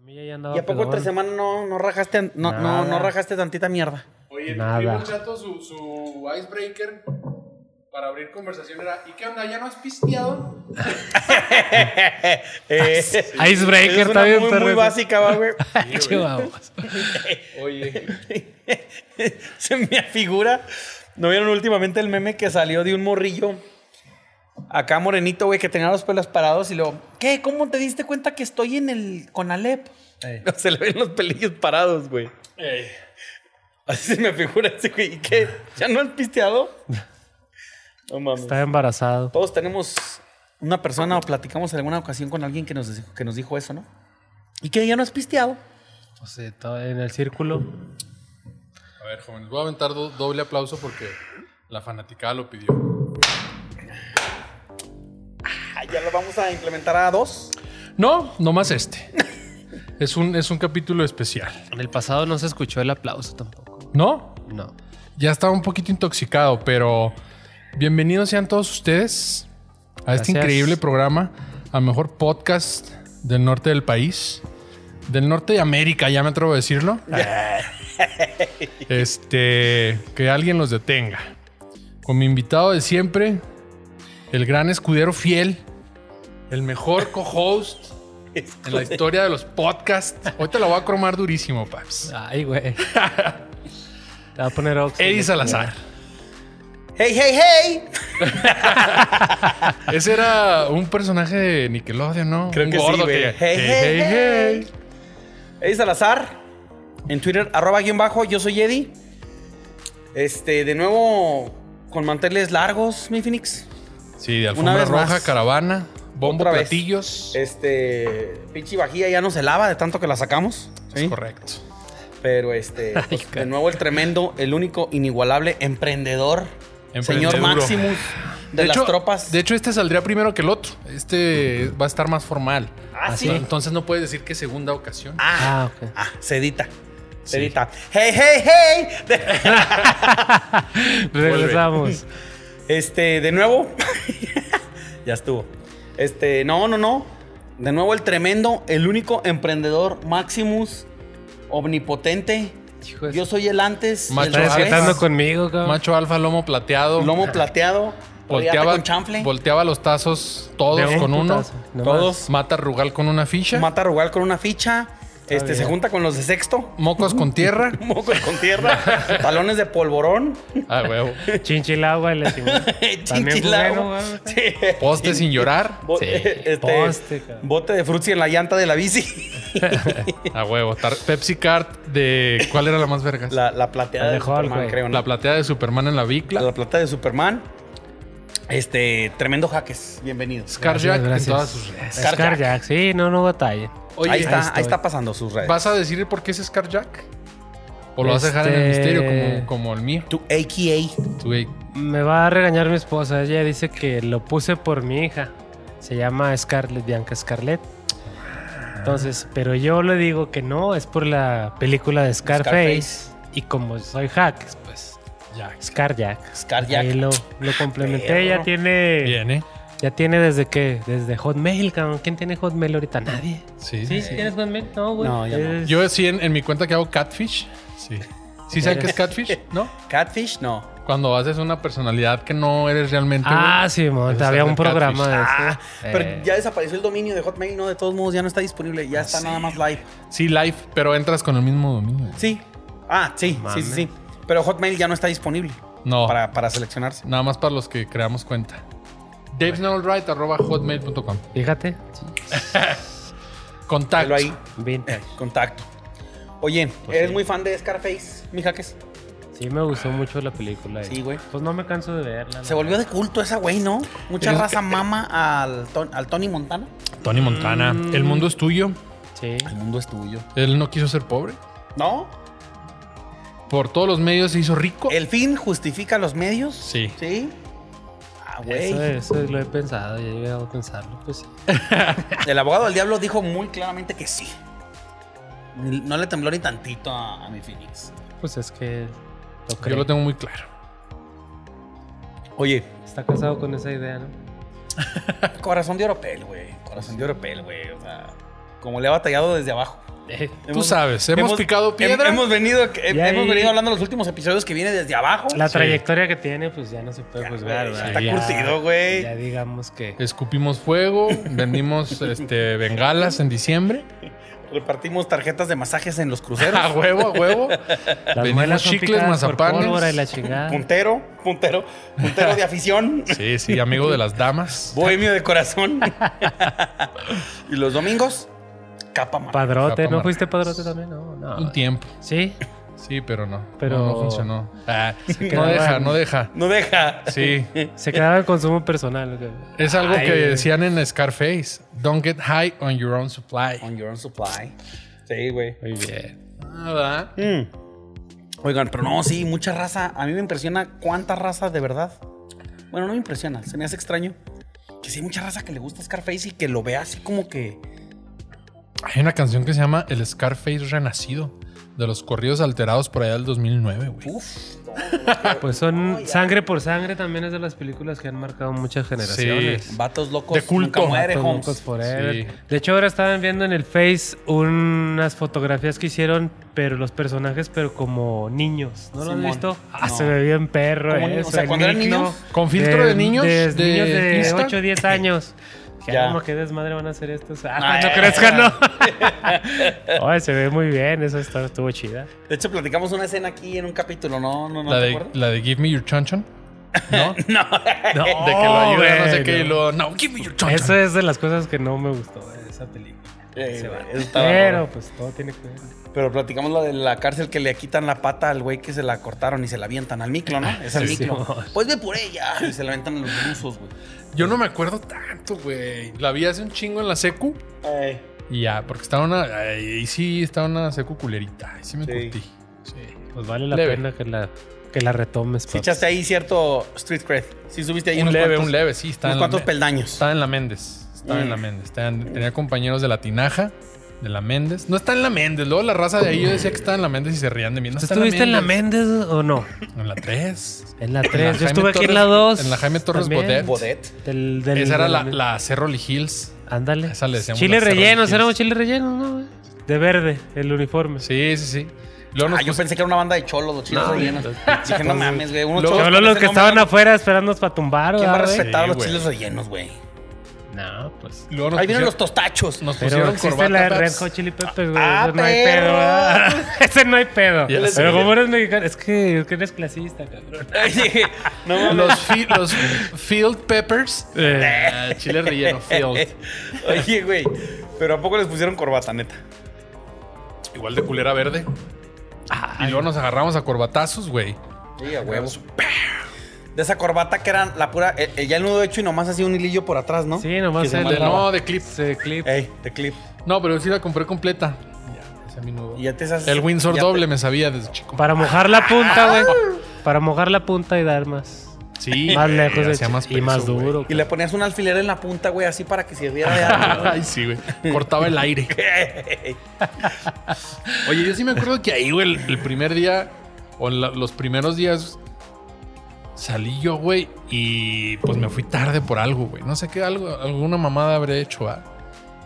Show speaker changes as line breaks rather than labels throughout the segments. mí ya andaba
¿Y a poco
pedón.
otra semana no, no rajaste, no, no, no
Nada.
rajaste tantita mierda?
Ah,
Oye,
Nada.
escribió un chato su, su icebreaker para abrir conversación era ¿Y qué onda? ¿Ya no has pisteado?
Eh,
Icebreaker,
es
está
una
bien,
muy,
perro,
muy
esa.
básica, va, güey.
Chihuahuas.
Oye,
Se me afigura. ¿No vieron últimamente el meme que salió de un morrillo? Acá morenito, güey, que tenía los pelos parados y luego, ¿qué? ¿Cómo te diste cuenta que estoy en el Conalep? Se le ven los pelillos parados, güey. Así se me figura ese güey. ¿Y qué? ¿Ya no han pisteado? No mames.
Estaba embarazado.
Todos tenemos una persona o platicamos en alguna ocasión con alguien que nos, dijo- que nos dijo eso, ¿no? ¿Y qué? ¿Ya no has pisteado?
O sea, todo en el círculo.
a ver, jóvenes, voy a aventar do- doble aplauso porque la fanaticada lo pidió.
Ah, ya lo vamos a implementar a dos.
No, nomás este. Es un, es un capítulo especial.
En el pasado no se escuchó el aplauso tampoco.
¿No?
No.
Ya estaba un poquito intoxicado, pero bienvenidos sean todos ustedes a este
Gracias.
increíble programa, al mejor podcast del norte del país, del norte de América, ya me atrevo a decirlo. este, que alguien los detenga. Con mi invitado de siempre, el gran escudero fiel, el mejor co-host en la historia de los podcasts. Hoy te la voy a cromar durísimo, paps.
Ay, güey. Te va a poner Oxxo.
Eddie Salazar.
¡Hey, hey, hey!
Ese era un personaje de Nickelodeon, ¿no?
Creo
un
que sí, güey.
que-
Hey, hey, hey. Eddie Salazar. En Twitter, arroba guión bajo, yo soy Eddie. Este, de nuevo, con manteles largos, mi Phoenix.
Sí, de alfombra
vez
roja,
más.
caravana, bombo,
Otra vez. Eh,
platillos.
Este, pinche vajilla ya no se lava de tanto que la sacamos.
Es
¿sí?
correcto.
Pero este, pues, de nuevo el tremendo, el único, inigualable emprendedor. Señor
Emprendeduro.
Maximus de, las
hecho,
tropas.
De hecho, este saldría primero que el otro. Este va a estar más formal.
Ah,
Así,
¿sí?
Entonces no puedes decir que segunda ocasión.
ah,
Ah, ok.
ah, se edita.
Sí.
Se edita. ¡Hey, hey, hey! De-
Regresamos.
Este, de nuevo. ya estuvo. Este, no, no, no. De nuevo el tremendo, el único emprendedor Maximus, omnipotente.
Hijo de-
Yo soy el antes. y el
Macho
Estás
después.
desquitando conmigo, cabrón.
Macho alfa, lomo plateado.
Ah. Lomo plateado. Volteaba
volteaba,
con chanfle.
volteaba los tazos todos
De un
con uno.
putazo, nomás.
Todos.
Mata rugal con una ficha.
Mata a Rugal con una ficha. Este,
bien.
se junta con los de sexto.
mocos con tierra.
Mocos con tierra. talones de polvorón.
Ah, huevo.
Chinchilagua y le decimos. También jugué, ¿no,
Chinchilagua.
güey?
Sí.
Poste sin llorar.
Bo-
Sí.
este,
Poste, cabrón.
bote de frutzi en la llanta de la bici.
A huevo. Tar- Pepsi Card de. ¿Cuál era la más vergas? La,
La, la plateada
La de
de,
Hulk,
Superman,
güey.
creo. ¿no?
plateada de Superman en la bicla.
La plata de Superman. Este, tremendo jaques. Bienvenidos.
Scarjack en
gracias.
todas sus redes.
Scar
Scar
Jack.
Jack. Sí, no, no batalla.
Oye,
ahí
ahí
está, ahí,
estoy.
está pasando sus redes.
¿Vas a decir por qué es Scarjack? ¿O lo vas a dejar en el
Este-
misterio como, como el mío?
Tu AKA.
Tú, güey.
Me va a regañar mi esposa. Ella dice que lo puse por mi hija. Se llama Scarlett, Bianca Scarlett. Entonces, pero yo le digo que no, es por la película de Scarface. Y como soy hack, pues
Jack.
Scarjack.
Scarjack.
Ahí lo, lo complementé.
Perro.
Ya tiene.
Bien, ¿eh?
Ya tiene desde qué? Desde Hotmail, cabrón. ¿Quién tiene Hotmail ahorita? Nadie.
Sí.
¿Sí? ¿Tienes Hotmail? No, güey.
No, ya no.
Es-
Yo sí en, en mi cuenta que hago Catfish. Sí. ¿Sí saben qué es Catfish? ¿No?
Catfish, no.
Cuando haces una personalidad que no eres realmente.
Ah,
güey.
sí, mon,
Eso es
había
el
un
catfish.
programa de
Ah,
ese. Eh,
pero ya desapareció el dominio de Hotmail, ¿no? De todos modos, ya no está disponible. Ya está nada más live.
Sí, live, pero entras con el mismo dominio.
Sí. Ah, sí, sí, sí, sí. Pero Hotmail ya no está disponible
No.
para, para seleccionarse.
Nada más para los que creamos cuenta. davesnallright.hotmail.com
Fíjate.
Contacto.
Velo ahí,
Vintage.
contacto. Pues Oye, ¿eres muy fan de Scarface, mi jaques?
Sí, me gustó mucho la película. eh.
Sí, güey.
Pues no me canso de verla.
Se volvió de culto esa güey, ¿no? Mucha
Es-
raza mama al, Ton- al Tony Montana.
Tony Montana. El mundo es tuyo.
Sí.
El mundo es tuyo.
Él no quiso ser pobre.
¿No?
Por todos los medios se hizo rico.
¿El fin justifica los medios?
Sí.
¿Sí? Ah,
Eso,
güey.
eso lo he pensado, ya he llegado a pensarlo. Pues sí.
El abogado del diablo dijo muy claramente que sí. Ni- No le tembló ni tantito a, a mi Phoenix.
Pues es que. Lo
Yo
creo.
lo tengo muy claro.
Oye,
Está casado con esa idea, ¿no?
corazón de oropel, güey. Corazón de oropel, güey. O sea, como le ha batallado desde abajo.
Eh,
Tú sabes, hemos picado piedra.
Hemos venido, he-
Y ahí-
hemos venido hablando en los últimos episodios que viene desde abajo.
La trayectoria que tiene, pues ya no se puede
Ya,
juzgar.
güey,
¿verdad?
está
Ya-
curtido, güey.
Ya digamos que.
Eh, Escupimos fuego, vendimos este, bengalas en diciembre.
Repartimos tarjetas de masajes en los cruceros.
A huevo, a huevo.
Las
Vendimos
muelas son
chicles,
picadas por
mazapanes.
pólvora y la chingada.
puntero, puntero, puntero de afición.
Sí, sí, amigo de las damas.
Bohemio de corazón. y los domingos, capa mar.
Padrote,
Zapamarracas.
¿no fuiste padrote también? No, no.
Un tiempo.
Sí,
Sí, pero no.
Pero-
No, no funcionó. Ah, no
quedaban-
deja, no deja.
No deja.
Sí.
se quedaba en consumo personal. güey.
Es algo
Ay,
que
güey.
decían en Scarface. Don't get high on your own supply.
On your own supply. Sí, güey.
Muy bien.
Ah, ¿verdad?
Mm. Oigan, pero no, sí, mucha raza. A mí me impresiona cuánta raza de verdad. Bueno, no me impresiona, se me hace extraño. Que sí hay mucha raza que le gusta Scarface y que lo vea así como que.
Hay una canción que se llama El Scarface Renacido, de los corridos alterados por allá del 2009, güey.
Uf. Ah,
Pues
oh,
son sangre por sangre también es de las películas que han marcado muchas generaciones.
Vatos locos.
De culto.
Nunca muere,
Vatos
Holmes.
locos forever.
Sí.
De hecho, ahora estaban viendo en el Face unas fotografías que hicieron, pero los personajes, pero como niños. ¿No lo han
Simón.
visto? Ah,
No.
se ve bien perro.
Como
eh,
niños, o
se
sea, cuando eran
aligno.
niños.
¿Con filtro de niños?
De,
¿De
niños de
Insta?
8 o 10 años. Que
Ya.
como que desmadre van a hacer estos. Ah,
Ay.
cuando crezcan, no. Oye, se ve muy bien. Eso está- estuvo chida.
De hecho, platicamos una escena aquí en un capítulo, ¿no? ¿No, no
La
te
de,
acuerdas?
la de Give Me Your Chon Chon. ¿No? de que
No,
lo ayuda, no sé
güey,
qué, y
no.
luego, no, Give Me Your Chon
Eso
Chon.
es de las cosas que no me gustó de esa película.
Eh,
Se va.
eso estaba
Pero
raro.
pues todo tiene que ver.
Pero platicamos la de la cárcel que le quitan la pata al güey que se la cortaron y se la avientan al micro,
Ah,
¿no? Es al
Sí,
micro.
Simón.
Pues ve por ella. Y se la avientan a los rusos, güey.
Yo no me acuerdo tanto, güey. La vi hace un chingo en la secu. Y ya, porque estaba una. Ahí sí, estaba una secu culerita. Ahí sí me
Sí.
curtí. Sí.
Pues vale la
Leve.
pena que la, que la retomes.
Sí
papi.
echaste ahí cierto street cred. Sí subiste ahí
Un
unos
leve,
cuantos-
un leve, sí. Está
unos
en la
cuantos
me-
peldaños.
Estaba en la Méndez. Estaba en la
Mm.
Méndez. Estaba en- tenía compañeros de la Tinaja, de la Méndez. No está en la Méndez. Luego la raza de ahí yo decía que estaba en la Méndez y se rían de mí. No
¿Tú
está
Pues estuviste en la Méndez o no?
En la 3.
En la 3. Yo estuve aquí en la 2.
En la Jaime Torres Bodet.
Bodet.
Del, del-
Esa era la,
del-
la Cerroli Hills.
Ándale.
esa le decíamos
Chile
la Cerro
relleno,
Hills.
éramos chile relleno, ¿no? güey? De verde, el uniforme.
Sí, sí, sí. Luego nos
Ah, yo
puse-
pensé que era una banda de cholos, los chiles rellenos. Dije, no mames, güey. Unos
Luego- este,
Que
cholos
habló
con
los
ese
que
nombre,
estaban
¿no?
afuera esperando para tumbar,
¿Quién va a
¿verdad, güey?
respetar a los
güey.
chiles rellenos, güey?
No, pues.
luego nos
Ahí vienen
pusieron-
los tostachos.
Nos
Pero
pusieron
existe la de
corbata.
Red
Peps.
Hot Chili Peppers, güey.
Ah,
Ese no hay
perro.
pedo. ¿verdad? Ese no hay pedo.
Ya sé.
Pero como eres mexicano, es que, es que eres clasista, cabrón.
no mames.
Los, fi- los Field Peppers.
eh,
Ah, chile relleno, Field.
Oye, güey. Pero ¿a poco les pusieron corbata, neta?
Igual de culera verde. y luego nos agarramos a corbatazos, güey.
Sí, a huevo. De esa corbata que era la pura. eh, eh, ya el nudo hecho y nomás hacía un hilillo por atrás, ¿no?
Sí, nomás
De-
el
no, de clip.
ese clip.
Ey, de clip.
No, pero yo sí la compré completa. Ya, ese minudo.
Y ya te haces-
El Windsor
ya te-
doble me sabía desde chico.
Para mojar la punta, güey. Para mojar la punta y dar más.
Sí.
más lejos de
hacía
y más
peso, güey.
duro.
Y le ponías un alfiler en la punta, güey, así para que sirviera de algo.
Ay, sí, güey. Cortaba el aire. Oye, yo sí me acuerdo que ahí, güey, el, el primer día o la- los primeros días salí yo, güey, y pues me fui tarde por algo, güey. No sé qué, algo, alguna mamada habré hecho, ¿va?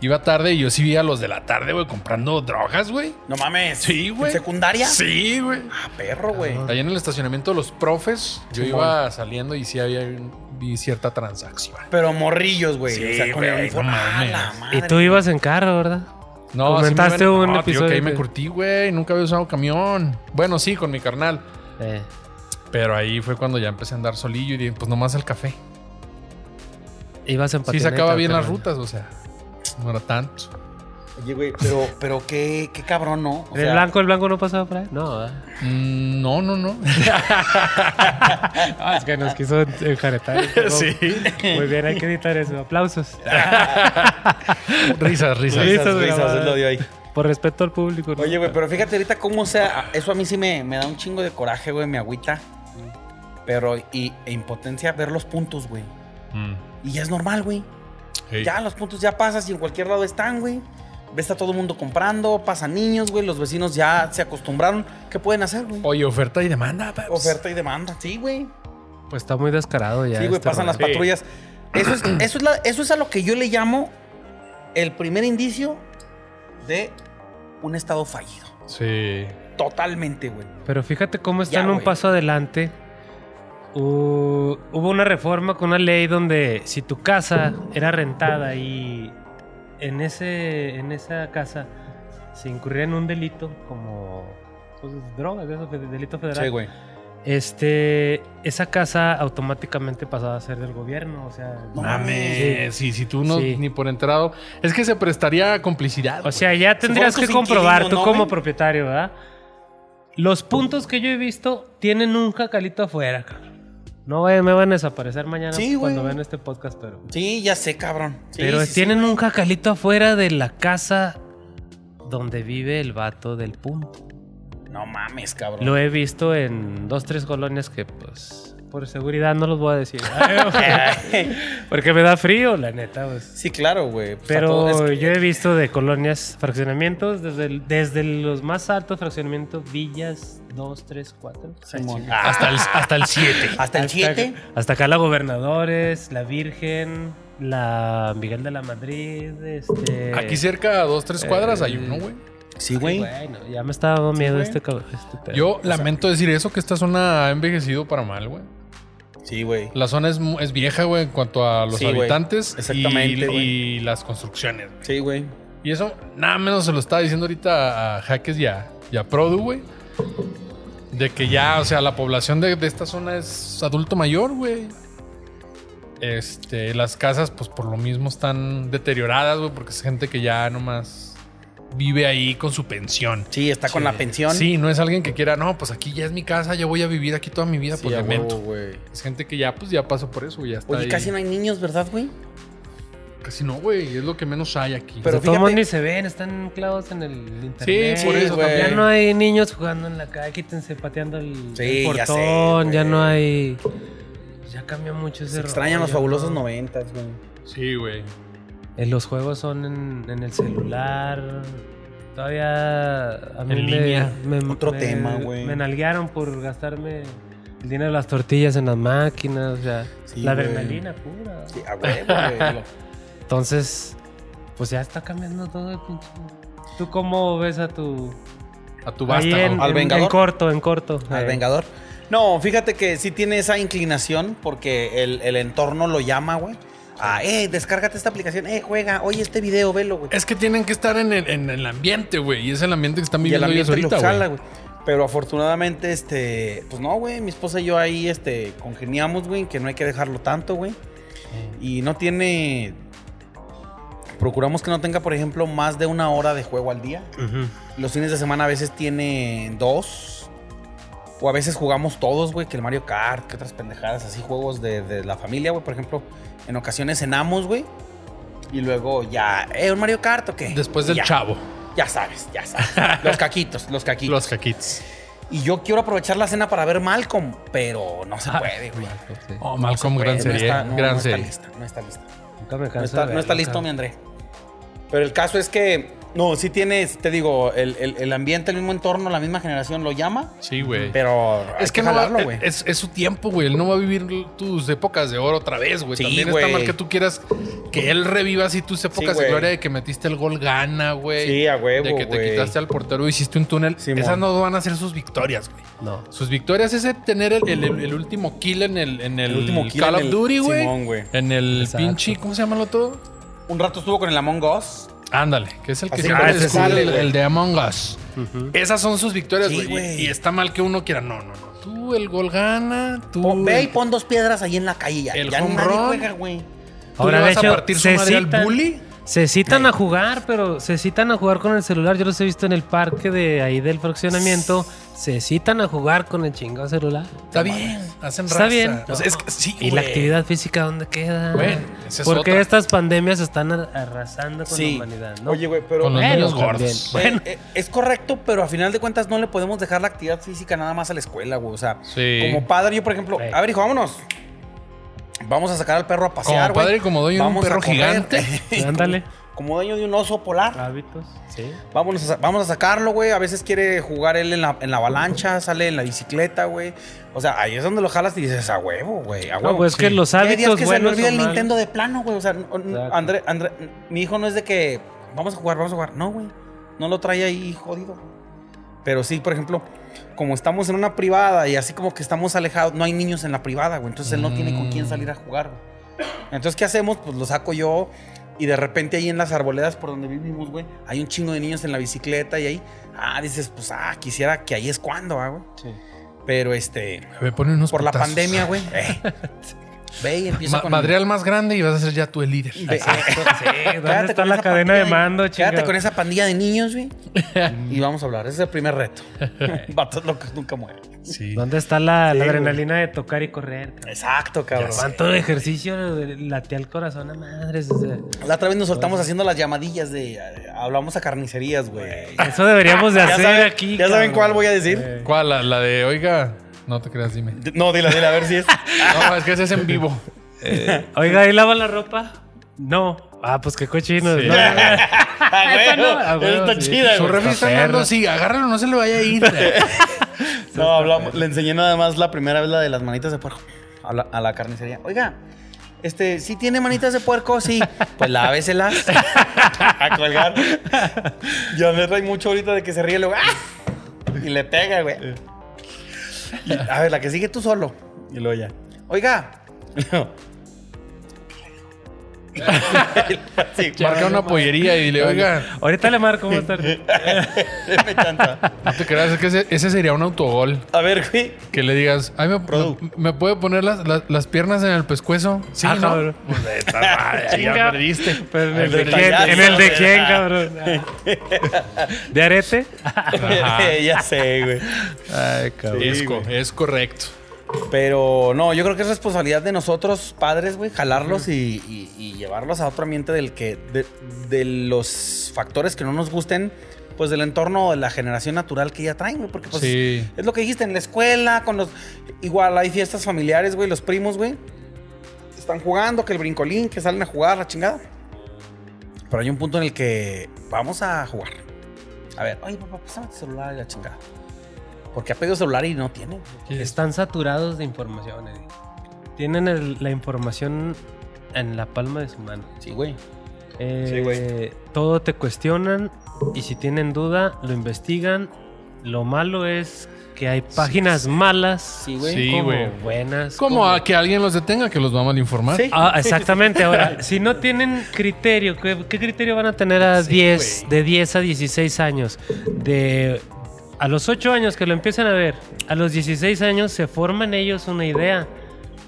Iba tarde y yo sí vi a los de la tarde, güey, comprando drogas, güey.
No mames.
Sí, güey.
¿En secundaria?
Sí, güey.
Ah, perro, güey.
Ahí en el estacionamiento de los profes, yo
Simón.
iba saliendo y sí había vi cierta transacción.
Pero morrillos, güey.
Sí,
o sea, con el
güey,
uniforme.
no
Ah,
mames.
la
Y
madre.
tú ibas en carro, ¿verdad?
No, sí me
Comentaste
iban-
un
no, tío, que ahí
episodio
me
que-
curtí, güey. Nunca había usado camión. Bueno, sí, con mi carnal.
Eh,
Pero ahí fue cuando ya empecé a andar solillo y dije, pues nomás al café.
ibas en
Sí
patineta.
sacaba bien
pero
las rutas, o sea, no era tanto.
Oye, güey, pero, pero qué, qué cabrón, ¿no? O
¿El blanco, el blanco no pasaba por ahí? No, ¿verdad?
Mm, no, no, no.
Ah, es que nos quiso enjaretar.
sí.
Muy bien, hay que editar eso. Aplausos.
Ah.
risas, risas.
Sí.
Risas,
Risas
risas,
grabadas.
él lo dio ahí.
Por respeto al público. ¿no?
Oye, güey, pero fíjate ahorita cómo sea. Eso a mí sí me, me da un chingo de coraje, güey, me agüita. Pero, y, e impotencia ver los puntos, güey.
Mm,
Y ya es normal, güey.
hey.
Ya los puntos ya pasas y en cualquier lado están, güey. Ves a todo el mundo comprando, pasan niños, güey. Los vecinos ya se acostumbraron. ¿Qué pueden hacer, güey?
Oye, oferta y demanda. paps.
Oferta y demanda. Sí, güey.
Pues está muy descarado ya.
Sí, güey,
este
pasan las
rollo.
patrullas. Eso es, eso, es la- eso es a lo que yo le llamo el primer indicio de un estado fallido.
Sí.
Totalmente, güey.
Pero fíjate cómo
Ya,
están un
güey.
paso adelante. Hu- hubo una reforma con una ley donde si tu casa era rentada y en, ese, en esa casa se incurría en un delito como pues, drogas, de esos, de- delito federal,
Sí, güey.
este, esa casa automáticamente pasaba a ser del gobierno. O sea,
No
Mames. Sí, si tú no
Sí.
ni por enterado. Es que se prestaría a complicidad.
O sea, ya tendrías
fueron
que
tus
comprobar tú
inquilinos, ¿no,
como
güey?
propietario, ¿verdad? Los puntos que yo he visto tienen un jacalito afuera, cabrón. No güey, me van a desaparecer mañana
Sí, güey.
cuando vean este podcast, pero.
Sí, ya sé, cabrón. Sí,
pero
sí, sí.
tienen un jacalito afuera de la casa donde vive el vato del punto.
No mames, cabrón.
Lo he visto en dos, tres colonias que, pues, por seguridad no los voy a decir. Porque me da frío, la neta, pues.
sí, claro, güey. Pues, a
Pero
todo- es que-
yo he visto de colonias fraccionamientos, desde, el- desde los más altos fraccionamientos, villas 2, 3, 4.
Simón. Ah,
Hasta el, hasta el 7.
hasta el 7.
Hasta acá la Gobernadores, la Virgen, la Miguel de la Madrid, este...
Aquí cerca, a dos,
Eh,
tres cuadras, hay uno, güey.
Sí,
Ay,
güey.
güey, no, ya me estaba dando miedo
güey.
este, cab- este pedo.
Yo lamento decir eso, que esta zona ha envejecido para mal, güey.
Sí, güey.
La zona es, mu- es vieja, güey, en cuanto a los
Sí, güey.
habitantes
Exactamente,
y,
güey.
y las construcciones. güey.
Sí, güey.
Y eso nada menos se lo estaba diciendo ahorita a Jaques y a, y a Produ, güey. De que ya, o sea, la población de, de esta zona es adulto mayor, güey. Este, las casas, pues por lo mismo están deterioradas, güey, porque es gente que ya nomás vive ahí con su pensión.
Sí, está con la pensión.
Sí, no es alguien que quiera, no, pues aquí ya es mi casa, yo voy a vivir aquí toda mi vida,
Sí,
pues
a
lamento.
huevo, güey.
Es gente que ya, pues ya pasó por eso, güey, ya está
Oye,
ahí.
casi no hay niños, ¿verdad, güey?
Casi no, güey, es lo que menos hay aquí.
Pero
Pero
todos
fíjate-
ni se ven, están clavados en el internet.
por
eso
Ya
también.
no hay niños jugando en la calle, quítense pateando el,
Sí,
el
ya sé,
portón, ya,
güey.
no hay... Ya cambió mucho ese
Se extrañan
rollo,
los fabulosos
¿no?
noventas, güey.
Sí, güey.
Eh, los juegos son en, en el celular. Todavía a mí
En
me-
línea.
Me,
Otro
me-
tema, güey.
Me nalguearon por gastarme el dinero de las tortillas en las máquinas. O sea,
Sí,
la
güey.
adrenalina pura.
Sí, a huevo, güey.
Entonces, pues ya está cambiando todo el pinche. ¿Tú cómo ves a tu.
A tu
Ahí
basta,
en,
¿no?
Al
en-
Vengador.
en corto, en corto.
al
Eh,
Vengador. No, fíjate que sí tiene esa inclinación porque el, el entorno lo llama, güey. Ah, eh, descárgate esta aplicación, eh, juega, oye este video, velo, güey.
Es que tienen que estar en el, en el ambiente, güey. Y es el ambiente que están
Y el
viviendo ellos
ambiente lo
ahorita,
jala,
güey.
güey. Pero afortunadamente, este, pues no, güey, mi esposa y yo ahí, este, congeniamos, güey, que no hay que dejarlo tanto, güey.
eh,
Y no tiene... Procuramos que no tenga, por ejemplo, más de una hora de juego al día.
ujú.
Los fines de semana a veces tiene dos. O a veces jugamos todos, güey, que el Mario Kart, que otras pendejadas, así juegos de, de la familia, güey. Por ejemplo, en ocasiones cenamos, güey. Y luego ya, ¿eh, un Mario Kart o qué?
Después del
Ya,
chavo,
Ya sabes, ya sabes. los caquitos, los caquitos.
los jaquits.
Y yo quiero aprovechar la cena para ver Malcolm, pero no
Ah,
se puede, güey.
Oh, Malcolm, gran
Pues, no
Ah, serie.
está-
eh,
no,
gran
no está
serie.
lista, no está lista.
Nunca me canso
No
de
está, no
verlo,
está listo,
cabrón.
mi André. Pero el caso es que, no, sí tienes, te digo, el, el- el ambiente, el mismo entorno, la misma generación lo llama,
Sí, güey.
pero hay
Es que, no va- eh,
jalarlo, güey.
es, es su tiempo, güey. Él no va a vivir tus épocas de oro otra vez, güey.
Sí,
También
güey.
está mal que tú quieras que él reviva así tus épocas de
güey.
gloria de que metiste el gol gana, güey.
Sí, a huevo,
eh, De que te
güey.
quitaste al portero y hiciste un túnel.
Simón.
Esas no van a ser sus victorias, güey.
No.
Sus victorias es el tener el, el- el- el último kill en el, en el,
El último kill
Call
en
of
el-
Duty, güey.
Simón, güey.
En el
Exacto.
pinche, ¿cómo se llama el otro?
Un rato estuvo con el Among Us.
Ándale, que es el que
Así
siempre
que ese
descubre
sale,
el,
güey.
el de Among Us.
Ujú.
Esas son sus victorias,
Sí,
güey.
güey.
y, y está mal que uno quiera. No, no, no. Tú el gol gana, tú.
Pon- ve y
tú
pon dos piedras ahí en la calle ya.
El
ya
home
nadie
run.
juega, güey.
Ahora,
le
de
vas
hecho,
a partir su
se
madre al
citan-
bully.
Se citan a jugar, pero se citan a jugar con el celular. Yo los he visto en el parque de ahí del fraccionamiento. Se citan a jugar con el chingado celular.
Está bien, hacen
Está
raza.
bien.
O sea, es que sí,
¿Y la
güey.
actividad física dónde queda?
Bueno, esa es
Porque
otra.
estas pandemias están ar- arrasando con
Sí.
la humanidad, ¿no?
Oye, güey, pero...
Con Eh, los
Bueno, también.
niños gordos.
Bueno.
Eh, eh, es correcto, pero a final de cuentas no le podemos dejar la actividad física nada más a la escuela, güey. O sea,
Sí.
como padre, yo, por ejemplo,
Güey.
a ver, hijo, vámonos. Vamos a sacar al perro a pasear, güey.
padre y como dueño de un
Vamos a
perro
correr.
gigante.
Ándale. Ah.
como dueño de un oso polar.
Hábitos. Sí.
Vámonos a, sa- vamos a sacarlo, güey. A veces quiere jugar él en la, en la avalancha, sale en la bicicleta, güey. O sea, ahí es donde lo jalas y dices, a huevo, güey, a
No,
huevo.
pues es que
sí.
los
Hay días
hábitos
que se le
buenos
olvida
o
el
malos-
Nintendo de plano, güey. O sea, n- n-
Exacto.
André, André, mi hijo no es de que vamos a jugar, vamos a jugar. No, güey. No lo trae ahí jodido. Pero sí, por ejemplo, como estamos en una privada y así como que estamos alejados, no hay niños en la privada, güey. Entonces él no tiene con quién salir a jugar, güey. Entonces, ¿qué hacemos? Pues lo saco yo y de repente ahí en las arboledas por donde vivimos, güey, hay un chingo de niños en la bicicleta y ahí, ah, dices, pues, ah, quisiera que ahí es cuando, ah, güey.
Sí.
Pero este,
Me ponen unos
por la
putazos.
pandemia, güey, eh, ve y empieza
Ma-
con...
madre al más grande y vas a ser ya tú el líder.
Ve- eh,
¿Dónde
Quédate
está
con
la
esa
cadena de
pandilla
mando, chingado?
Quédate con esa pandilla de niños, güey. y vamos a hablar. Ese es el primer reto. Vatos locos nunca mueren.
Sí.
¿Dónde está la,
Sí,
la
güey.
adrenalina de tocar y correr? cabrón?
Exacto, cabrón.
¿Cuánto de ejercicio late al corazón a madres? O sea,
La otra vez nos soltamos haciendo las llamadillas de. eh, Hablamos a carnicerías, güey.
eso deberíamos de
Ya
hacer
saben-
aquí.
ya saben
cabrón.
cuál voy a decir.
Eh,
¿Cuál? La, la de, oiga, no te creas, dime.
D- No, dile, dile, a ver si es.
No, es que ese es en vivo.
Oiga, ¿ahí lava la ropa? No. Ah, pues qué cochino.
Sí.
No, no, no.
Ah,
Esa no,
güey,
ah, güey,
Está
sí.
chida,
Su
güey.
refri está
perro.
andando así, agárralo, no se le vaya a ir.
No, hablamos, le enseñé nada más la primera vez la de las manitas de puerco a la, a la carnicería. Oiga, este, si tiene manitas de puerco, sí. Pues láveselas. a colgar. Ya me trae mucho ahorita de que se ríe luego. ¡ah! Y le pega, güey. Y, a ver, la que sigue tú solo. Y luego ya. Oiga. Sí,
Marca una pollería y dile, oiga,
Ahorita le marco, más tarde.
Me encanta.
no te creas, es que ese, ese sería un autogol.
A ver, güey.
Que le digas, ay, me,
Produ.
me- me puede poner las, las- las piernas en el pescuezo. Sí,
Ah,
¿no?
cabrón.
Pues, de esta madre, ahí ya
Chinga.
perdiste.
Pero en
El
el de quién,
detallazo,
en el de
güey.
quién,
Ah.
cabrón. ¿De arete?
ya sé, güey.
Ay, cabrón.
Es, co-
güey.
es correcto.
Pero no, yo creo que es responsabilidad de nosotros, padres, güey, jalarlos y, y- y llevarlos a otro ambiente del que, de, de los factores que no nos gusten, pues del entorno de la generación natural que ya traen, güey, porque pues
Sí.
es lo que dijiste en la escuela, con los... Igual hay fiestas familiares, güey, los primos, güey, están jugando, que el brincolín, que salen a jugar, la chingada. Pero hay un punto en el que vamos a jugar. A ver, oye, papá, pásame tu celular y la chingada. Porque ha pedido celular y no tiene.
Están saturados de información, Eddie. Tienen el- la información en la palma de su mano.
Sí, güey.
Eh,
Sí, güey.
Todo te cuestionan y si tienen duda, lo investigan. Lo malo es que hay páginas malas
Sí, güey.
Sí,
como
güey.
buenas.
Como a que alguien los detenga, que los va a malinformar.
Sí.
Ah, exactamente. Ahora, si no tienen criterio, ¿qué, qué criterio van a tener a
Sí,
10,
güey.
de 10 a 16 años? De, a los 8 años que lo empiezan a ver, a los 16 años se forman ellos una idea,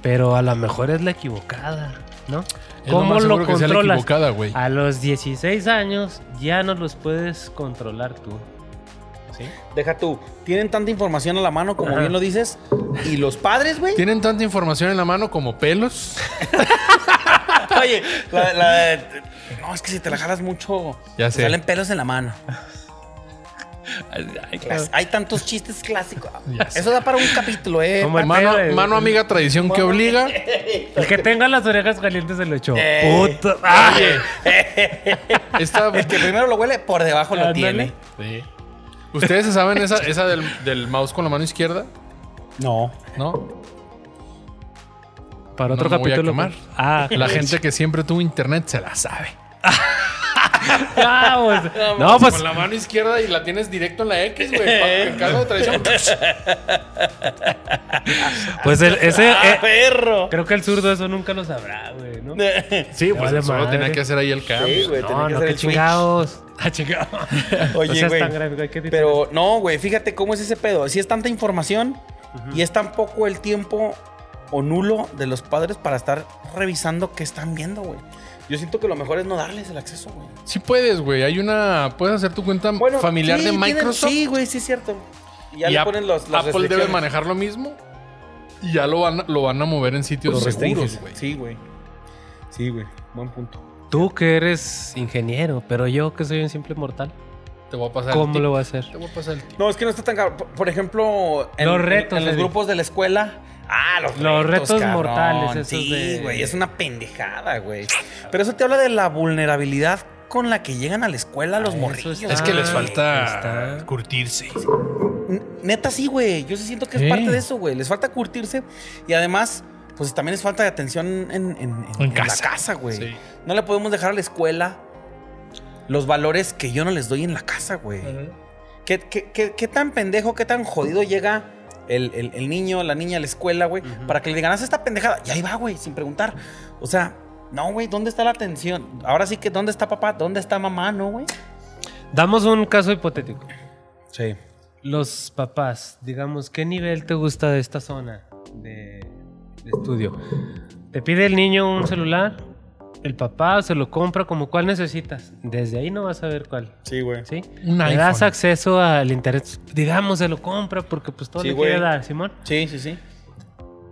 pero a lo mejor es la equivocada, ¿no?
Es lo más seguro que sea la equivocada, güey.
A los 16 años ya no los puedes controlar tú. ¿Sí?
Deja tú, tienen tanta información a la mano, como
Ajá.
bien lo dices, y los padres, güey.
Tienen tanta información en la mano como pelos.
Oye, la, la de- No, es que si te la jalas mucho,
Ya
te
sé.
salen pelos en la mano. Clas- Hay tantos chistes clásicos.
Ya sé.
Eso da para un capítulo, ¿eh?
Como el
Mano,
pedo de-
mano amiga, tradición que obliga.
El que tenga las orejas calientes se lo echó.
Eh.
Puta. ¡Ah!
Esta,
El que primero lo huele, por debajo lo
Ándale.
tiene.
Sí. ¿Ustedes se saben esa, esa del, del mouse con la mano izquierda?
No.
¿No?
Para otro
No me voy a
capítulo.
quemar.
Ah,
La gente que siempre tuvo internet se la sabe.
Ah, pues. No,
Con
pues.
la mano izquierda y la tienes directo en la X, güey. pa- En caso de traición.
Pues el- ese.
¡Ah,
eh,
perro!
creo que el zurdo eso nunca lo sabrá, güey, ¿no?
Sí,
pues,
pues solo
madre.
tenía que hacer ahí el
Sí,
cambio.
güey, tenía
No,
que
no,
hacer
qué
el switch.
chingados. Ah, chingados.
Oye,
no seas
güey,
tan gráfico, hay que editar.
Pero no, güey, fíjate cómo es ese pedo. Si es tanta información y es tan poco el tiempo o nulo de los padres para estar revisando qué están viendo, güey. Yo siento que lo mejor es no darles el acceso, güey.
Sí puedes, güey. Hay una... Puedes hacer tu cuenta familiar
sí,
de
tienen-
Microsoft.
sí, güey, sí es cierto. Y ya
y
le
Ap-
ponen los, las
Apple debe
restricciones.
manejar lo mismo. Y ya lo van, a- lo van a mover en sitios
Los
seguros,
restringes,
güey.
Sí, güey. Sí, güey. Buen punto.
Tú que eres ingeniero, pero yo que soy un simple mortal,
Te voy a pasar el
¿cómo
tip.
lo voy a hacer?
Te voy a pasar el tip.
No, es que no está tan caro. Por- Por ejemplo, en
Los
en-
retos,
en los
Eddie.
grupos de la escuela. Ah, los,
Los retos
cabrón.
mortales, esos
Sí,
de-
güey, es una pendejada, güey. Pero eso te habla de la vulnerabilidad con la que llegan a la escuela los
Ah, eso
morrillos.
está.
Es que les
Ahí
falta
está.
curtirse.
N- Neta, sí, güey. Yo sí siento que es
Sí.
parte de eso, güey. Les falta curtirse y además, pues también es falta de atención en, en- en-
En
en
casa.
la casa, güey.
Sí.
No la podemos dejar a la escuela los valores que yo no les doy en la casa, güey. ¿Qué, qué, qué- qué tan pendejo, qué tan jodido llega el, el- el niño, la niña a la escuela, güey? Para que le digan, haz esta pendejada. Y ahí va, güey, sin preguntar. O sea, no, güey, ¿dónde está la atención? Ahora sí que, ¿dónde está papá? ¿Dónde está mamá? No, güey.
Damos un caso hipotético.
Sí.
Los papás, digamos, ¿qué nivel te gusta de esta zona de, de estudio? ¿Te pide el niño un celular? ¿El papá se lo compra como cuál necesitas? Desde ahí no vas a ver cuál.
Sí, güey.
¿Sí?
Un
Le
iPhone.
das acceso al internet. Digamos, se lo compra porque pues todo
Sí,
le quiere
güey.
dar, Simón.
Sí, sí, sí.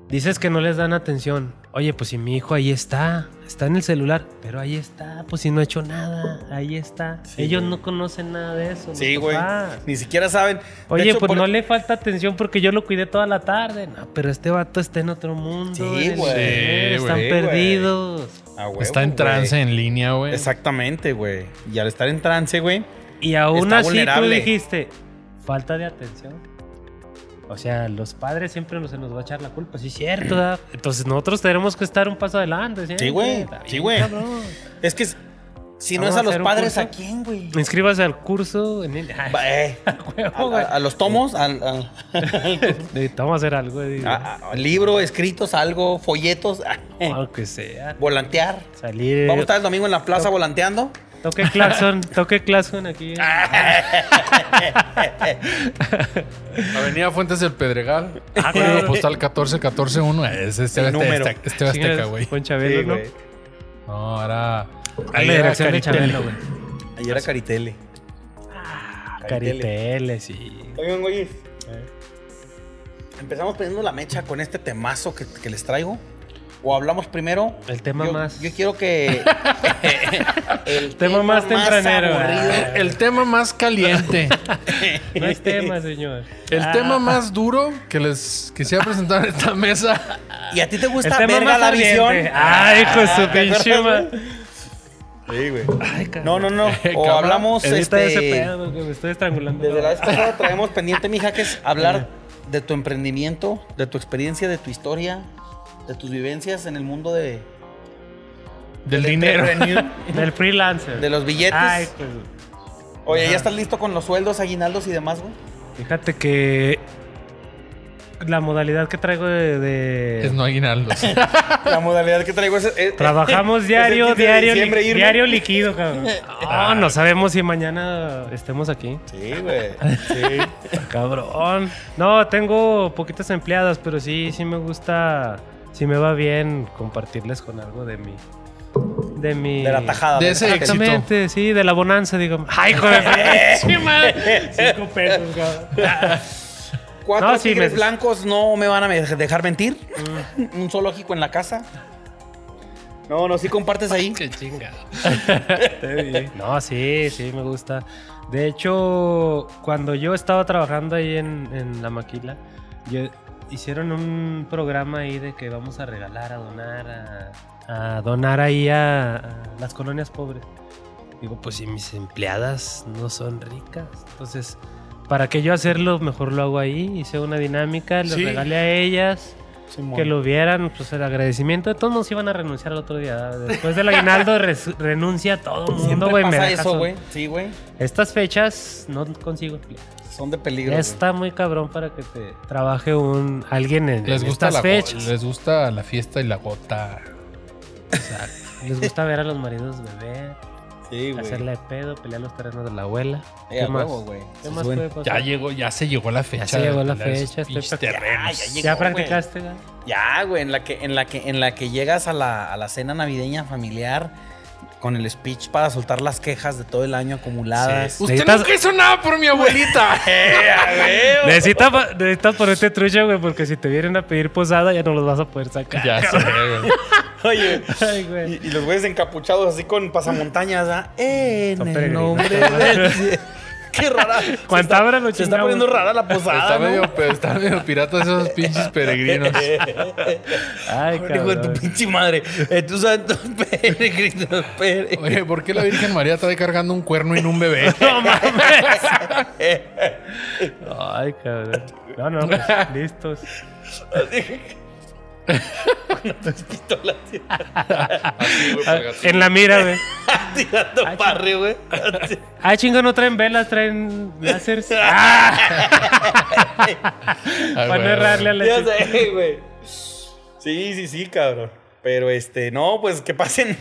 Dices que no les dan atención. Oye, pues si mi hijo ahí está, está en el celular, pero ahí está, pues si no ha hecho nada, ahí está.
Sí,
Ellos
güey.
no conocen nada de eso. los
Sí, güey.
papás.
Ni siquiera saben. De
Pues Oye,
hecho,
pues
por- e-
no le falta atención porque yo lo cuidé toda la tarde. No, pero este vato está en otro mundo.
Sí,
en el
güey.
internet,
Sí,
Están
güey.
perdidos.
A huevo,
Está en
Ah, güey.
trance en línea, güey.
Exactamente, güey. Y al estar en trance, güey.
Y aún
Está
así
vulnerable.
tú dijiste, falta de atención. O sea, los padres siempre nos, se nos va a echar la culpa, sí es cierto. ¿verdad? Entonces nosotros tenemos que estar un paso adelante.
Sí, güey,
Está
sí,
bien,
güey.
cabrón.
Es que es- si no
Vamos
es
a
a los
hacer un
padres,
curso.
¿a quién, güey?
Inscríbase al curso en el... Ay,
Va, eh, a,
güey.
a- a los tomos, al, al-
Necesitamos hacer algo. eh, digo,
a- a- libro, escritos, algo, folletos, Ah, eh,
Aunque sea.
volantear.
Salir...
Vamos a estar el domingo en la plaza volanteando.
Toque claxon, toque claxon aquí.
Ah,
Avenida Fuentes del Pedregal.
Ah,
Eh.
Código
claro.
Pues,
postal 14141. Es este
El
este-
número.
este- este Azteca, güey.
Con Chabelo,
Sí,
¿no?
güey.
No, ahora.
Pues, Ahí la
era
dirección de
Caritel.
Chabelo, güey.
Ayer era Caritele.
Caritele, sí.
Oigan, güey. Empezamos prendiendo la mecha con este temazo que, que les traigo. O hablamos primero.
El tema
Yo-
más-
Yo quiero que. el
Tema más tempranero.
aburrido.
El tema más caliente.
No es tema, señor.
El tema más duro que les quisiera presentar en esta mesa.
¿Y a ti te
El
gusta
tema
verga la
ardiente.
visión?
Ay, hijo de
Ah,
su
¿te
pinche
acuerdas,
ma-
güey? No, no, no. O
Cabrón,
hablamos
Evita ese
este,
pedo que me estoy estrangulando.
Desde la vez pasada traemos pendiente, mija, que es hablar de tu emprendimiento, de tu experiencia, de tu historia, de tus vivencias en el mundo de,
Del dinero.
Del freelancer.
de los billetes.
Ay, pues.
Oye, ¿ya estás listo con los sueldos, aguinaldos y demás, güey?
pues, Fíjate que. La modalidad que traigo de. de-
Es no aguinaldo.
La modalidad que traigo es... es-
Trabajamos
es
diario,
el 15 de
diario, li-
diciembre irme.
diario líquido, cabrón.
Ah.
No, no sabemos si mañana estemos aquí.
Sí, güey. Sí.
Cabrón. No, tengo poquitas empleadas, pero sí, sí me gusta, sí me va bien compartirles con algo de mi... De mi...
De la tajada. Ah,
De
güey.
ese éxito.
Exactamente, sí, de la bonanza, digo. ¡Ay, joder! ¡Sí, madre! Cinco pesos, cabrón.
Cuatro
No, sí,
tigres
me- Mm.
blancos no me van a me- dejar mentir. Un zoológico en la casa. No, no, sí compartes ahí.
Qué chinga.
No, sí, sí, me gusta. De hecho, cuando yo estaba trabajando ahí en, en La Maquila, yo- hicieron un programa ahí de que vamos a regalar, a donar, a, a donar ahí a, a las colonias pobres. Digo, pues si mis empleadas no son ricas, entonces, ¿para qué yo hacerlo? Mejor lo hago ahí, hice una dinámica, les
Sí.
regalé a ellas. Que lo vieran, pues el agradecimiento. Todos nos iban a renunciar el otro día. Después del aguinaldo res- renuncia todo el mundo,
Siempre
güey. me
pasa
deja
eso,
solo.
güey. Sí, güey.
Estas fechas no consigo clientes.
Son de peligro.
Ya
güey.
está muy cabrón para que te trabaje un alguien en,
Les
en
gusta,
estas
la,
fechas.
les gusta la fiesta y la gota.
Exacto. Les gusta ver a los maridos beber,
Sí, güey.
hacerle pedo, pelear los terrenos de la abuela.
Eh,
¿Qué
a
más?
huevo, güey. Pues
¿Qué
Se
más
suben.
puede pasar?
Ya llegó, ya se llegó la fecha.
Ya se llegó la
de los
fecha, estoy
pinches
practicando.
terrenos.
Ya, ya llegó.
¿Ya
güey.
practicaste? güey?
Ya, güey, en la que, en la que, en la que llegas a la, a la cena navideña familiar con el speech para soltar las quejas de todo el año acumuladas.
Sí.
Usted
Necesitas-
nunca hizo nada por mi abuelita.
Necesitas pa- necesitas ponerte trucha, güey, porque si te vienen a pedir posada ya no los vas a poder sacar.
ya sé, güey.
Oye,
Ay, güey.
y, y los güeyes encapuchados así con pasamontañas, ¿ah? En
Son
el
peregrinos,
nombre de... Qué rara.
Cuánta abra lo
Se está
chingamos.
poniendo rara la posada,
Está
¿no?
medio, pe- está medio pirata esos pinches peregrinos.
Ay,
Hijo de tu
cabrón.
pinche madre. Eh, Tú sabes, tú, peregrinos, peregrinos.
Oye, ¿por qué la Virgen María trae cargando un cuerno en un bebé?
No mames. Ay, cabrón. No, no, pues, listos.
Pistolas.
Ah, En la mira, güey.
Tirando
Ah,
parry, güey.
Ah, chingo, no traen velas, traen láseres. Ah, para no errarle a la
Ya
chica.
sé, güey. Sí, sí, sí, cabrón. Pero este, no, pues que pasen.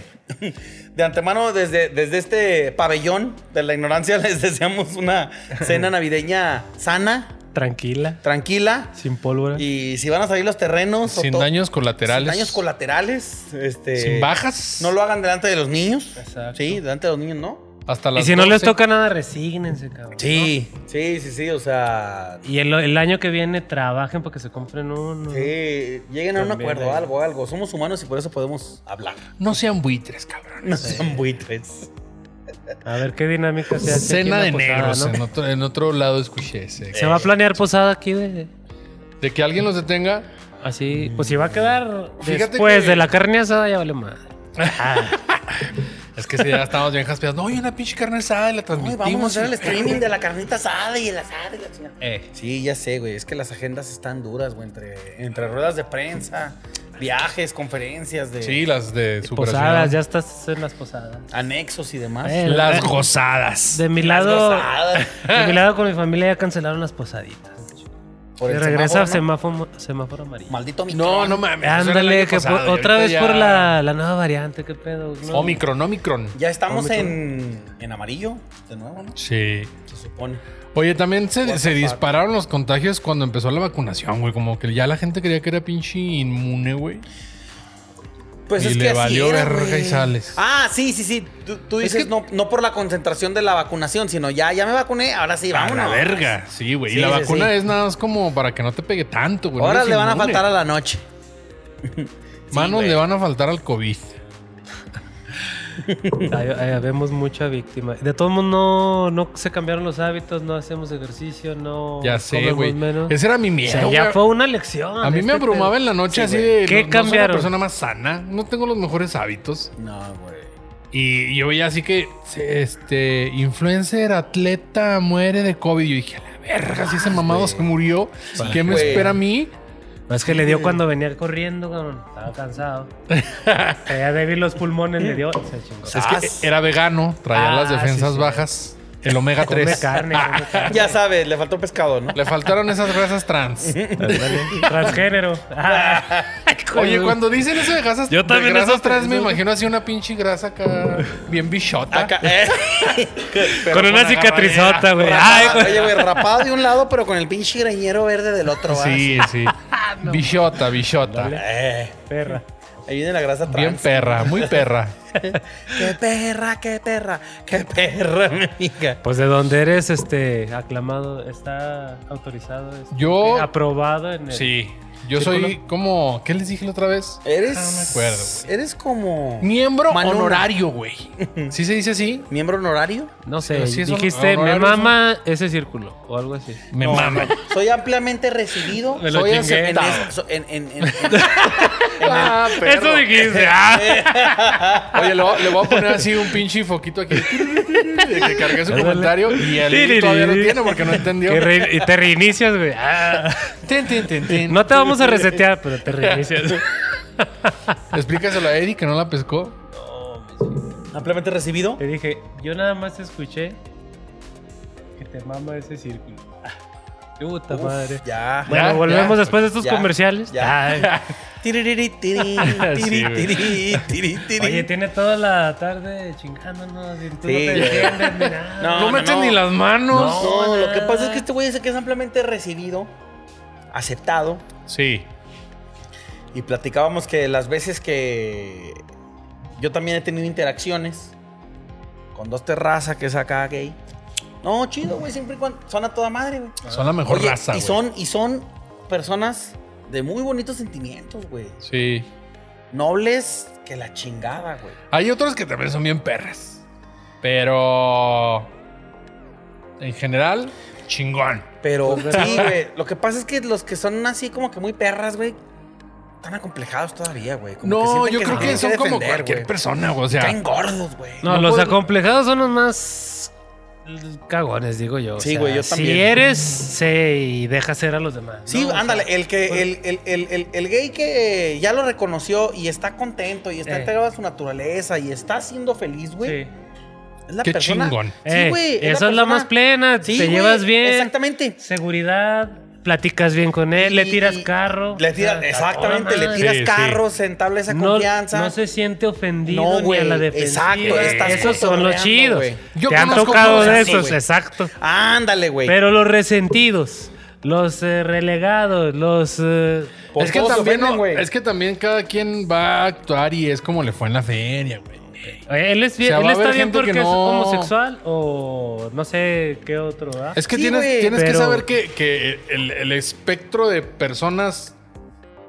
De antemano, desde, desde este pabellón de la ignorancia, les deseamos una cena navideña sana,
Tranquila,
tranquila.
sin pólvora.
Y si van a salir los terrenos. o
Sin
to-
daños
Sin
colaterales.
daños colaterales. Este,
Sin bajas.
No lo hagan delante de los niños.
Exacto.
Sí, delante de los niños, ¿no?
Hasta
Y
las
si no les
12.
toca nada, resígnense, cabrón.
Sí. Sí, sí, sí. O sea,
Y el, el año que viene trabajen para que se compren uno.
Sí, lleguen a un
También
acuerdo,
hay-
algo, algo. Somos humanos y por eso podemos hablar.
No sean buitres, cabrón.
No sean buitres.
A ver qué dinámica se hace. aquí en
Cena
la
de
posada,
negros.
¿no?
En, otro, en otro lado escuché ese.
Se va a planear posada aquí de.
De que alguien los detenga.
Así. Pues si va a quedar
Fíjate
después
que- Ah,
de la carne asada, ya vale Ah, madre.
Es que si ya estamos bien jaspeados. No, y una pinche carne asada y la
Ay,
transmitimos.
vamos a hacer el streaming de la carnita asada y el asado y la chingada.
Eh,
Sí, ya sé, güey. Es que las agendas están duras, güey. Entre, entre ruedas de prensa, viajes, conferencias de
Sí, las de superación.
Posadas, ya estás en las posadas.
anexos y demás.
Eh,
Las gozadas.
De mi
Las
lado.
gozadas.
De mi lado con mi familia ya cancelaron las posaditas.
Por
Y
el
regresa
semáforo,
semáforo, semáforo amarillo.
¿no? Maldito micro.
No, no mames. eso era el
Ándale,
año
que
pasado,
por-
y
otra
ahorita
vez
ya-
por la, la nueva variante, qué pedo. No.
Omicron, Omicron.
Ya estamos en, en amarillo, de nuevo, ¿no?
Sí.
Se supone.
Oye, también
What
se,
the
se
fuck.
dispararon los contagios cuando empezó la vacunación, güey. Como que ya la gente creía que era pinche inmune, güey.
Pues
Y
es
le
que así
valió
era,
verga
güey.
y sales.
Ah, sí, sí, sí. Tú, tú
Es
dices
que-
no, no por la concentración de la vacunación, sino ya, ya me vacuné, ahora sí,
A
vámonos.
la verga. Sí, güey.
Sí,
y la
sí,
vacuna
sí.
es nada más como para que no te pegue tanto, güey.
Ahora
No eres
le van a
inmune.
faltar a la noche.
Manos
güey.
le van a faltar al COVID.
Ahí- ahí Habemos mucha víctima. De todo mundo no, no se cambiaron los hábitos, no hacemos ejercicio, no
Ya sé,
comemos
güey.
menos.
Ese era mi
O
miedo.
sea,
güey.
ya fue una lección.
A mí
este
me abrumaba
pedo.
en la noche
Sí,
así
güey.
de.
¿Qué
no, No soy la
cambiaron?
persona más sana. No tengo los mejores hábitos.
No, güey.
Y yo veía así que. Este. Influencer, atleta, muere de COVID. Yo dije, a la verga, si
Ah,
ese mamado se murió. ¿Qué me
Güey.
espera a mí?
Es que le dio cuando venía corriendo, cabrón. Estaba cansado. Traía débil los pulmones, le dio. Se chingó.
Es que Ah, eh, era vegano, traía
Ah,
las
sí,
defensas
sí.
bajas. El omega
Come
3.
carne, come carne.
Ya sabes, le faltó pescado, ¿no?
Le faltaron esas grasas trans.
Transgénero. Ah,
Oye, cuando dicen eso de grasas,
Yo
de
también
grasas
eso
trans, me
pienso.
imagino así una pinche grasa acá, bien bichota.
Acá, eh. Pero
con una
una
cicatrizota, güey. Ay,
rapado-
güey.
Oye, güey, rapado de un lado, pero con el pinche greñero verde del otro. ¿va?
Sí, sí. bichota, bichota.
Eh,
Perra.
ahí viene la grasa
Bien
trans.
perra, muy perra.
Qué perra, qué perra, qué perra, mi amiga.
Pues de donde eres este aclamado, está autorizado, es-
Yo-
aprobado en el
Sí. Yo soy como. ¿Qué les dije la otra vez?
Eres.
Ah, no me acuerdo, güey.
Eres como.
Miembro
Manu-
honorario, güey. ¿Sí se dice así?
¿Miembro honorario?
No sé,
Pero sí es un-
dijiste, me
honorarios,
mama ese círculo o algo así.
Me
No,
mama.
no. Soy ampliamente recibido.
Me lo
soy
chingué.
ace- en es- so- en- en- en- en-
Ah,
Eso dijiste. ah.
Oye, lo- le voy a poner así un pinche foquito aquí. De que cargué su
Ándale.
comentario y él todavía lo tiene porque no entendió.
Que re- y te reinicias, güey. Ah.
Tin, tin, tin, tin.
No te vamos a resetear, pero te reinicias.
Explícaselo a Eddie que no la pescó.
ampliamente recibido.
Te dije, yo nada más escuché que te mama ese círculo. Ah. Puta
Uf,
madre.
Ya.
Bueno,
Ya,
volvemos
ya.
después de estos
Ya,
comerciales.
ya.
Ah.
Tiriri, tiri, tiri,
Sí, güey.
tiri, tiri, tiri.
Oye, tiene toda la tarde chingándonos y tú
Sí,
no te
güey.
entiendes ni nada.
No,
No, me echen ni las manos.
No,
No,
lo
no.
que pasa es que este güey dice que es ampliamente recibido, aceptado.
Sí.
Y platicábamos que las veces que yo también he tenido interacciones con dos terrazas que es acá gay. No, chido, güey, siempre y cuando son a toda madre, güey.
Son la mejor
Oye,
raza.
y
güey.
son, y son personas de muy bonitos sentimientos, güey.
Sí.
Nobles que la chingada, güey.
Hay otros que también son bien perras. Pero. En general, chingón.
Pero
Pues,
sí, güey. Lo que pasa es que los que son así como que muy perras, güey, están acomplejados todavía, güey. Como que
No,
sienten
yo
se
creo que
tienen
son como
defender,
cualquier
güey.
persona, güey. O sea,
Caen gordos, güey.
No,
No
los
puedo-
acomplejados son los más cagones, digo yo. O
Sí,
sea,
güey, yo también.
Si eres, sé y deja ser a los demás.
Sí,
¿no? O
ándale, eh,
sea, pues
el que el, el- el- el- el gay que ya lo reconoció y está contento y está
Eh.
entregado a su naturaleza y está siendo feliz, güey.
sí.
Es la
Qué
persona.
chingón.
Ey,
Sí, güey.
esa es la
persona.
más plena.
Sí,
te
güey,
llevas bien.
Exactamente.
Seguridad. Platicas bien con él. Eh, le
Y-
tiras carro.
Le tiras,
o sea,
exactamente,
toda
le
madre.
tira
tiras
Ah, Sí, sí.
carros, entabla esa
no,
confianza.
no se siente ofendido
No,
ni a la
güey,
defensiva.
exacto, estás
Esos son los
cotorreando,
chidos.
güey.
Yo
Te han
conozco
tocado
puros
de
así,
esos,
güey.
exacto.
Ándale, güey.
Pero los resentidos, los eh, relegados, los... eh,
Por
es que,
todos se
también,
ofenden,
no-
güey.
es que también cada quien va a actuar y es como le fue en la feria, güey.
él es bien,
O sea, va
él
a
está
haber
bien
gente
porque
que
es
no-
homosexual o no sé qué otro, ¿verdad?
Es que
Sí,
tienes,
güey,
tienes que
pero-
saber que, que el, el espectro de personas,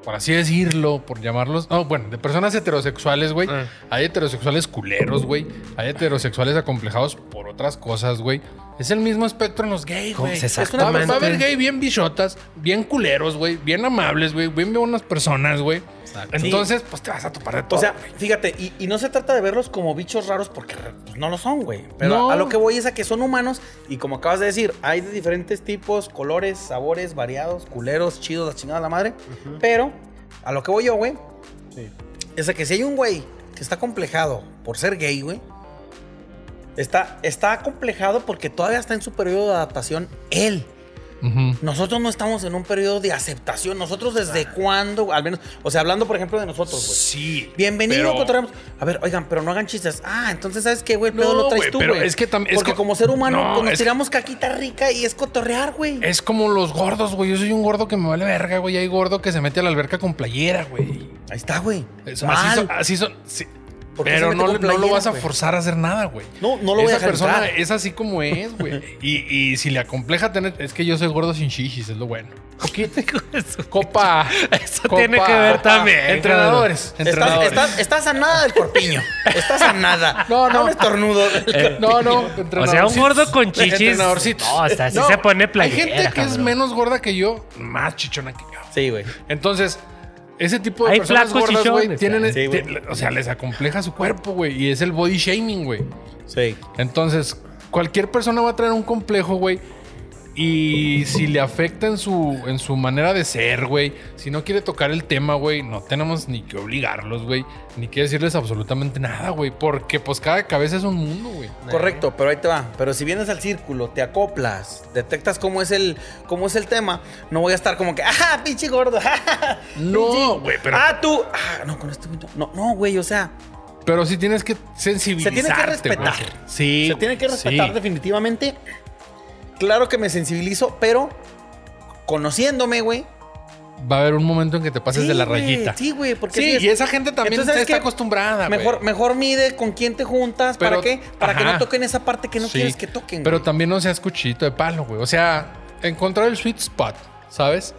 por así decirlo, por llamarlos. No, bueno, de personas heterosexuales, güey.
Ah.
Hay heterosexuales culeros, güey. Hay heterosexuales acomplejados por otras cosas, güey. Es el mismo espectro en los gays,
¿Cómo
güey.
se
Es una-
exactamente?
Va a haber gay bien bichotas, bien culeros, güey. Bien amables, güey. Bien buenas personas, güey. Entonces, pues te vas a topar de todo.
O sea, fíjate, y, y no se trata de verlos como bichos raros porque pues, no lo son, güey. Pero
No.
a lo que voy es a que son humanos y como acabas de decir, hay de diferentes tipos, colores, sabores, variados, culeros, chidos, la chingada de la madre. Pero a lo que voy yo, güey, es a que si hay un güey que está complejado por ser gay, güey, está, está complejado porque todavía está en su periodo de adaptación él.
Ujú.
Nosotros no estamos en un periodo de aceptación. Nosotros desde cuándo, al menos, o sea, hablando por ejemplo de nosotros, güey.
Sí.
Bienvenido,
pero-
cotorreamos. A ver, oigan, pero no hagan chistes. Ah, entonces, ¿sabes qué, güey? El
No,
pedo lo traes
güey,
tú,
pero
güey.
es que tam- es
Porque
co-
como ser humano,
No,
pues, nos
es-
tiramos caquita rica y es cotorrear, güey.
Es como los gordos, güey. Yo soy un gordo que me vale verga, güey. Hay gordo que se mete a la alberca con playera, güey.
Ahí está, güey.
Es- ah,
Mal.
Así son. así son- sí.
¿Por qué se
Pero
mete
no,
con
le- no lo
playera,
vas a
güey?
forzar a hacer nada, güey.
No, no lo voy a
Esa
dejar
persona
entrar.
es así como es, güey. Y, y si le acompleja tener. Es que yo soy gordo sin shishis, es lo bueno. Poquito. Copa. Eso
tiene que ver también,
Entrenadores.
Estás,
entrenadores.
estás, estás a nada del corpiño. Estás a nada.
No, no. Eh.
A un estornudo. del
No, no.
o sea, un
entrenadorcitos.
gordo con chichis.
Entrenadorcitos.
No, o sea, así
No,
se pone playera.
Hay gente que es
cabrón.
menos gorda que yo, más chichona que yo.
corpiño. Sí, güey.
Entonces, ese tipo de
Hay
personas
flacos
gordas, güey,
chichones,
tienen,
sí, güey.
ti- o sea, les acompleja su cuerpo, güey, y es el body shaming, güey.
Sí.
Entonces, cualquier persona va a traer un complejo, güey. Y si le afecta en su, en su manera de ser, güey, si no quiere tocar el tema, güey, no tenemos ni que obligarlos, güey, ni que decirles absolutamente nada, güey, porque pues cada cabeza es un mundo, güey.
Correcto, pero ahí te va. Pero si vienes al círculo, te acoplas, detectas cómo es el, cómo es el tema, no voy a estar como que, ¡ajá, pinche gordo!
No,
pinche-
güey, pero-
¡Ah, tú! ¡Ah, no, con este güey no". No, no, güey, o sea,
Pero sí tienes que sensibilizarte.
respetar.
güey. Sí.
se tiene que
sí.
respetar definitivamente. Claro que me sensibilizo, pero conociéndome, güey.
Va a haber un momento en que te pases
sí,
de la
güey,
rayita.
Sí, güey, porque
Sí,
así
y
es.
esa gente también
Entonces, ¿sabes
está
qué?
acostumbrada. güey.
Mejor, mejor mide con quién te juntas.
Pero-
¿Para qué? Para que
ajá.
no toquen esa parte que no
Sí,
quieres que toquen.
Pero
güey.
también no seas cuchillito de palo, güey. O sea, encontrar el sweet spot, ¿sabes?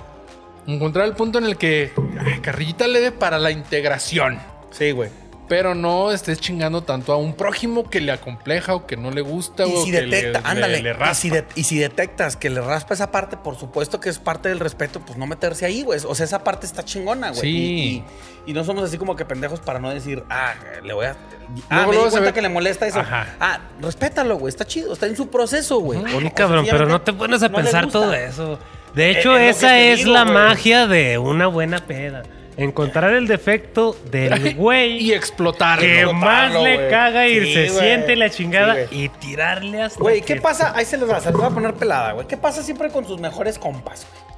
Encontrar el punto en el que ay, carrillita le dé para la integración.
Sí, güey.
Pero no estés chingando tanto a un prójimo que le acompleja o que no le gusta.
Y
o
si
que
detecta,
le- le-
ándale.
le
y,
raspa.
si de- y si detectas que le raspa esa parte, por supuesto que es parte del respeto, pues no meterse ahí, güey. O sea, esa parte está chingona, güey.
Sí.
Y, y- y no somos así como que pendejos para no decir, ah, le voy a. Ah,
Luego,
me di
luego se
cuenta
ve-
que le molesta eso.
Ajá.
Ah, respétalo, güey. Está chido, está en su proceso, güey. O-
Sí,
o
cabrón, pero no te
sencillamente
pones a
Este, no le
pensar
gusta.
todo eso. De hecho,
es
esa
lo que te
es
digo,
la
güey.
magia de una buena peda. Encontrar el defecto del güey.
Y explotarlo.
que más
botarlo,
le
güey.
caga y
Sí,
se
güey.
siente la chingada
Sí,
y tirarle hasta.
Güey, ¿qué
que-
pasa? Ahí se les va, se les va a poner pelada, güey. ¿Qué pasa siempre con sus mejores compas, güey?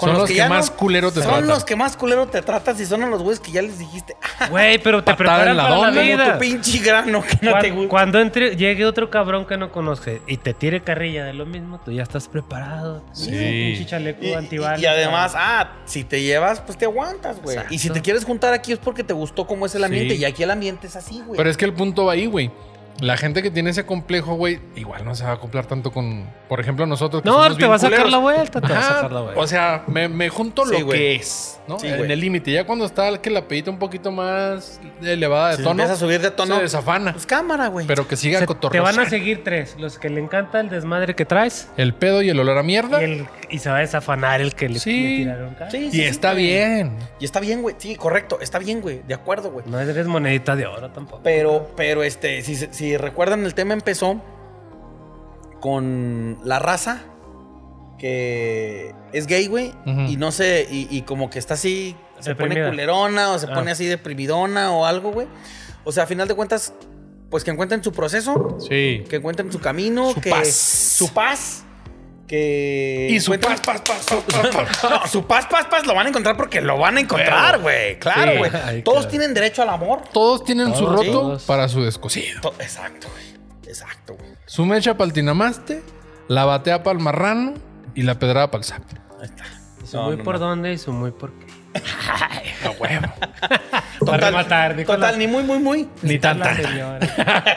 Son los que
ya
más culero te
son
tratan.
los que más culero te tratas y son a los güeyes que ya les dijiste, ah,
Güey, pero te
Patada
preparan
en la
para la
dona.
vida.
tu pinche grano que no
Cuan-
te
cuando,
gusta.
entre, llegue otro cabrón que no conoce y te tire carrilla de lo mismo, tú ya estás preparado.
Sí.
Un pinche chaleco
Y,
antibalas.
y además, ah, si te llevas, pues te aguantas, güey.
Exacto.
Y si te quieres juntar aquí es porque te gustó cómo es el ambiente.
Sí.
Y aquí el ambiente es así, güey.
Pero es que el punto va ahí, güey. La gente que tiene ese complejo, güey, igual no se va a acoplar tanto con, por ejemplo, nosotros. que
pues,
No,
somos
te
bien
va a sacar
culeros.
la vuelta, te va a
Ajá,
sacar la vuelta.
O sea, me, me junto
Sí,
lo
güey.
que es, ¿no?
Sí,
en
güey.
el límite. Ya cuando está el que la pedita un poquito más elevada de
Si
tono,
empieza a subir de tono,
se desafana.
pues cámara, güey.
Pero que siga
Se- te
cotorreando.
van a seguir tres: los que le encanta el desmadre que traes
El pedo y el olor a
y,
mierda. Y,
el- y se va a desafanar el que le,
Sí.
le tiraron cara.
Sí, sí, sí,
está
güey.
bien.
Y está bien, güey. Sí, correcto. Está bien, güey. De acuerdo, güey.
No eres monedita de oro tampoco.
Pero, pero este, si, si recuerdan, el tema empezó con la raza que es gay, güey,
Ujú.
y no sé, y, y como que está así, se
Deprimida.
pone culerona o se
Ah.
pone así deprimidona o algo, güey. O sea, a final de cuentas, pues que encuentren su proceso,
Sí.
que encuentren su camino,
Su
que
paz.
su paz, que
Y su
encuentren-
paz, paz, paz, paz, paz, paz.
No, su paz, paz, paz lo van a encontrar porque lo van a encontrar, güey. Claro,
Sí.
güey.
Ay,
Todos
claro.
tienen derecho al amor.
Todos tienen su
Todos,
roto
todos.
para su descosido.
To- Exacto, güey. Exacto, güey.
Su mecha para el tinamaste, la batea para el marrano y la pedrada para el sapo.
Ahí está.
Y su
No,
muy
no,
por
no.
dónde y su muy por qué.
A huevo.
Para rematar, Nicolás.
total, ni muy, muy, muy. Ni
La señora.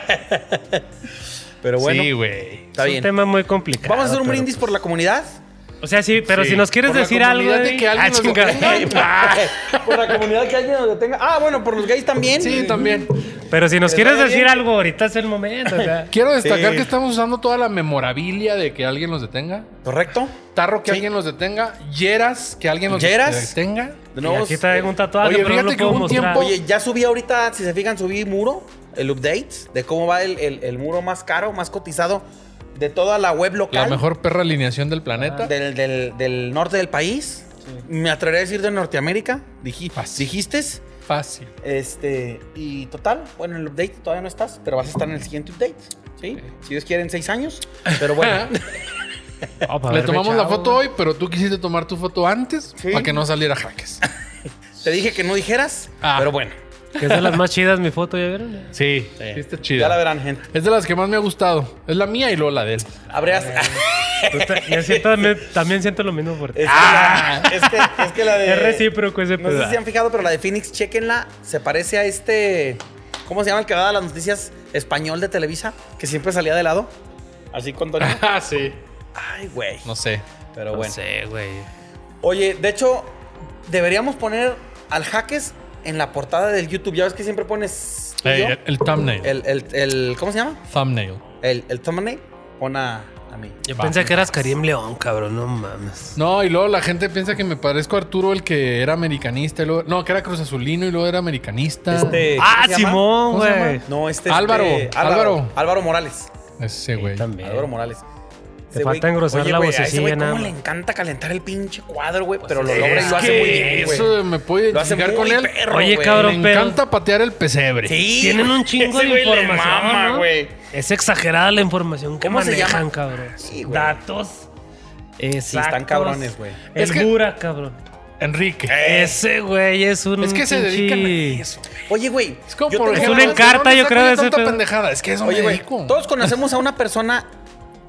Pero bueno,
Sí, güey.
está
es
bien.
un tema muy complicado.
Vamos a hacer un
pero-
brindis por la comunidad.
O sea, sí, pero
Sí.
si nos quieres
Por la
decir algo.
comunidad de
Eddie-
que alguien
Ah,
nos
chinga.
detenga.
por la comunidad que alguien nos detenga. Ah, bueno, por los gays también.
Sí, también.
Pero si nos
Que
quieres
vaya
decir
bien.
algo, ahorita es el momento. o sea.
Quiero destacar
Sí.
que estamos usando toda la memorabilia de que alguien nos detenga.
Correcto.
Tarro que
Sí.
alguien nos detenga. Yeras que alguien nos
Yeras.
detenga.
De eh,
Y aquí traigo un tatuaje,
Oye,
pero no
fíjate
lo
que
puedo
hubo un
mostrar.
tiempo-
Oye, ya subí ahorita, si se fijan, subí muro, el update de cómo va el, el- el muro más caro, más cotizado de toda la web
La
local.
mejor perra alineación del planeta.
Del, del- del norte del país. Me atrevería a decir de Norteamérica. Diji-
Fácil.
dijiste.
Fácil.
Este, y total, bueno, en el update todavía no estás, pero vas a estar en el siguiente update. ¿sí? Si Dios quiere, en seis años. Pero bueno,
Oh, para
Le
haberme
tomamos la
echado,
foto
güey.
hoy, pero tú quisiste tomar tu foto antes
Sí.
para que no saliera jaques.
te dije que no dijeras,
Ah.
pero bueno,
Que es de las más chidas mi foto, ¿ya vieron?
Sí, sí está
ya la
chida.
verán, gente.
Es de las que más me ha gustado. Es la mía y luego la de él.
Habrías.
Tú Pues, ta- Yo siento- me- también siento lo mismo por ti.
Es que, la, es, que, es que la de.
Es recíproco ese
Eh, No sé
pedo.
si se han fijado, pero la de Phoenix, chequenla. Se parece a este. ¿Cómo se llama el que daba las noticias español de Televisa? Que siempre salía de lado. Así con Toño.
Ah, sí.
Ay, güey.
No sé.
Pero
No
bueno.
sé, güey.
Oye, de hecho, deberíamos poner al Jaques en la portada del YouTube. Ya ves que siempre pones. tú y
Ey,
yo.
el, el thumbnail.
el, el, el- ¿Cómo se llama?
thumbnail.
El, el thumbnail. Pon a, a mí.
Yo
Va.
pensé que eras Karim León, cabrón, no mames.
No, y luego la gente piensa que me parezco a Arturo, el que era americanista. y luego- no, que era Cruz Azulino y luego era americanista.
Este, ¿cómo
Ah,
se llama?
Simón,
¿Cómo se llama?
güey.
No, este.
Álvaro,
este,
Álvaro.
Álvaro Morales.
Ese güey.
También.
Álvaro Morales.
Te
Ese güey-
falta engrosar
Oye,
la
güey, a ese
vocecilla,
güey
nada
cómo le
más.
encanta calentar el pinche cuadro, güey, pero lo
es
logra y lo hace
que
muy bien, güey.
Eso me puede
Lo hace
llegar
muy
con él.
perro,
Oye,
güey.
cabrón,
Me
pero-
encanta patear el pesebre.
Sí,
Tienen
güey.
un chingo
Ese
de
güey le
información.
mama,
¿no?
güey.
Es exagerada la información que
¿Cómo se
manejan,
llama?
cabrón.
Sí, güey.
Datos.
Sí, están cabrones, güey. Eh.
Es
Es que-
que... Bura, cabrón.
Enrique.
Ese güey es un.
es que se
pinche-
dedican a eso.
Oye, güey.
Es como
yo
por
tengo-
Es una encarta, yo creo,
de
ese
tanta
pedo.
pendejada. Es que eso
Oye,
me
güey,
dedico.
todos conocemos a una persona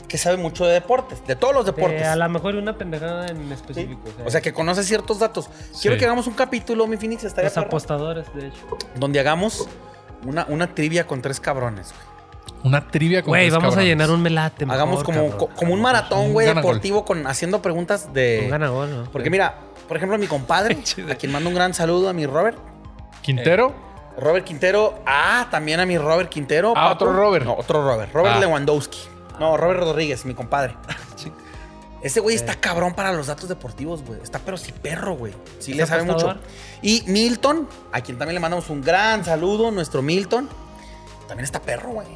que sabe mucho de deportes, de todos los deportes.
Eh, a lo mejor una pendejada en
¿sí?
específico.
O sea, que conoce ciertos datos. Quiero
Sí.
que hagamos un capítulo, mi Phoenix, estaría
Los
perro,
apostadores, de hecho.
donde hagamos una, una trivia con tres cabrones, güey.
Una trivia con
Güey,
tres
vamos
cabrones.
a llenar un melate. mejor,
Hagamos como,
cabrón.
co- como un maratón,
Un
güey,
ganagol.
deportivo con haciendo preguntas de
Un ganador, ¿no?
Porque mira, por ejemplo, mi compadre, a quien mando un gran saludo a mi Robert.
Quintero.
Robert Quintero. Ah, también a mi Robert Quintero.
Ah, otro Robert.
No, otro Robert. Robert
Ah.
Lewandowski. No, Robert Rodríguez, mi compadre. Ese güey está cabrón para los datos deportivos, güey. Está pero sí perro, güey. Sí
¿Es
le sabe mucho.
apostador?
Y Milton, a quien también le mandamos un gran saludo, nuestro Milton. También está perro, güey.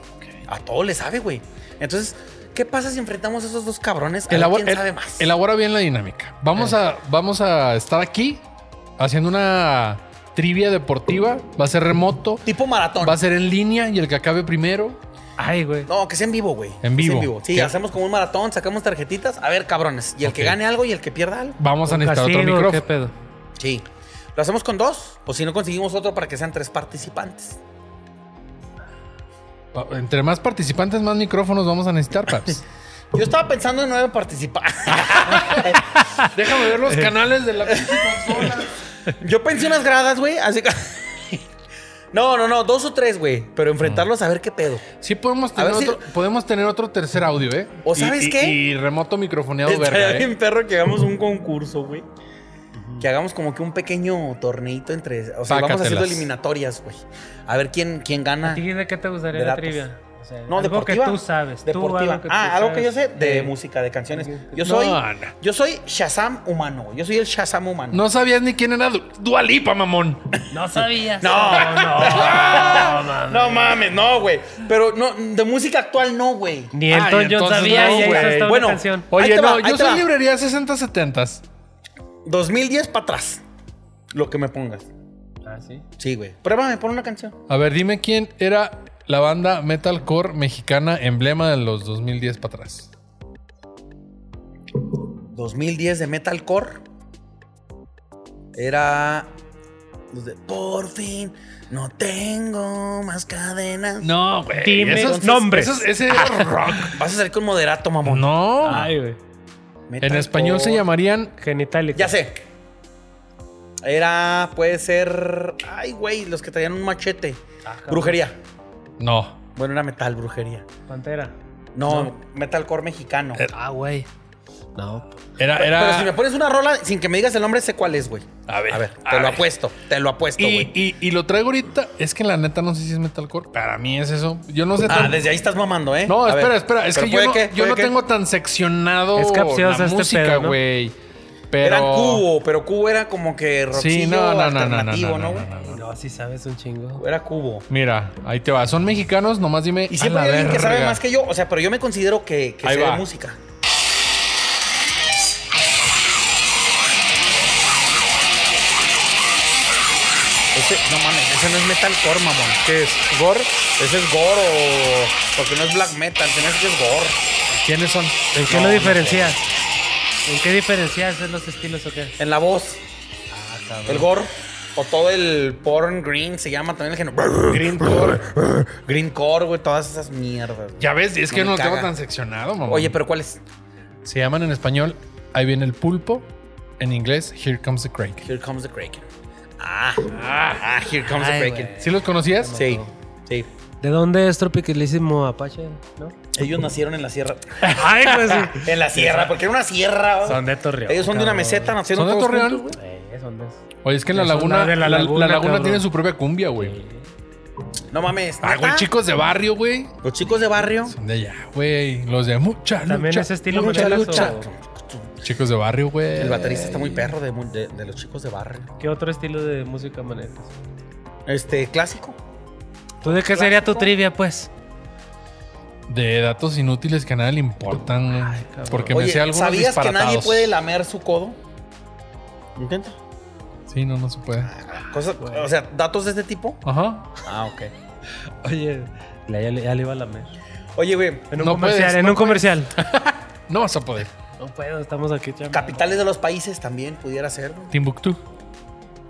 A todo le sabe, güey. Entonces, ¿qué pasa si enfrentamos a esos dos cabrones? A ver
Elabora,
¿Quién
el-
sabe más? Eh.
elabora bien la dinámica. Vamos, a, vamos a estar aquí haciendo una trivia deportiva. Va a ser remoto.
tipo maratón.
Va a ser en línea y el que acabe primero.
Ay, güey.
No, que sea en vivo, güey.
En
Que sea
vivo.
Sí,
¿Qué?
hacemos como un maratón, sacamos tarjetitas. A ver, cabrones. Y el que
Ok.
gane algo y el que pierda algo.
Vamos a
¿Con
necesitar otro
castigo o ¿Qué
micrófono.
pedo?
Sí. ¿Lo hacemos con dos? O si no conseguimos otro para que sean tres participantes.
Pa- Entre más participantes, más micrófonos vamos a necesitar, paps.
Yo estaba pensando en nueve participantes.
Déjame ver
Eh.
los canales de la
Yo pensé unas gradas, güey. Así que. No, no, no, dos o tres, güey. Pero enfrentarlos a ver qué pedo.
Sí podemos
A
tener,
ver si-
otro, podemos tener otro tercer audio, ¿eh?
¿O
Y-
sabes
y-
qué?
Y remoto microfoneado
Estaría
verga, ¿eh?
bien perro que hagamos un concurso, güey. Que hagamos como que un pequeño torneito entre. O sea, vamos
Sácatelas.
haciendo eliminatorias, güey. A ver quién, quién
¿A
gana.
ti de qué te gustaría
de
la
datos.
trivia? O sea,
No,
algo
deportiva.
que tú sabes. tú,
Deportiva.
algo que
ah,
tú
algo que yo sé
sabes.
de
Eh,
música, de canciones. Yo
No,
soy,
no.
yo soy Shazam humano. güey. Yo soy el Shazam humano.
No sabías ni quién era Du- Dua Lipa, mamón.
No sabías.
No.
no, no, mames.
No mames, no, güey. Pero no, de música actual no, güey.
Ni
Ay,
Elton John
entonces
sabía
no,
y
güey.
hizo esta
Bueno,
una canción.
Ahí
Oye,
te va,
no,
ahí te
yo soy
va.
librería 60-70s.
2010 para atrás. Lo que me pongas.
Ah, sí.
Sí, güey. Pruébame, pon una canción.
A ver, dime quién era la banda metalcore mexicana emblema de los 2010 para atrás.
2010 de metalcore. Era. los de, Por fin, no tengo más cadenas.
No, güey.
Dime
esos
nombres.
esos- ese era
Ah,
rock.
Vas a salir con moderato, mamón.
No.
Ay, güey.
en
Metalcore.
español se llamarían
Genitalica.
Ya sé. Era, puede ser. Ay, güey, los que traían un machete.
Ah,
Ajá.
Brujería.
No.
Bueno, era metal, brujería.
Pantera.
No, metalcore mexicano.
Ah, güey. No.
Era, Eh, era.
Pero si me pones una rola sin que me digas el nombre, sé cuál es, güey.
A ver,
A ver, te
a
lo
ver.
apuesto. Te lo apuesto,
y,
güey.
y- y lo traigo ahorita. Es que la neta no sé si es metalcore. Para mí es eso. Yo no sé
Ah,
tan-
desde ahí estás mamando, ¿eh?
No,
A
espera,
ver,
espera. Es
pero
que yo
puede
no, yo
puede
no
que-
tengo tan seccionado
Es capcioso
la
este
música,
pedo, ¿no?
güey. Pero...
Era cubo, pero cubo era como que rockcillo
Sí, no, no, no, no, no,
alternativo,
no,
¿no,
no,
güey?
no, no.
No, sí sabes un chingo.
Era cubo.
Mira, ahí te va. Son mexicanos, nomás dime.
Y
a
siempre
la
hay alguien que sabe
verga.
más que yo. O sea, pero yo me considero que, que
Ahí
sé de
va.
música. Ese, no mames, ese no es metalcore, mamón. ¿Qué es? ¿Gore? Ese es gore o... Porque no es black metal, se me hace que es gore.
¿Quiénes son?
¿En qué
No,
lo
no
diferencias? ¿En qué diferencias en los estilos o qué?
En la voz.
Ah,
el gore. O todo el porn green se llama también el género. Green core. green core, güey. Todas esas mierdas. güey.
Ya ves, es que
No
no
me
lo tengo
caga.
tan seccionado, mamá.
Oye, pero ¿cuál es?
Se llaman en español Ahí viene el pulpo. En inglés, Here Comes the Craig.
Here comes the Kraken. Ah, ah, here comes
Ay,
the Kraken.
güey.
¿Sí los conocías?
Sí, sí.
¿De dónde es Tropicalísimo Apache? ¿No?
Ellos nacieron en la sierra.
Ay, pues. sí.
En la sierra, porque era una sierra.
Son de Torreón.
Ellos son de una
cabrón.
meseta, nacieron
¿Son de
todos
Torreón?
juntos, güey.
Eh, son de-
Oye, es que en la
Eso es
laguna,
la de la
la, la
laguna,
laguna,
cabrón.
tiene su propia cumbia, güey.
No mames.
Ah, güey,
¿neta?
chicos de barrio, güey.
Los chicos de barrio.
Son de allá, güey. Los de mucha lucha.
También ese estilo
mucha
manejas,
lucha.
o-
Chicos de barrio, güey.
El baterista está muy perro de, mu- de- de los chicos de barrio.
¿Qué otro estilo de música manejas?
Este, clásico.
¿Tú Pues de qué sería tu trivia, pues?
De datos inútiles que a nadie le importan, güey.
Ay, cabrón.
Porque me
Oye,
sé algunos
¿sabías que
disparatados.
nadie puede lamer su codo? Intenta.
Sí, no, no se puede.
Ah. Cosas, o sea, datos de este tipo.
Ajá.
Ah, ok.
Oye, ya, le- ya le iba a lamer.
Oye, güey,
En un
No
comercial,
puedes,
en
no
un comercial.
No vas a poder.
No puedo, estamos aquí, chamo.
capitales de los países también pudiera ser. güey.
Timbuktu.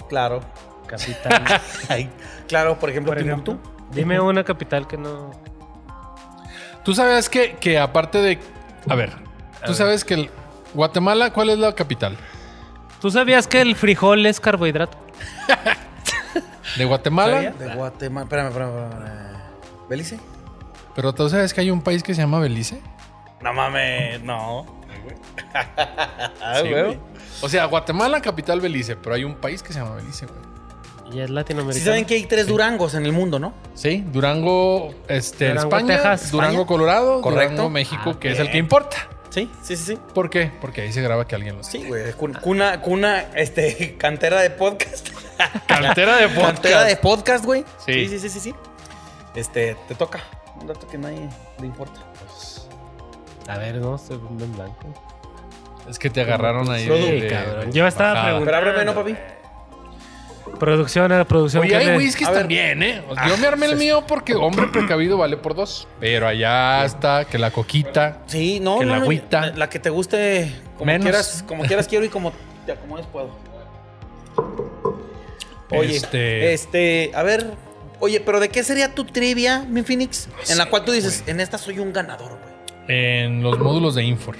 Claro.
Capital.
Ay, claro, por ejemplo,
Por
Timbuktu.
ejemplo, dime una capital que no.
Tú sabes que, que aparte de. A ver. Tú sabes que el- Guatemala, ¿cuál es la capital?
¿Tú sabías que el frijol es carbohidrato?
De Guatemala.
De Guatemala. Espérame, espérame, espérame. ¿Belice?
Pero tú sabes que hay un país que se llama Belice.
No mames, no.
Sí, güey. O sea, Guatemala, capital Belice. Pero hay un país que se llama Belice, güey.
Y es
Sí
latinoamericano.
saben que hay tres Durangos en el mundo, ¿no?
Sí, Durango, este,
Durango,
España,
Texas,
Durango,
España.
Colorado,
Correcto.
Durango, México,
Ah,
que es
bien.
el que importa.
Sí, sí, sí, sí.
¿Por qué? Porque ahí se graba que alguien lo sabe.
Sí, güey. cu- Cuna, cuna, este, cantera de podcast.
Cantera de
Cantera de podcast, güey.
Sí.
sí, sí, sí, sí. Este, te toca. Un dato que nadie le importa.
A ver, no, se me en blanco.
Es que te agarraron ahí.
Sí,
de- de-
cabrón. Yo estaba
bajada.
preguntando.
Pero ábreme, Ah, ¿no, papi?
Producción, a la producción. que
Oye,
le-
hay whiskies
A ver. Ah,
también, ¿eh? O sea, Yo me armé el mío porque hombre precavido vale por dos. Pero allá está, que la coquita.
Sí, no,
Que
no,
la
no,
agüita.
La, la que te guste como
Menos.
quieras, como quieras quiero y como te acomodes puedo. Oye, este...
Este-
a ver, oye, pero ¿de qué sería tu trivia, mi Phoenix? en la cual tú dices, en esta soy un ganador, güey.
En los módulos de Infor.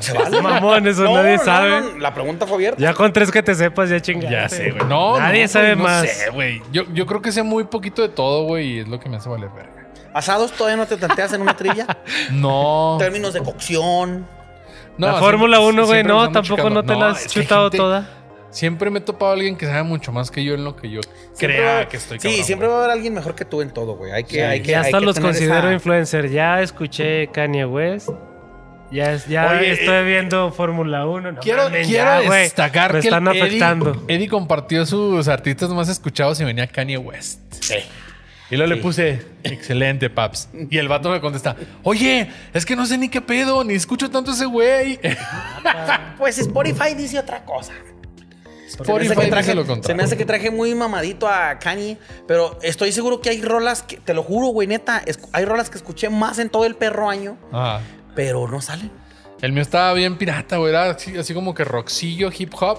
¿Se vale?
Mamón, eso nadie sabe.
no, la pregunta fue abierta.
Ya con tres que te sepas, ya chingaste.
Ya sé, güey. No,
Nadie
no,
sabe
no
más.
sé, güey. Yo, yo creo que sé muy poquito de todo, güey, y es lo que me hace valer verga.
Asados todavía no te tanteas en una trivia.
No.
Términos de cocción.
no,
la
siempre-
Fórmula 1, güey,
siempre nos
no,
andamos
tampoco
checando.
no te la has
es que hay
chutado
gente-
toda.
Siempre me he topado a alguien que sabe mucho más que yo en lo que yo
Siempre
crea
va-
que estoy
Sí,
cabrón,
siempre
güey.
va a haber alguien mejor que tú en todo, güey. Hay que,
Sí.
hay que
Ya hasta
hay que
los
tener
considero
esa-
influencer. Ya escuché Kanye West. Ya, es- ya
Oye,
estoy viendo Fórmula 1. No
Quiero,
mames,
quiero
ya, güey.
destacar
Me
que el
están
Eddie-
afectando.
Eddie, compartió sus artistas más escuchados y venía Kanye West. Y luego le puse, excelente, paps. Y el vato me contesta, oye, es que no sé ni qué pedo, ni escucho tanto ese güey.
Pues Spotify dice otra cosa. Se me, hace
Spotify
que traje,
se lo contrajo.
se me hace que traje muy mamadito a Kanye, pero estoy seguro que hay rolas que, te lo juro, güey, neta, es- hay rolas que escuché más en todo el perro año,
Ajá.
pero no salen.
El mío estaba bien pirata, güey. Era así, así como que roxillo, hip hop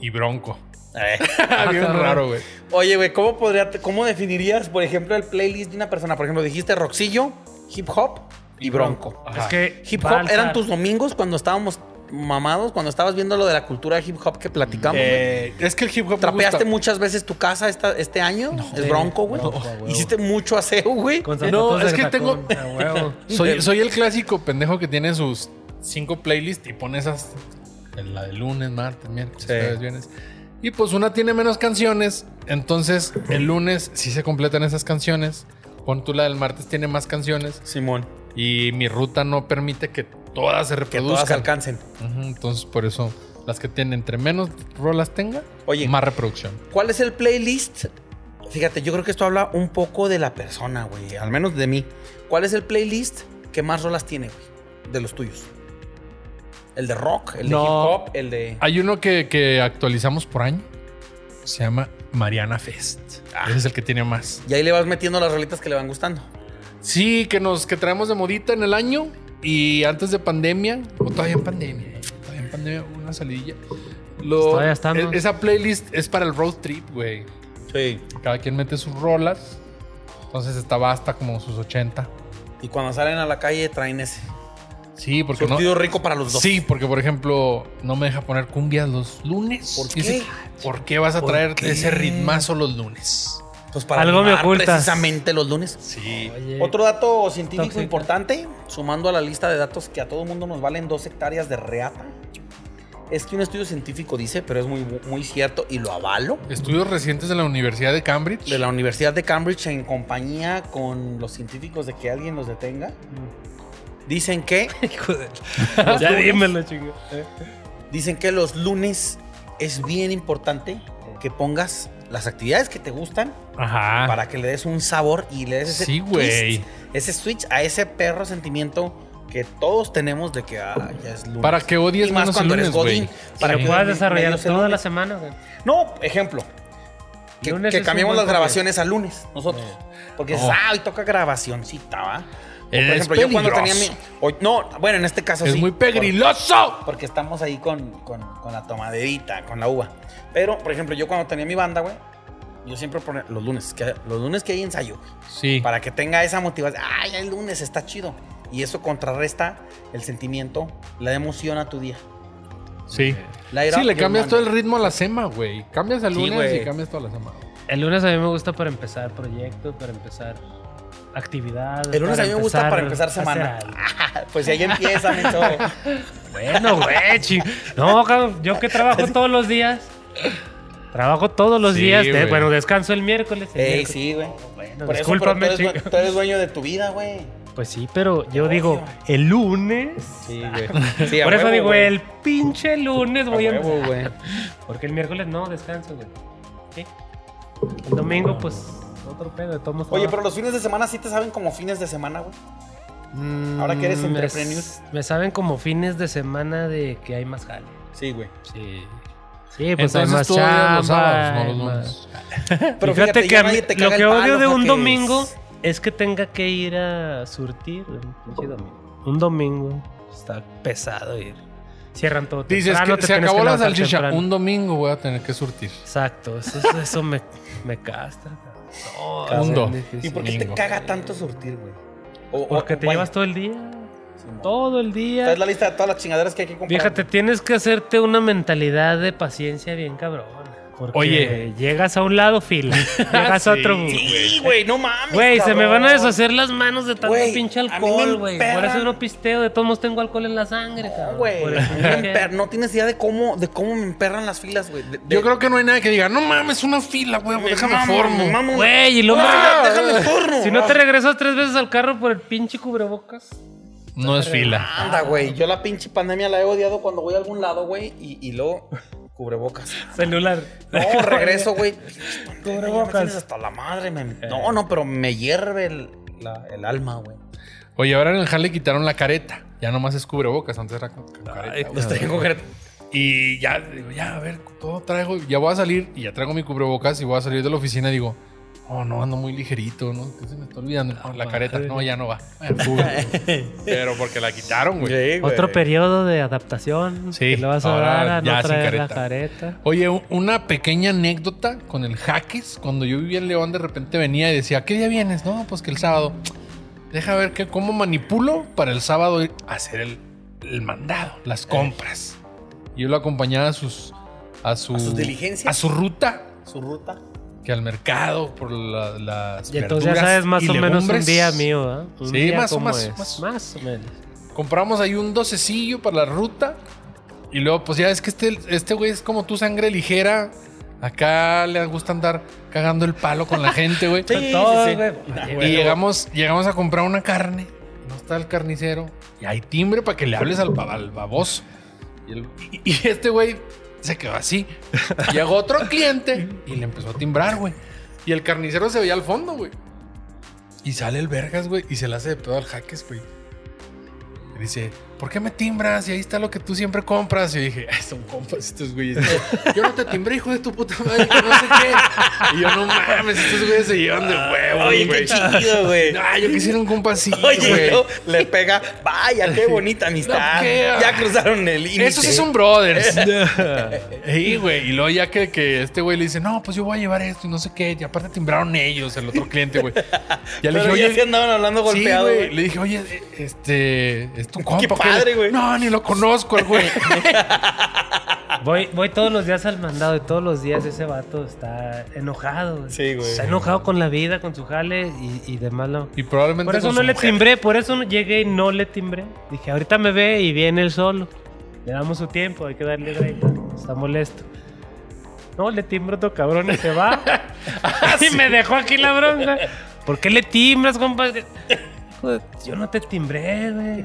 y bronco.
A ver.
bien
cabrón.
raro, güey.
Oye, güey, ¿cómo, podría, ¿cómo definirías, por ejemplo, el playlist de una persona? Por ejemplo, dijiste roxillo, hip hop y bronco.
Es
Ajá.
que
Hip
va a
hop
alzar.
eran tus domingos cuando estábamos mamados, cuando estabas viendo lo de la cultura hip hop que platicamos. güey?
Eh, es que el hip hop. me
¿Trapeaste
gusta.
muchas veces tu casa esta- este año? ¿Es
Sí,
bronco, güey?
bronco, a huevo.
¿Hiciste mucho aseo, güey?
Con
No,
zapatos
es
de
que
tacón,
tengo-
a huevo.
Soy, soy el clásico pendejo que tiene sus cinco playlists y pone esas. La de lunes, martes, miércoles,
Sí.
jueves, viernes. Y pues una tiene menos canciones. Entonces el lunes sí se completan esas canciones. Pon tú la del martes tiene más canciones.
Simón.
Y mi ruta no permite que todas se
Que todas
reproduzcan.
alcancen.
Ujú, entonces por eso las que tienen entre menos rolas tenga,
Oye.
más reproducción.
¿Cuál es el playlist? Fíjate, yo creo que esto habla un poco de la persona, güey. Al menos de mí. ¿Cuál es el playlist que más rolas tiene, güey? De los tuyos. El de rock, el de
No.
hip hop, el de.
Hay uno que, que actualizamos por año. Se llama Mariana Fest. Ese es el que tiene más.
Y ahí le vas metiendo las rolitas que le van gustando.
Sí, que nos que traemos de modita en el año y antes de pandemia, o todavía en pandemia, todavía en pandemia, una salidilla. Lo-
Pues todavía estamos.
e- Esa playlist es para el road trip, güey.
Sí.
Cada quien mete sus rolas. Entonces estaba hasta como sus 80.
Y cuando salen a la calle traen ese.
Sí, porque no.
Surtido rico para los dos.
Sí, porque por ejemplo, no me deja poner cumbias los lunes.
¿Por
Y dice,
qué?
¿Por qué vas a
¿Por
traer
qué?
ese ritmazo los lunes?
Pues para
Algo me
animar
ocultas.
precisamente los lunes.
Sí.
Oye,
Otro dato científico
Tóxica.
importante, sumando a la lista de datos que a todo mundo nos valen dos hectáreas de reata, es que un estudio científico dice, pero es muy, muy cierto y lo avalo,
Estudios recientes de la Universidad de Cambridge.
de la Universidad de Cambridge en compañía con los científicos de que alguien los detenga, dicen que,
ya dímelo, chingo.
dicen que los lunes es bien importante que pongas las actividades que te gustan
Ajá.
para que le des un sabor y le des ese
Ah. Sí,
twist,
güey.
ese switch a ese perro sentimiento que todos tenemos de que ah, ya es lunes.
Para que odies
y más
menos el
cuando
lunes,
eres godín,
güey.
Para que puedas
medio-
desarrollar
medio se
toda
lunes.
la semana, güey.
No, ejemplo. Que,
Lunes
que
es un
cambiamos
buen
las
día.
grabaciones a lunes, nosotros. Porque dices,
No.
ah, hoy toca grabacioncita, ¿va? O,
Oh. Es
yo cuando tenía mi.
peligroso.
hoy- no, bueno, en este caso
Es
sí,
muy
por-
pegriloso.
porque estamos ahí con, con, con la tomaderita, con la uva. Pero, por ejemplo, yo cuando tenía mi banda, güey, yo siempre ponía los lunes, que, los lunes que hay ensayo, güey.
Sí.
para que tenga esa motivación. Ay, el lunes está chido. Y eso contrarresta el sentimiento, la emoción a tu día.
Sí.
La ira-
Sí, le
yo,
cambias
mami.
todo el ritmo a la sema, güey. Cambias al
Sí,
lunes
güey.
y cambias toda la sema. güey.
El lunes a mí me gusta para empezar proyectos, para empezar actividades.
El lunes a
para
mí me gusta para empezar
hacer
semana.
algo.
pues si ahí empieza, Mencho.
Bueno, güey, ching- No, cabrón, yo que trabajo todos los días. Trabajo todos los
Sí,
días. de-
güey.
bueno, descanso el miércoles. el
Ey,
miércoles.
sí, güey.
Bueno,
Por eso, pero tú
discúlpame,
eres, due-
chico.
tú eres dueño de tu vida, güey.
Pues sí, pero yo
Ocio.
digo, el lunes.
Sí, güey. Sí, a
Por eso
huevo,
digo,
güey.
el pinche lunes
A
voy a
huevo,
empezar.
güey.
Porque el miércoles no descanso, güey. ¿Sí? El domingo, pues, otro pedo. de todos modos
Oye, pero
trabajo.
los fines de semana sí te saben como fines de semana, güey. ahora que eres
Mm, me s-
entrepreneur.
Me saben como fines de semana de que hay más jale.
Sí, güey.
Sí. Sí, pues hay
Entonces
más
tú odias
chamba.
los sábados, no
hay
los
más-
lunes.
Pero
fíjate, que
ya
a mí
nadie te
lo
caga
que
el
odio
palo,
de un
porque-
domingo es que tenga que ir a surtir un pinche domingo. Un domingo está pesado ir. Cierran todo.
Dices
temprano,
que
te
se
tienes
acabó la
levantar
salchicha.
temprano.
Un domingo voy a tener que surtir.
Exacto, eso, eso- eso me, me castra. No,
Ah,
Un
es
do.
difícil.
¿Y por qué
Domingo.
te caga tanto surtir, güey? O- o-
Porque te
güey,
llevas todo el día.
sí, mo.
Todo el día.
Traes la lista de todas las chingaderas que hay que comprar.
Fíjate, tienes que hacerte una mentalidad de paciencia bien cabrón. Porque
Oye.
llegas a un lado, fila. Llegas a otro.
Sí.
Sí, güey, no mames.
Güey, se me
cabrón.
van a deshacer las manos de tanto
Güey,
pinche
a mí me
alcohol, güey. Por
emperran.
eso no pisteo, de todos modos tengo alcohol en la sangre,
No,
cabrón.
güey.
Por
a
eso
mí me emper- No tienes idea de cómo, de cómo me emperran las filas, güey. De- de-
Yo creo que no hay nadie que diga, no mames, una fila, güey.
Me
Déjame
mama, me
formo.
mama.
Güey, y lo
Ah,
más.
déjame formo.
Si no te regresas tres veces al carro por el pinche cubrebocas.
No es fila.
Anda, güey. Yo la pinche pandemia la he odiado cuando voy a algún lado, güey. Y, y luego, cubrebocas.
Celular.
No, regreso, güey. Pinche pandemia, ya me
Cubrebocas.
tienes hasta la madre. me- No, no, pero me hierve el, la- el alma, güey.
Oye, ahora en el Harley quitaron la careta. Ya nomás es cubrebocas. Antes era con, con careta.
Ay, pues
Los
güey.
pues, tengo que-
Y ya, digo, ya, a ver, todo traigo. Ya voy a salir y ya traigo mi cubrebocas y voy a salir de la oficina y digo, oh, no, ando muy ligerito, ¿no? ¿Qué se me está olvidando?
Ah,
la
madre.
careta, no, ya no va. Bueno, sube. Pero porque la quitaron, güey.
Sí, güey.
Otro periodo de adaptación.
Sí,
que le vas a
ahora
dar a no
ya sin
traer la
careta.
careta.
Oye, u- una pequeña anécdota con el jaques. Cuando yo vivía en León, de repente venía y decía, ¿qué día vienes? No, pues que el sábado. Deja ver que, cómo manipulo para el sábado ir a hacer el, el mandado, las
Eh.
compras. Y Yo lo acompañaba a sus... A, su,
A sus diligencias.
A su ruta.
Su ruta.
Que al mercado, por la- las
Y entonces ya
verduras
sabes más
y
o menos un
legumbres.
día mío, ¿verdad? Un
Sí,
día
más o
cómo
más-
es.
más-
Más o menos.
Compramos ahí un docecillo para la ruta. Y luego, pues ya es que este, este güey es como tu sangre ligera. Acá le gusta andar cagando el palo con la gente, güey.
Sí,
Todo,
sí, sí.
güey.
Ah,
Y
güey.
llegamos, llegamos a comprar una carne. No está el carnicero. Y hay timbre para que le hables al, bab- al baboso. Y, el- y- y este güey se quedó así. Llegó otro cliente y le empezó a timbrar, güey. Y el carnicero se veía al fondo, güey. Y sale el vergas, güey. Y se le hace de pedo al jaques, güey. Y dice, ¿por qué me timbras? Y ahí está lo que tú siempre compras. Y dije, "Ay, son compas estos güeyes. Yo no te timbré, hijo de tu puta madre, que no sé qué. Y yo, no mames, estos güeyes se llevan de huevo,
Ah, Oye,
güey.
qué chido, güey.
No, yo quisiera un compa así,
Oye,
güey.
y luego le pega. Vaya, qué bonita amistad.
No, qué-
ya cruzaron el límite.
Esos sí son brothers. Sí, güey. Y luego ya que, que este güey le dice, no, pues yo voy a llevar esto y no sé qué. Y aparte timbraron ellos, el otro cliente, güey. Ya le
Pero
dije,
ya
oye,
se andaban hablando
Sí,
golpeado,
güey.
güey.
Le dije, oye, eh, este, es tu compa. ¿qué?
padre, güey.
No, ni lo conozco, el güey.
Voy, voy todos los días al mandado y todos los días ese vato está enojado. güey.
Sí, güey.
Está enojado con la vida, con su jale y, y demás. lo-
Y probablemente.
Por eso
con
no
su
le
mujer.
timbré, por eso no- llegué y no le timbré. Dije, ahorita me ve y viene él solo. Le damos su tiempo, hay que darle break. Está molesto. No, le timbro a otro cabrón y se va.
Ah,
y me dejó aquí la bronca. ¿Por qué le timbras, compadre? Pues, Yo no te timbré, güey.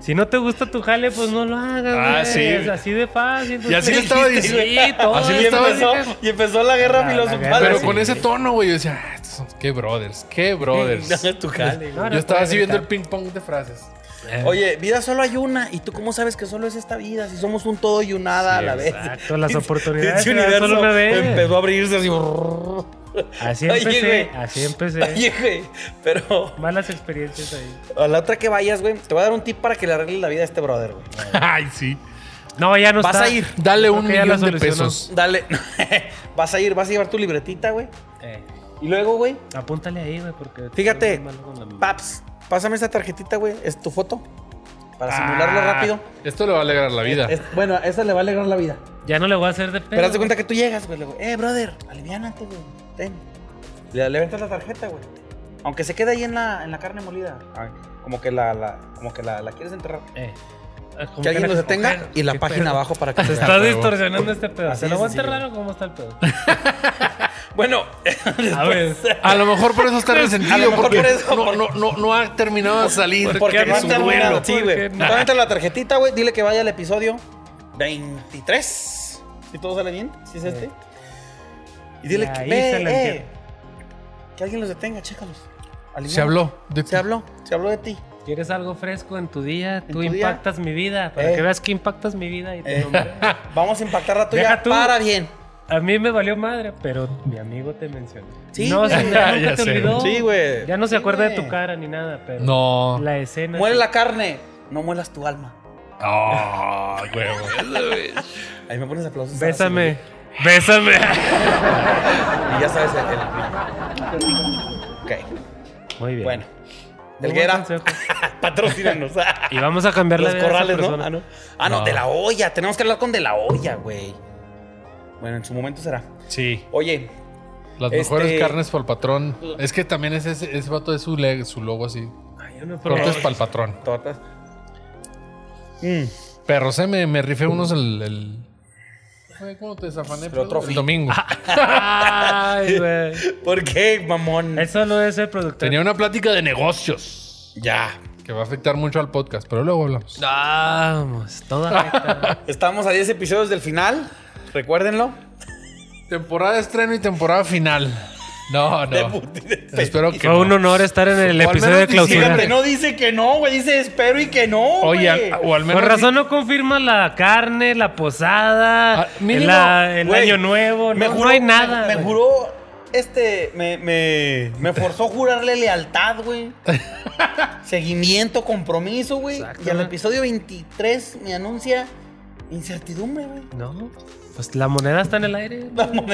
Si no te gusta tu jale, pues no lo hagas,
Ah,
güey.
sí.
Es así de fácil. pues,
Y así
te
le estaba
dijiste,
diciendo.
Sí, todo
Así le
Y
eso,
estaba
dije.
empezó, y empezó la guerra
Ah, la
filosofal.
guerra,
Pero
sí.
con ese tono, güey. Yo decía, "Ah, estos son, qué brothers, qué brothers.
No, es tu jale, güey.
No, no
Yo estaba
puedes
así viendo el
gritar.
ping pong de frases.
Oye, vida solo hay una. ¿Y tú cómo sabes que solo es esta vida? Si somos un todo y un nada a la vez.
Exacto, las oportunidades.
Este
se dan
universo
solo una vez.
empezó a abrirse así.
Así
Oye,
empecé,
güey.
así empecé.
Oye, güey, pero
Malas experiencias ahí.
a la otra que vayas, güey, te voy a dar un tip para que le arregles la vida a este brother, güey.
Ay, sí.
No, ya no
Vas
está.
a ir.
Dale
Creo
un
que ya la
millón de
solucionó.
pesos.
Dale, vas a ir, vas a llevar tu libretita, güey.
Eh,
Y luego, güey,
apúntale ahí, güey, porque...
Fíjate,
soy malo con la memoria.
Paps, pásame esta tarjetita, güey. Es tu foto. Para simularlo
Ah.
rápido.
Ah, Esto le va a alegrar la vida.
Es- bueno, esa le va a alegrar la vida.
Ya no le voy a hacer de pedo.
Pero haz de cuenta que tú llegas, güey. le digo, Eh, brother, aliviánate, güey. Ten. Le le aventas la tarjeta, güey. Aunque se quede ahí en la, en la carne molida. Ay, como que la, la- como que la, la quieres enterrar.
Eh, ah, como
Que alguien
la-
lo detenga
Ojalá.
y la
Qué
página
pedo.
abajo para que
Se
se
está
huevo.
distorsionando este pedo.
Así
Se
de
lo voy a
sencillo.
enterrar o cómo está el pedo.
Bueno,
A ver.
A lo mejor por eso está
A lo
resentido.
mejor
porque
por eso,
no,
por-
no, no, no ha terminado de salir.
porque
qué
no
es
has
un
está
terminado?
duelo.
bueno. Sí, güey.
Porque
Tú
no.
aventas la tarjetita, güey. Dile que vaya al episodio 23. Si todo sale bien, si es este. Y dile
Y
que,
ahí
ve,
se la
eh,
entierro.
que alguien los detenga, chécalos. Aliviana.
Se habló. de ti.
Se habló, se habló de ti.
¿Quieres algo fresco en tu día? Tú
tu día?
impactas mi vida. Para
Eh.
que veas que impactas mi vida. Y te
Eh,
nombré.
vamos a impactar la tuya
Deja tú.
para bien.
A mí me valió madre, pero mi amigo te mencionó.
Sí,
no,
güey.
sí, ya nunca
Ya
te
sé.
olvidó.
Sí, güey.
Ya no se
Sí,
acuerda de
güey.
tu cara ni nada, pero...
No.
La escena...
Muele
sí.
la carne, no muelas tu alma.
Ah, huevo.
Ahí me pones aplausos. ahora sí,
Bésame. Bésame.
güey. y ya sabes el. el- Ok,
Muy bien.
bueno.
Muy buen
Helguera,
consejo.
patrocínanos.
Y vamos a cambiar
Los
la vida de esa
corrales, ¿no?
persona.
Ah, no. Ah, no,
No.
de la olla. Tenemos que hablar con de la olla, güey. Bueno, en su momento será.
Sí.
Oye,
Las
Este-
mejores carnes para el patrón. Es que también ese, ese, ese vato es su, le- su logo así.
Ay, yo no probé.
Cortes para el patrón.
tortas. Mm,
Perros, eh, me, me rifé unos el. el... Güey, ¿Cómo te desafané?
Pero otro
pedo?
fin.
el domingo.
Ah. Ay, güey.
¿Por qué, mamón?
Eso no es el productor.
Tenía una plática de negocios
Ya.
que va a afectar mucho al podcast, pero luego hablamos.
Vamos, toda recta.
Estamos a 10 episodios del final. Recuérdenlo.
Temporada de estreno y temporada final. No,
de
no.
Putin. Espero
Espero que
Fue un
no.
honor estar en el
O al
episodio
menos
de clausura.
fíjate, no dice que no, güey. Dice espero y que no,
Oye,
güey.
al- o al menos.
Por razón no confirma la carne, la posada,
Ah, mínimo,
la- el
Güey,
año nuevo.
me
no,
juró-
no hay nada.
Me, me
güey.
juró, este, me, me, me forzó a jurarle lealtad, güey. Seguimiento, compromiso, güey. Y al
Exactamente.
episodio 23 me anuncia incertidumbre, güey.
No, pues la moneda está en el aire.
Vamos,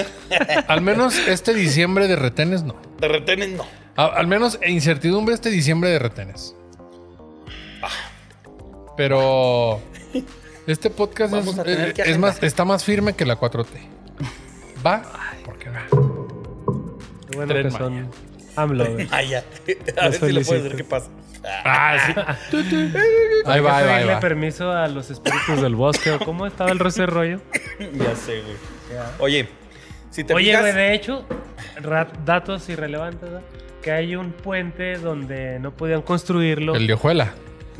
Al menos este diciembre de retenes no.
de retenes no.
A- al menos e incertidumbre este diciembre de retenes. Ah, Pero este podcast es,
Vamos a tener
es-
que
es
agendar.
más, está más firme que la 4T. Va, porque va.
Qué bueno
Tren
que son AMLO, güey.
Ay, ya. A
Los
ver si le puedes
felicito.
ver qué pasa.
Ah, sí. Tu, tu. Ahí va, ahí va, ahí
Pedirle
va.
permiso a los espíritus del bosque. ¿o ¿Cómo estaba el roce rollo?
Ya sé, güey. Oye, si te
Oye,
fijas-
güey, de hecho, ra- datos irrelevantes, ¿verdad? que hay un puente donde no podían construirlo.
El de Ojuela.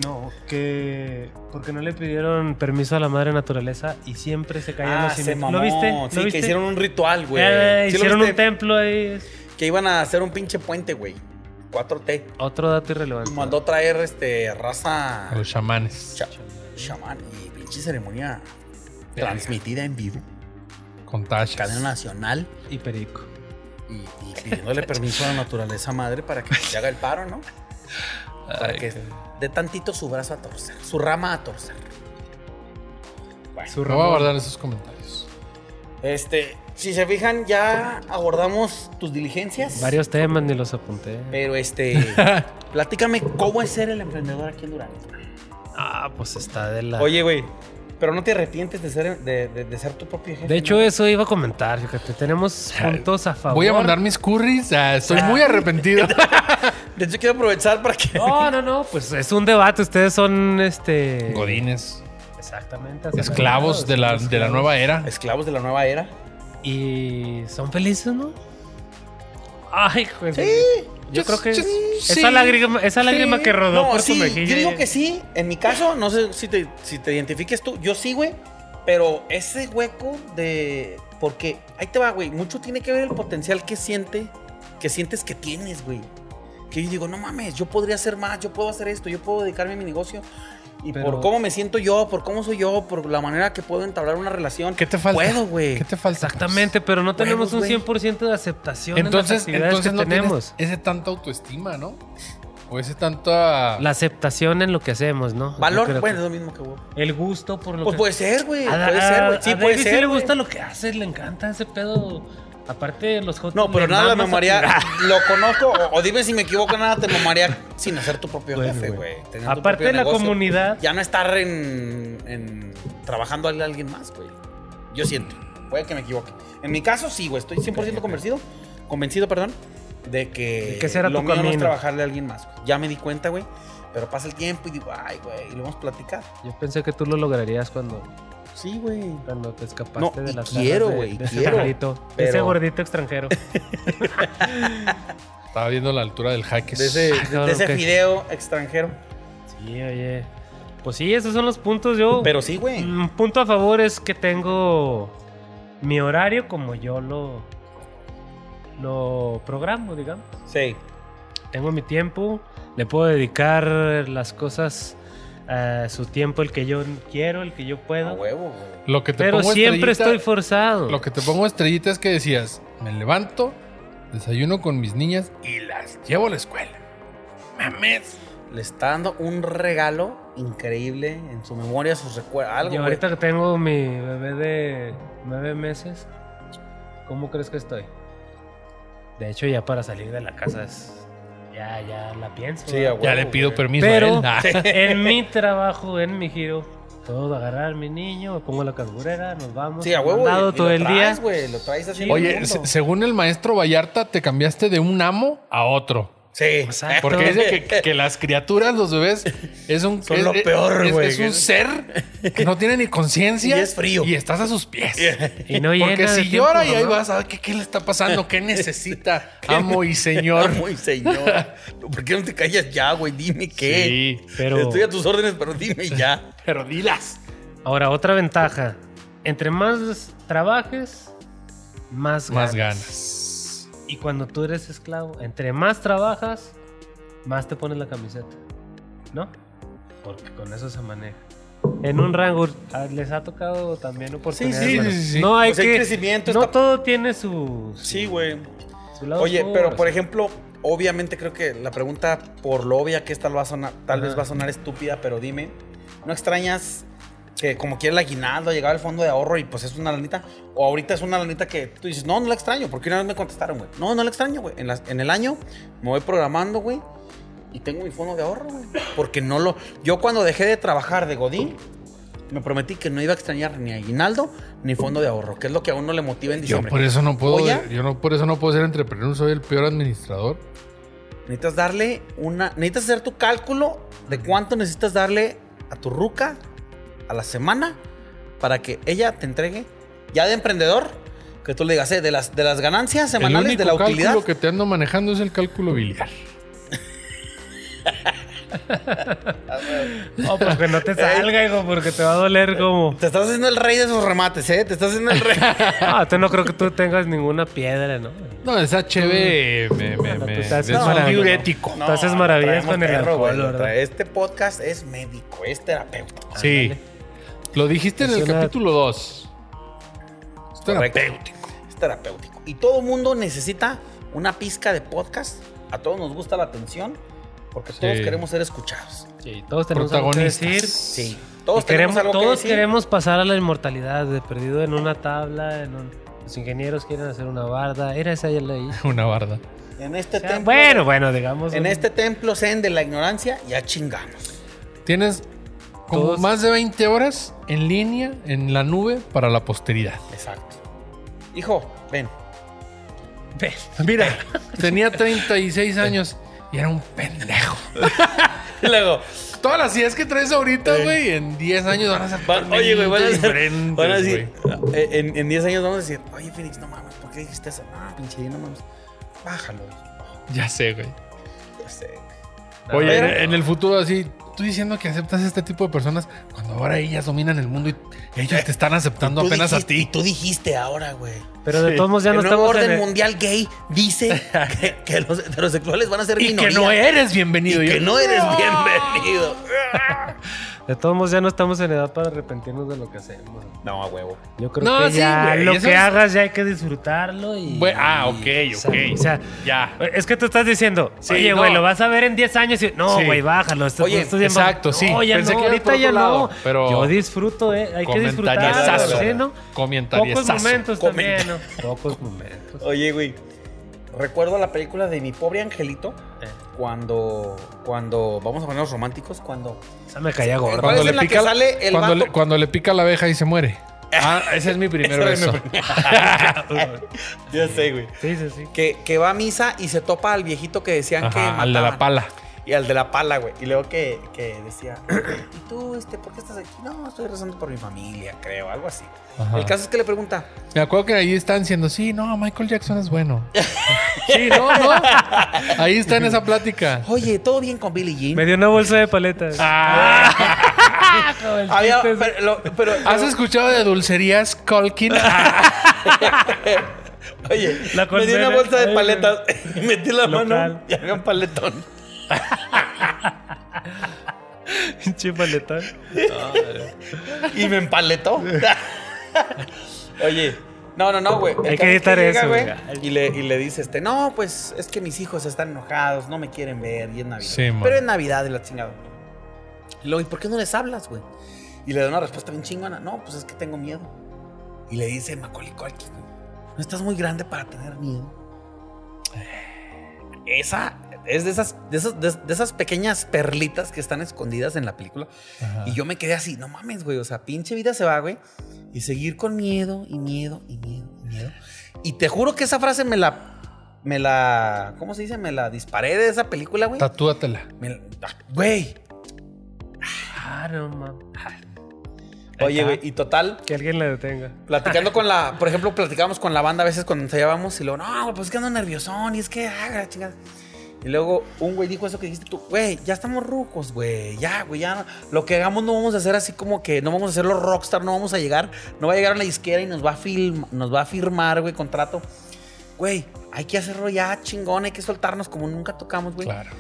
No, que porque no le pidieron permiso a la madre naturaleza y siempre se caían
Ah,
los
se
cimientos.
mamó.
¿Lo viste? ¿Lo
Sí,
viste?
que hicieron un ritual, güey.
Eh,
¿Sí lo
hicieron
viste?
un templo ahí.
Que iban a hacer un pinche puente, güey. 4T.
Otro dato irrelevante.
Mandó traer este raza
a Los chamanes.
cha- chamán y pinche ceremonia transmitida en vivo,
Con tachas.
cadena nacional
Y perico.
y, y pidiéndole permiso a la naturaleza madre para que se haga el paro, ¿no? Para que dé tantito su brazo a torcer, su rama a torcer.
Su
No voy a
Ramón.
guardar esos comentarios.
Este, si se fijan, ya abordamos tus diligencias.
Varios temas ni los apunté.
Pero este, platícame cómo es ser el emprendedor aquí en Durango.
Ah, pues está de la.
Oye, güey, pero no te arrepientes de ser, de, de- de ser tu propio jefe.
de hecho, eh,
¿no?
eso iba a comentar. Fíjate, tenemos puntos a favor.
Voy a mandar mis curries. Ah, estoy muy arrepentido.
de hecho quiero aprovechar para que.
No, no, no. Pues es un debate. Ustedes son este.
Godines.
Exactamente.
Esclavos de la, de la nueva era.
Esclavos de la nueva era.
Y son felices, ¿no? Ay, pues. Yo
Yo
creo que es-
sí,
esa lágrima, esa
sí.
lágrima que rodó
No,
por tu
sí,
mejilla.
yo digo que sí. En mi caso, no sé si te, si te identifiques tú. Yo sí, güey. Pero ese hueco de. Porque ahí te va, güey. Mucho tiene que ver el potencial que siente, que sientes que tienes, güey. Que yo digo, no mames, yo podría hacer más, yo puedo hacer esto, yo puedo dedicarme a mi negocio. Y por
Pero-
cómo me siento yo, por cómo soy yo, por la manera que puedo entablar una relación.
¿Qué te falta?
Puedo, güey.
¿Qué te falta?
Exactamente, pero no tenemos un
güey.
100% de aceptación
Entonces,
en las actividades
entonces
que
no
tenemos.
tenemos. ese tanta autoestima, ¿no? O ese ah, tanta...
La aceptación en lo que hacemos, ¿no? Yo creo
Valor,
que-
bueno, es lo mismo que vos.
El gusto por lo
Pues
que...
puede ser, güey.
A-
Puede
a-
ser, güey. Sí,
a
puede
David
ser.
sí le
güey.
gusta lo que hace, le encanta ese pedo. Aparte, los hot
No, pero
le
nada, me Ah,
mama esa
mamaría.
tirada.
Lo conozco, o, o dime si me equivoco, nada, te mamaría sin hacer tu propio
Bueno,
jefe,
güey.
güey. tener tu
Aparte
propio
de la
negocio.
comunidad.
Ya no estar en, en trabajando a alguien más, güey. Yo siento. Puede que me equivoque. En mi caso, sí, güey. Estoy 100% convencido, convencido, perdón, de que,
¿Y qué será
lo
tu
mío no es
camino?
trabajarle a alguien más. güey. Ya me di cuenta, güey. Pero pasa el tiempo y digo, ay, güey, y lo vamos a platicar.
Yo pensé que tú lo lograrías cuando,
Sí, güey.
cuando te escapaste
No,
de
y
la casa
quiero,
de,
güey,
de ese
quiero,
gordito, de
pero-
ese gordito extranjero.
Estaba viendo la altura del jaque.
De ese,
Ah, cabrón,
de ese
qué-
video extranjero.
sí, oye. Pues sí, esos son los puntos. Yo
Pero sí, güey.
Un punto a favor es que tengo mi horario como yo lo, lo programo, digamos.
Sí.
Tengo mi tiempo, le puedo dedicar las cosas a su tiempo, el que yo quiero, el que yo
A
puedo.
huevo, Ah, güey.
Lo que te
pero
pongo
siempre
estrellita-
estoy forzado.
Lo que te pongo estrellita es que decías, me levanto, desayuno con mis niñas y las llevo a la escuela. Mames.
le está dando un regalo increíble en su memoria, sus recuerdos, algo.
yo
güey.
ahorita que tengo mi bebé de nueve meses, ¿cómo crees que estoy? De hecho, ya para salir de la casa es- Ya, ya la pienso.
Sí,
¿verdad?
a huevo,
ya le pido
güey.
permiso a
Pero-
él. Ah. Nah.
en mi trabajo, en mi giro, todo agarrar mi niño, me pongo la cangurera, nos vamos.
Sí, a huevo.
andado
güey. Y
todo
lo
el
traes,
día.
güey, lo traes así. en
Oye,
el
se-
mundo.
según el maestro Vallarta, te cambiaste de un amo a otro.
Sí.
Exacto.
Porque dice que, que las criaturas, los bebés, es un.
Son
es-
lo
es-
peor,
es-
güey.
Es, un ser que no tiene ni conciencia.
Y es frío.
Y estás a sus pies.
Y no
Porque
llena de
si
tiempo,
llora y ahí
¿no?
vas, a ver ¿qué, qué le está pasando? ¿Qué necesita? Amo y señor.
Muy señor. ¿Por qué no te callas ya, güey? Dime qué.
Sí,
pero-
Estoy a tus órdenes, pero dime ya.
pero dilas.
Ahora, otra ventaja. Entre más trabajes, más ganas.
Más ganas.
Y cuando tú eres esclavo, entre más trabajas, más te pones la camiseta. ¿No? Porque con eso se maneja. En un rango ah, les ha tocado también oportunidades.
sí,
bueno,
sí, sí, sí.
No hay
Pues hay
que.
crecimiento,
no
está-
todo tiene su, su-
Sí, güey.
su lado
Oye, pero
oscuro,
por
sí.
ejemplo, obviamente creo que la pregunta por lo obvia que esta lo va a sonar, tal vez
Ajá.
va a sonar estúpida, pero dime, ¿no extrañas que como quiera el aguinaldo llegaba al fondo de ahorro y pues es una lanita? O ahorita es una lanita que tú dices, no, no la extraño, porque una vez me contestaron, güey. No, no la extraño, güey. En, las- en el año me voy programando, güey. Y tengo mi fondo de ahorro, güey. Porque no lo... Yo cuando dejé de trabajar de Godín, me prometí que no iba a extrañar ni aguinaldo ni fondo de ahorro, que es lo que a uno le motiva en
Yo
diciembre.
por eso no puedo,
Oye.
yo no por eso no puedo ser emprendedor, soy el peor administrador.
Necesitas darle una. Necesitas hacer tu cálculo de cuánto necesitas darle a tu ruca a la semana para que ella te entregue, ya de emprendedor, que tú le digas, eh, de, las, de las ganancias
El
semanales,
único
de la utilidad.
cálculo que te ando manejando es el cálculo biliar.
No, porque
Eh.
no te salga, hijo, porque te va a doler como.
Te estás haciendo el rey de esos remates, ¿eh? Te estás haciendo el rey.
Ah, tú no creo que tú tengas ninguna piedra, ¿no?
No,
Mm.
esa HB me, me,
No,
me
tú estás
es
maravilla-
diurético.
Tú haces maravillas
traemos
con el
perro, güey,
alcohol,
lo
¿verdad?
trae- Este podcast es médico, es terapeuta.
Sí. Lo dijiste en
Es
el
una-
capítulo 2. Es
Correcto.
terapéutico.
Es terapéutico. Y todo mundo necesita una pizca de podcast. A todos nos gusta la atención porque
Sí.
todos queremos ser escuchados.
Sí, todos tenemos algo que
Protagonistas.
decir.
Sí.
Todos,
Todos
queremos,
tenemos algo que
todos
decir.
queremos pasar a la inmortalidad, de perdido en una tabla, en un- los ingenieros quieren hacer una barda, era esa ya la hice.
Una barda.
En este
O sea,
templo.
bueno, pues, bueno, digamos.
En
un-
este templo zen de la ignorancia ya chingamos.
Tienes como
Todos-
más de 20 horas en línea, en la nube, para la posteridad.
Exacto. Hijo, ven.
Ve,
Mira, tenía 36 años y era un pendejo.
Luego,
Todas las ideas que traes ahorita, güey, en 10 años van a ser
va- oye, güey, van a
totalmente
decir. van a
diferentes,
decir- eh, en, en 10 años vamos a decir, oye, Phoenix, no mames, ¿por qué dijiste eso? Ah, pinche, no mames. Bájalo. este,
güey. Ya sé, güey.
Ya sé.
Oye,
Pero-
en, en el futuro así, tú diciendo que aceptas este tipo de personas cuando ahora ellas dominan el mundo y ellas te están aceptando
Tú
apenas
dijiste-
a
y
ti.
Tú dijiste ahora, güey.
Pero de todos modos ya
el
no
nuevo
estamos
orden
en e- el-
mundial gay dice que, que los heterosexuales van a ser
Y que
minoría.
no eres bienvenido.
Y
Yo-
que no eres bienvenido.
de todos modos ya no estamos en edad para arrepentirnos de lo que hacemos.
No, a huevo.
Yo creo
No,
que
sí,
ya
güey,
lo
eso
que
es-
hagas ya hay que disfrutarlo y
Güey, ah, ok,
y-
ok.
O sea,
Ya.
es que tú estás diciendo,
Sí,
oye,
no.
güey, lo vas a ver en 10 años y no,
Sí.
güey, bájalo. esto-
Oye,
esto es bien
exacto,
bajo".
sí.
No, ya
Pensé
no,
que iba
ahorita
por otro
ya
lado,
no.
pero-
Yo disfruto, eh, hay que disfrutar.
Comentariesazo.
¿sí, no?
Comentarios.
Pocos momentos
Comenta-
también, ¿no? Pocos momentos.
Oye, güey. Recuerdo la película de Mi Pobre Angelito.
Eh.
Cuando, cuando, vamos a ponernos románticos, cuando...
Esa me caía
¿Cuál
gordo.
es en la que sale el
cuando,
vato?
le, cuando le pica la abeja y se muere. Ah, ese es mi primer
Ese era
beso.
mi Ya sé, güey.
Sí, sí, sí.
Que, que va a misa y se topa al viejito que decían que
Ajá, al de la
mataban.
pala.
Y al de la pala, güey. Y luego que, que decía, ¿y tú, este, por qué estás aquí? No, estoy rezando por mi familia, creo, algo así.
Ajá.
El caso es que le pregunta,
Me acuerdo que ahí están diciendo, sí, no, Michael Jackson es bueno. sí, no, no. Ahí está en esa plática.
oye, ¿todo bien con Billie Jean?
Me dio una bolsa de paletas.
Ah,
Como el
Había,
chiste ese.
pero, lo- pero-
¿Has escuchado de dulcerías Colkin?
oye,
La
me dio
condena.
una bolsa
Ay,
de paletas y metí la
Local.
mano y había un paletón.
Pinche paletón.
Y me empaletó. Oye, no, no, no, güey. El
Hay que
caso es
editar eso,
güey.
güey.
Y le, y le dice este, no, pues es que mis hijos están enojados, no me quieren ver y es Navidad.
Sí, man.
Pero es Navidad y la chingada. Y luego, ¿y por qué no les hablas, güey? Y le da una respuesta bien chingona. No, pues es que tengo miedo. Y le dice Macaulay Culkin, güey, no estás muy grande para tener miedo. Esa es de esas, de esas, de- de esas pequeñas perlitas que están escondidas en la película. Y yo me quedé así, no mames, güey. O sea, pinche vida se va, güey. Y seguir con miedo y miedo y miedo y miedo. Y te juro que esa frase me la. Me la. ¿Cómo se dice? Me la disparé de esa película, güey.
Ah, Tatúatela.
Me la- ah, Güey.
Ah, no, mames.
Oye, güey. Y total,
Que alguien la detenga.
platicando con la. Por ejemplo, platicábamos con la banda a veces cuando ensayábamos y luego, no, güey, pues es que ando nerviosón y es que. Ah, la chingada. Y luego un güey dijo eso que dijiste tú, güey, ya estamos rucos, güey, ya, güey, ya. no- Lo que hagamos no vamos a hacer así como que no vamos a hacer los rockstar, no vamos a llegar, no va a llegar a la disquera y nos va a, film, nos va a firmar, güey, contrato. Güey, hay que hacerlo ya chingón, hay que soltarnos como nunca tocamos, güey.
Claro.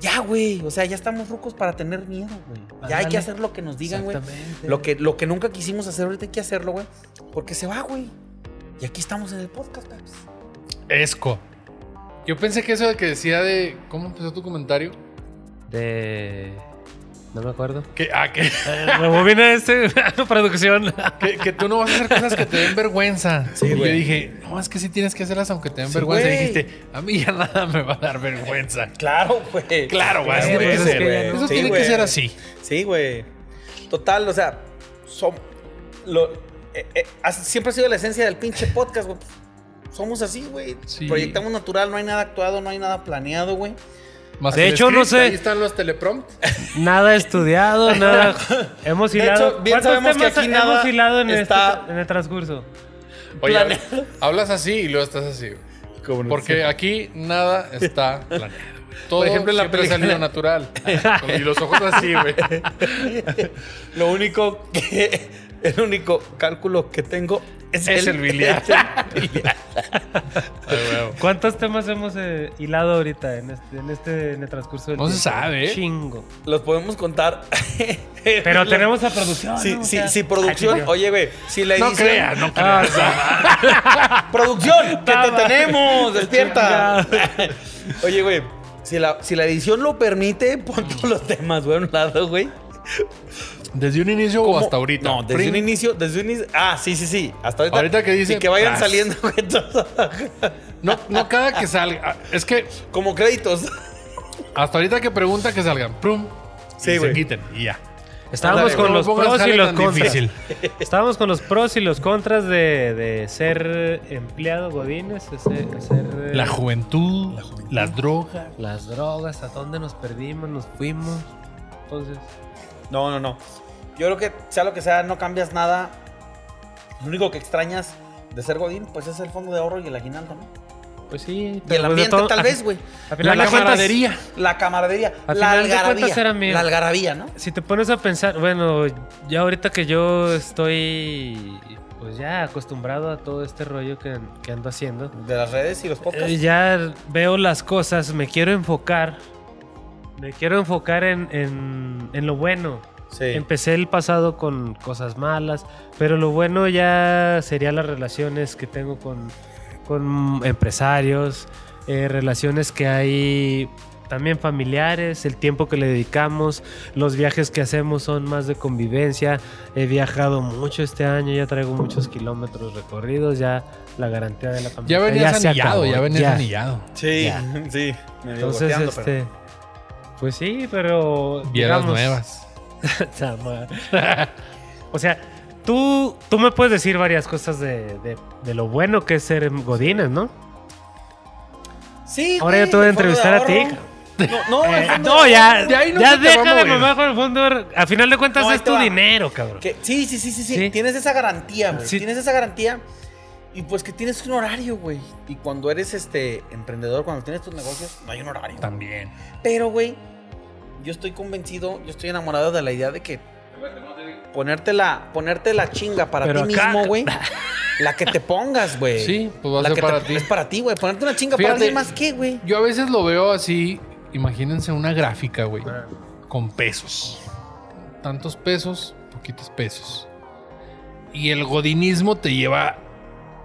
Ya, güey. O sea, ya estamos rucos para tener miedo, güey. Ya hay
Ándale.
que hacer lo que nos digan, güey.
Exactamente.
Lo que, lo que nunca quisimos hacer, ahorita hay que hacerlo, güey. Porque se va, güey. Y aquí estamos en el podcast, Peps.
Esco. Yo pensé que eso de que decía de. ¿Cómo empezó tu comentario?
De. No me acuerdo. Eh,
Que, ah, que,
Como viene este producción.
que, que tú no vas a hacer cosas que te den vergüenza.
Sí,
y yo
güey.
dije, no, es que sí tienes que hacerlas aunque te den
Sí,
vergüenza. Y
güey.
dijiste, a mí ya nada me va a dar vergüenza.
Claro, güey.
Claro, güey, así
Sí,
tiene que
pues, es
ser.
que ya no.
Eso
Sí,
tiene
güey.
que ser así.
Sí, güey. Total, o sea, som- lo- eh, eh, ha- siempre ha sido la esencia del pinche podcast, güey. Somos así, güey.
Sí.
Proyectamos natural, no hay nada actuado, no hay nada planeado, güey.
Más
De
el
hecho, no
script,
sé.
Ahí están los teleprompts.
Nada estudiado, nada. Hemos
De
hilado.
hecho, bien
¿Cuántos
sabemos que
temas
aquí
hemos
nada
hilado en, este-
está-
en el transcurso?
Oye,
Planeado.
hablas- hablas así y luego estás así. güey. Porque aquí nada está planeado. Todo
Por ejemplo, en la
siempre ha
película-
salido natural. y los ojos así, güey.
Lo único que. El único cálculo que tengo es,
Es el biliar.
el biliar.
Ay, güey.
¿Cuántos temas hemos eh, hilado ahorita en este, en este en el transcurso del
No se
tiempo?
sabe, ¿eh?
Chingo.
Los podemos contar.
Pero tenemos a producción.
Sí,
¿no? O
sí,
sea- Ah,
sí, producción.
Ay, sí,
Oye, güey, si la
No
edición.
creas, no creas.
¡Producción! ¡Que te
Estaba.
tenemos! ¡Despierta!
Chingado.
Oye, güey, si la, si la edición lo permite, pon todos los temas, güey, a un lado, güey.
¿Desde un inicio o
¿Cómo?
hasta ahorita?
No, desde
Prim-
un inicio, desde un inicio. Ah, sí, sí, sí. Hasta ahorita.
Ahorita que dice,
Y que vayan
tras.
saliendo, güey, todos.
No, no cada que salga. Ah, Es que
Como créditos.
hasta ahorita que pregunta que salgan. Prum.
Sí,
y se
güey.
quiten y ya.
Estábamos
Ándale,
con
no
los
pongas
pros y
jale
los
tan
contras.
difícil.
Estábamos con los pros y los contras de, de ser empleado Godines, de ser, de ser, eh,
La juventud, las drogas.
las drogas, a dónde nos perdimos, nos fuimos. Entonces,
No, no, no. Yo creo que sea lo que sea, no cambias nada. Lo único que extrañas de ser Godín, pues es el fondo de ahorro y el aguinaldo, ¿no?
pues sí. pero
Y el
pues de
ambiente,
todo-
tal
a-
vez, güey.
a
La
final de cuentas,
camaradería.
La camaradería.
Al
la
final de cuentas era
algarabía.
mío.
La algarabía, ¿no?
Si te pones a pensar, bueno, ya ahorita que yo estoy pues ya acostumbrado a todo este rollo que, que ando haciendo,
De las redes y los podcasts.
eh, ya veo las cosas, me quiero enfocar, me quiero enfocar en, en- en lo bueno.
sí.
Empecé el pasado con cosas malas, pero lo bueno ya sería las relaciones que tengo con, con empresarios, eh, relaciones que hay también familiares, el tiempo que le dedicamos, los viajes que hacemos son más de convivencia. He viajado mucho este año, ya traigo muchos kilómetros recorridos, ya la garantía de la
Ya
familia.
venías
se
anillado,
acabó,
ya venías anillado.
Sí,
Ya.
sí. Me
Entonces, este, pues sí, pero
Vieras
digamos-
nuevas.
Puta madre. o sea, tú, tú me puedes decir varias cosas de, de- de lo bueno que es ser Godines, ¿no?
Sí,
Ahora
güey,
yo te voy a
el fondo de
entrevistar a ti. Eh,
ahorro. No, no, el fondo de
No, ya,
de ahí no
ya
se te va a
deja de
mover.
mamar con el fondo. A final de cuentas
No, ahí
es
te
tu
va.
dinero, cabrón.
Que- sí, sí, sí, sí, sí,
Sí.
Tienes esa garantía, güey.
Sí.
Tienes esa garantía. Y pues que tienes un horario, güey. Y cuando eres este emprendedor, cuando tienes tus negocios, no hay un horario.
También.
Pero, güey, yo estoy convencido, yo estoy enamorado de la idea de que ponerte la, ponerte la chinga para
Pero
ti
acá-
mismo, güey. La que te pongas, güey.
Sí, pues va a
La
ser
que
para
te-
ti.
Es para ti, güey. Ponerte una chinga para
Fíjate.
ti más que, güey.
Yo a veces lo veo así. Imagínense una gráfica, güey.
Ah.
Con pesos. Tantos pesos, poquitos pesos. Y el godinismo te lleva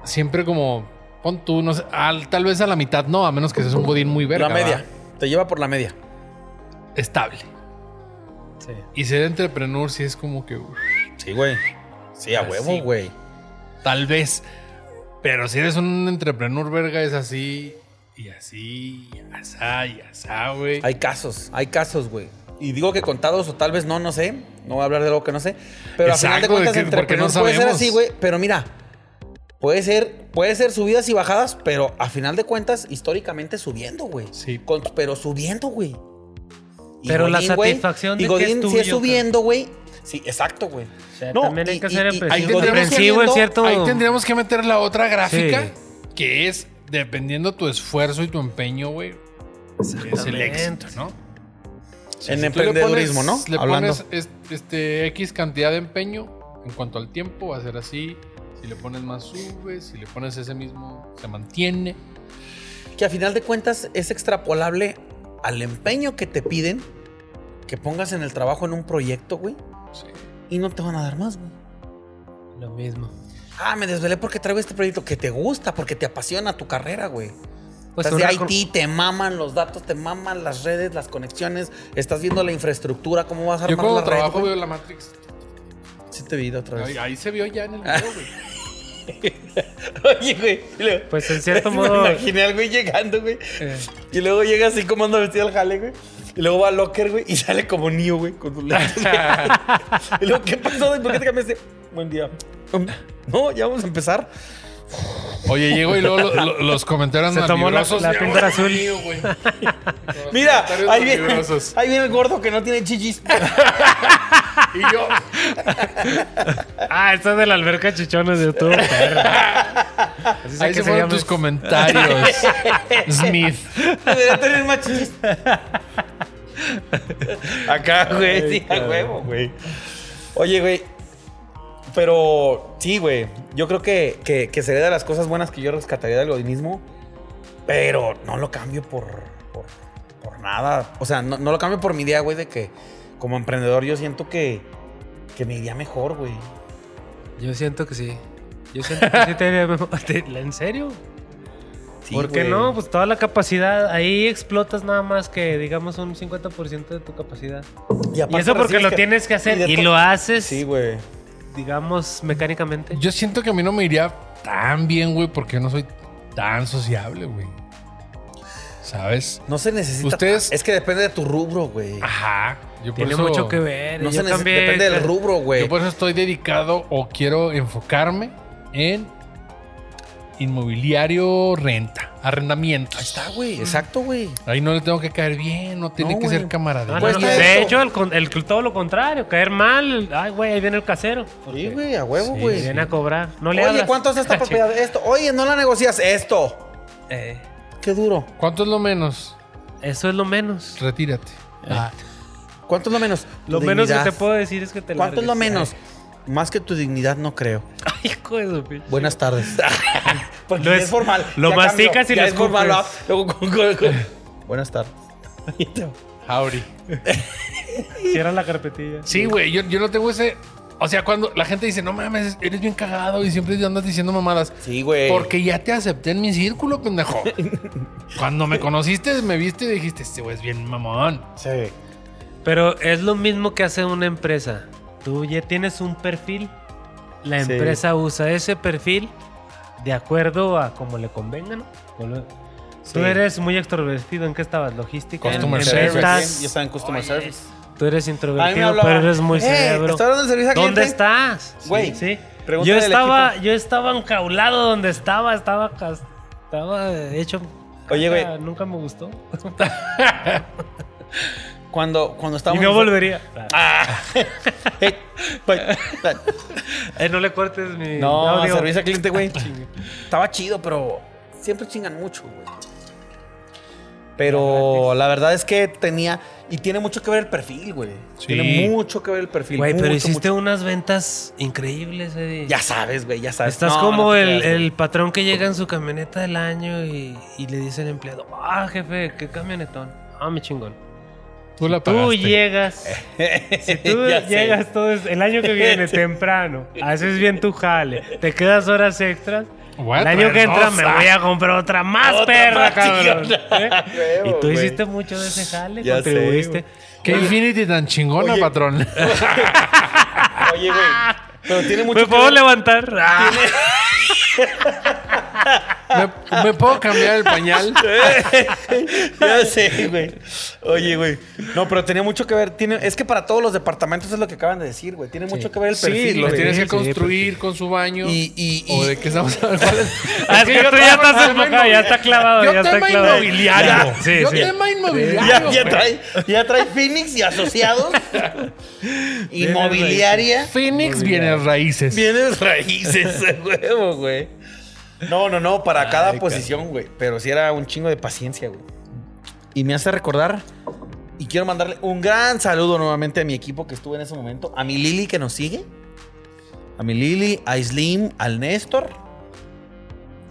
siempre como. Pon tú, no sé, al- tal vez a la mitad, no, a menos que seas un godín muy verga.
la media.
¿va?
Te lleva por la media.
Estable.
Sí.
Y ser entrepreneur sí es como que. uff,
Sí, güey. Sí, a
Ah,
huevo,
sí.
güey.
Tal vez. Pero si eres un entrepreneur verga, es así. Y así, y asá, y asá, güey.
Hay casos, hay casos, güey. Y digo que contados o tal vez no, no sé. No voy a hablar de algo que no sé. Pero al final de
Exacto,
cuentas,
de que- porque no
entrepreneur puede ser
sabemos.
así, güey. Pero mira, puede ser, puede ser subidas y bajadas, pero a final de cuentas, históricamente subiendo, güey.
Sí.
Con- pero subiendo, güey. Y
Pero la satisfacción
güey,
de que es
Y Godín sí
tuyo,
es subiendo, güey. Sí, exacto, güey.
O sea,
No,
también
y-
hay que
y-
ser
y-
ahí
aprensivo,
tendríamos que
aprensivo en
viendo-
cierto.
Ahí tendríamos que meter la otra gráfica,
Sí.
que es dependiendo tu esfuerzo y tu empeño, güey. Es el éxito, ¿no?
En
tú le
emprendedurismo,
pones-
¿no?
Le
Hablando.
pones es- este X cantidad de empeño en cuanto al tiempo, va a ser así. Si le pones más, sube. Si le pones ese mismo, se mantiene.
que a final de cuentas es extrapolable al empeño que te piden que pongas en el trabajo en un proyecto, güey. Y no te van a dar más, güey.
Lo mismo.
Ah, me desvelé porque traigo este proyecto que te gusta, porque te apasiona tu carrera, güey.
Pues
estás
una
de
cor-
IT, te maman los datos, te maman las redes, las conexiones, estás viendo la infraestructura, cómo vas a
Yo
armar
cuando
la red,
trabajo
güey. Pues.
veo la Matrix.
Sí te vi otra
Ahí,
vez.
ahí se vio ya en el video, güey.
Oye, güey. y luego-
Pues en cierto
me
modo.
imaginé al güey llegando, güey.
eh,
Y luego llega así como anda vestido al jale, güey. Y luego va al locker, güey, y sale como Neo, güey, con sus lentes. güey. y luego, ¿qué pasó? güey? ¿Por qué te cambiaste? Buen día. Um, No, ya vamos a empezar.
Oye, llego y luego lo- lo- los comentarios
Se tomó la-
malvibrosos.
la
Ya,
píldora
güey,
azul.
mío, güey. Los
Mira,
comentarios
ahí viene,
malvibrosos.
ahí viene el gordo que no tiene chichis.
Y yo,
Ah, esto es de la alberca chichones de YouTube. perro. Así sé
ahí
que
se
se
fueron
llama.
tus comentarios, Smith.
Debería tener más chichis. Acá, güey, sí, a huevo, güey. Oye, güey. Pero sí, güey. Yo creo que, que, que sería de las cosas buenas que yo rescataría del godinismo. Pero no lo cambio por, por, por nada. O sea, no, no lo cambio por mi idea, güey, de que como emprendedor yo siento que, que me iría mejor, güey.
Yo siento que sí. Yo siento que sí te te- ¿En serio?
Sí,
¿Por qué
güey.
no? Pues toda la capacidad. Ahí explotas nada más que, digamos, un 50% de tu capacidad. Y
aparte
eso porque
recibes
lo
que-
tienes que
y de
hacer y
to-
lo haces,
Sí, güey.
digamos, mecánicamente.
Yo siento que a mí no me iría tan bien, güey, porque yo no soy tan sociable, güey. ¿Sabes?
No se necesita.
Ustedes-
Es que depende de tu rubro, güey.
Ajá. Yo por
Tiene
eso-
mucho que ver.
No
yo pues,
se neces-
cambié-
depende del rubro, güey.
Yo por eso estoy dedicado o quiero enfocarme en inmobiliario renta, arrendamiento.
Ahí está, güey. Exacto, güey.
Ahí no le tengo que caer bien, no tiene
No,
que
güey.
ser camarada.
Ah, no,
Pues
no,
eso.
de hecho, el, con- el- todo lo contrario, caer mal. Ay, güey, ahí viene el casero.
Sí,
Porque
güey, a huevo,
te
güey.
Viene a cobrar. No le
Oye,
hablas.
¿cuánto es esta propiedad? Esto. Oye, no la negocias. Esto.
Eh,
Qué duro.
¿Cuánto es lo menos?
eso es lo menos.
Retírate. Ah,
¿Cuánto es lo menos?
Lo
Tu
menos que
dignidad.
te puedo decir es que te
¿Cuánto es lo
largues.
menos? Más que tu dignidad, no creo.
Ay, hijo de su pinche.
Buenas tardes. Porque
Lo
ya
es-
es formal.
lo
Ya
masticas
cambió,
y
ya
lo
es formal.
escupes.
ah. Luego, con- con- con- Buenas tardes.
Jauri.
Cierra la carpetilla.
Sí, güey, yo, yo no tengo ese... O sea, cuando la gente dice, no mames, eres bien cagado y siempre andas diciendo mamadas.
Sí, güey.
Porque ya te acepté en mi círculo, pendejo. Cuando me conociste, me viste y dijiste, este güey es bien mamón.
Sí.
Pero es lo mismo que hace una empresa. Tú ya tienes un perfil. La
Sí.
empresa usa ese perfil de acuerdo a como le convenga, ¿no? O lo- Tú
Sí.
eres muy extrovertido. ¿En qué estabas? Logística. en-
Customer
en
service.
ventas.
Yo estaba en customer service.
Tú eres introvertido,
hablaba,
pero eres muy
"Eh,
cerebro.
¿está hablando del servicio al
¿Dónde
cliente?
estás?
Güey,
Sí. Yo
pregúntale al
estaba,
equipo.
yo estaba encaulado donde estaba, estaba, cas- estaba hecho.
Oye,
caca,
güey.
Nunca me gustó.
Cuando, cuando
Y
estábamos.
no volvería.
Ah. Eh, pa- pa-
Eh, no le cortes mi
No,
audio.
servicio al cliente, güey. Estaba chido, pero siempre chingan mucho, güey. Pero la verdad es que tenía. Y tiene mucho que ver el perfil, güey.
Sí.
Tiene mucho que ver el perfil.
Güey, pero
mucho,
hiciste
mucho.
unas ventas increíbles, Eddie.
Ya sabes, güey, ya sabes.
Estás
No,
como
no te
el,
creas, güey.
el patrón que llega en su camioneta del año y, y le dice al empleado, ah, jefe, qué camionetón. Ah, mi chingón.
Tú la
Tú
pagaste.
llegas. Si tú
Ya sé.
llegas todo es- el año que viene temprano, haces bien tu jale, te quedas horas extras.
Voy a
el año
traer
que entra
dos,
me
ah.
voy a comprar otra más
Otra
perra,
más
cabrón.
chingona.
¿Eh?
Huevo,
Y tú
güey.
hiciste mucho de ese jale,
Ya sé,
contribuiste.
Qué Infinity tan chingona,
Oye.
patrón.
Oye, güey. Pero tiene mucho
¿Me
que
puedo
ver-
levantar? Ah,
¿Me, me puedo cambiar el pañal?
ya sé, güey. Oye, güey. No, pero tenía mucho que ver. Tiene, es que para todos los departamentos es lo que acaban de decir, güey. Tiene mucho que ver el perfil.
Sí, lo
güey.
tienes que
Sí,
construir con su baño.
Y- y- y-
¿O de qué estamos hablando? ¿Cuál es?
Ah, es que tú ya estás enfocado, ya está clavado,
Yo
ya está
tema
clavado.
inmobiliario.
Ya, sí,
Yo
sí.
tema
Ya,
inmobiliario.
ya
güey.
trae, ya trae Phoenix y asociados. inmobiliaria.
Phoenix bienes raíces.
Bienes raíces, a huevo, güey. No, no, no, para cada posición, güey. Pero sí era un chingo de paciencia, güey. Y me hace recordar. Y quiero mandarle un gran saludo nuevamente a mi equipo que estuvo en ese momento. A mi Lili que nos sigue. A mi Lili, a Slim, al Néstor.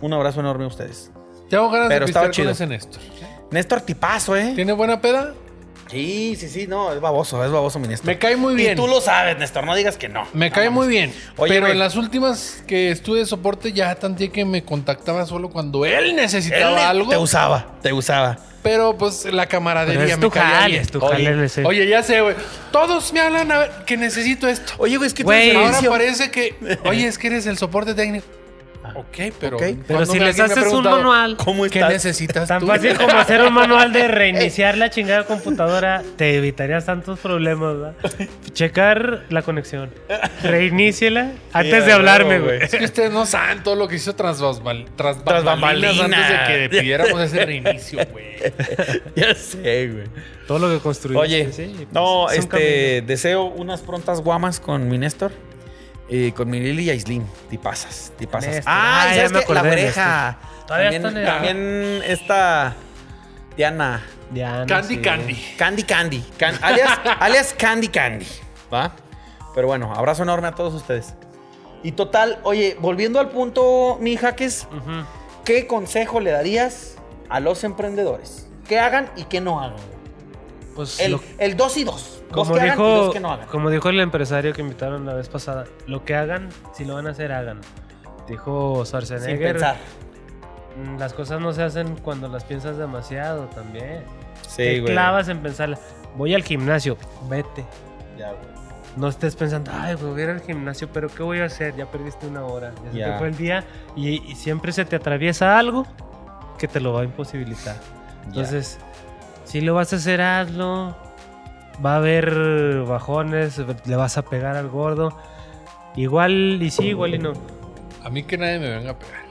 Un abrazo enorme a ustedes.
Tengo ganas
Pero
de pistear
estaba chido.
con ese Néstor.
Néstor Tipazo, ¿eh?
¿Tiene buena peda?
Sí, sí, sí, no, es baboso, es baboso mi Néstor.
Me cae muy
Y
bien.
tú lo sabes, Néstor, no digas que no.
Me cae muy bien.
Oye,
pero
güey.
en las últimas que estuve de soporte ya tanteé que me contactaba solo cuando él necesitaba
Él
algo.
te usaba, te usaba.
Pero pues la
Pero
camaradería
es
me
tu
caía
jale,
bien.
es tu
Oye,
jale. ese.
Oye, ya sé, güey. Todos me hablan a ver que necesito esto.
Oye, güey, es que
Güey,
tienes
Oye,
Ahora
servicio.
parece que, oye, es que eres el soporte técnico. Ok, pero.
Ok.
cuando
Ah. pero si
me-
les
alguien me ha
haces un
preguntado,
manual
¿Cómo
¿Qué
estás?
necesitas
tan
tú?
fácil como hacer un manual de reiniciar la chingada computadora, te evitarías tantos problemas, ¿verdad? Checar la conexión. Reiníciela antes de
a
hablarme,
huevo,
güey.
Es que ustedes no saben todo lo que hizo tras, basbal- tras
Tras
bambalinas
bambalinas.
antes de que pidiéramos ese reinicio, güey.
Ya sé, güey.
Todo lo que construiste.
Oye,
sí, pues,
no,
es un
este, deseo unas prontas guamas con mi Néstor. Y con mi Lili y Aislin. Te pasas, te pasas.
Néstor. Ah,
Ah, y
ya
¿sabes
me
qué? La
acordé de
oreja.
Todavía
también,
están en-
también esta Diana.
camino. Diana,
Candy
sí.
Candy.
Candy Candy. Can- alias, alias Candy Candy. ¿Va? Pero bueno, abrazo enorme a todos ustedes. Y total, oye, volviendo al punto, mi jaques,
Ujú.
¿qué consejo le darías a los emprendedores? ¿Qué hagan y qué no hagan?
Pues
El,
lo-
el dos y dos. Dos
como
que hagan y dos
dijo,
que no hagan.
como dijo el empresario que invitaron la vez pasada, lo que hagan, si lo van a hacer, hagan. Dijo
Sin
Schwarzenegger,
pensar.
mm, las cosas no se hacen cuando las piensas demasiado también.
Sí,
Te clavas en pensar, voy al gimnasio, vete. No estés pensando, ay, güey, voy a ir al gimnasio, pero ¿qué voy a hacer? Ya perdiste una hora, ya se
Ya.
te fue el día y, y siempre se te atraviesa algo que te lo va a imposibilitar. Entonces, si lo vas a hacer, hazlo. Va a haber bajones, le vas a pegar al gordo. Igual y sí, igual y no.
A mí que nadie me venga a pegar.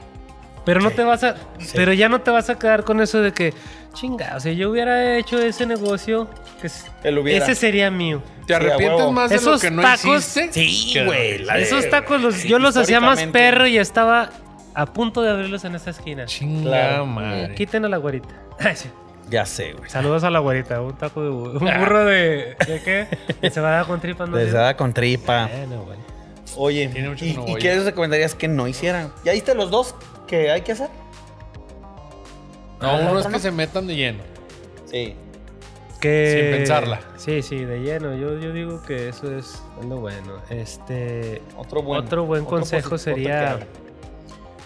Pero no te vas a. Pero ya no te vas a quedar con eso de que. Chinga, o sea, yo hubiera hecho ese negocio. que es-
El hubiera.
Ese sería mío.
¿Te arrepientes
huevo.
más de lo
Esos
que no
tacos-
hiciste?
Sí,
que- eh,
güey. la de-
Esos tacos los- yo los hacía más
históricamente.
perro y estaba a punto de abrirlos en esa esquina.
Chinga
Claro.
madre.
Quiten a la güerita. Ay, sí.
Ya sé, güey.
Saludos a la güerita. Un taco de bu-
Ah.
un burro de. ¿De qué? Se va a dar con tripa, ¿no?
Desada con tripa.
Bueno, güey.
Oye,
Tiene mucho
¿y,
que no
y
voy.
qué les recomendarías que no hicieran? ¿Ya viste los dos que hay que hacer?
No, uno es que se metan de lleno.
Sí.
Que-
Sin pensarla.
Sí, sí, de lleno. Yo, yo digo que eso es es lo bueno. Este.
Otro buen,
otro buen consejo
posi- otro que
sería.
hagan.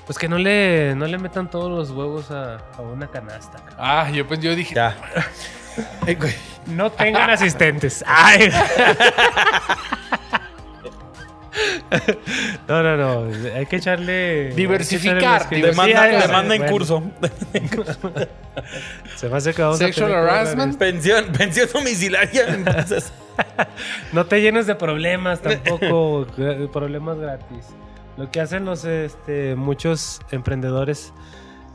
Pues que no le, no le metan todos los huevos a, a una canasta. cabrón.
Ah, yo, pues, yo dije,
Ya. Ay, güey.
No tengan asistentes. Ay. No, no, no. Hay que echarle.
Diversificar.
hay que echarle los-
Demanda-
Sí, hay-
demanda
bueno, Se me hace que vamos a
Sexual
tener que hablar de
harassment.
Pensión, pensión domiciliaria. entonces.
No te llenes de problemas tampoco, gra- problemas gratis. Lo que hacen los este, muchos emprendedores,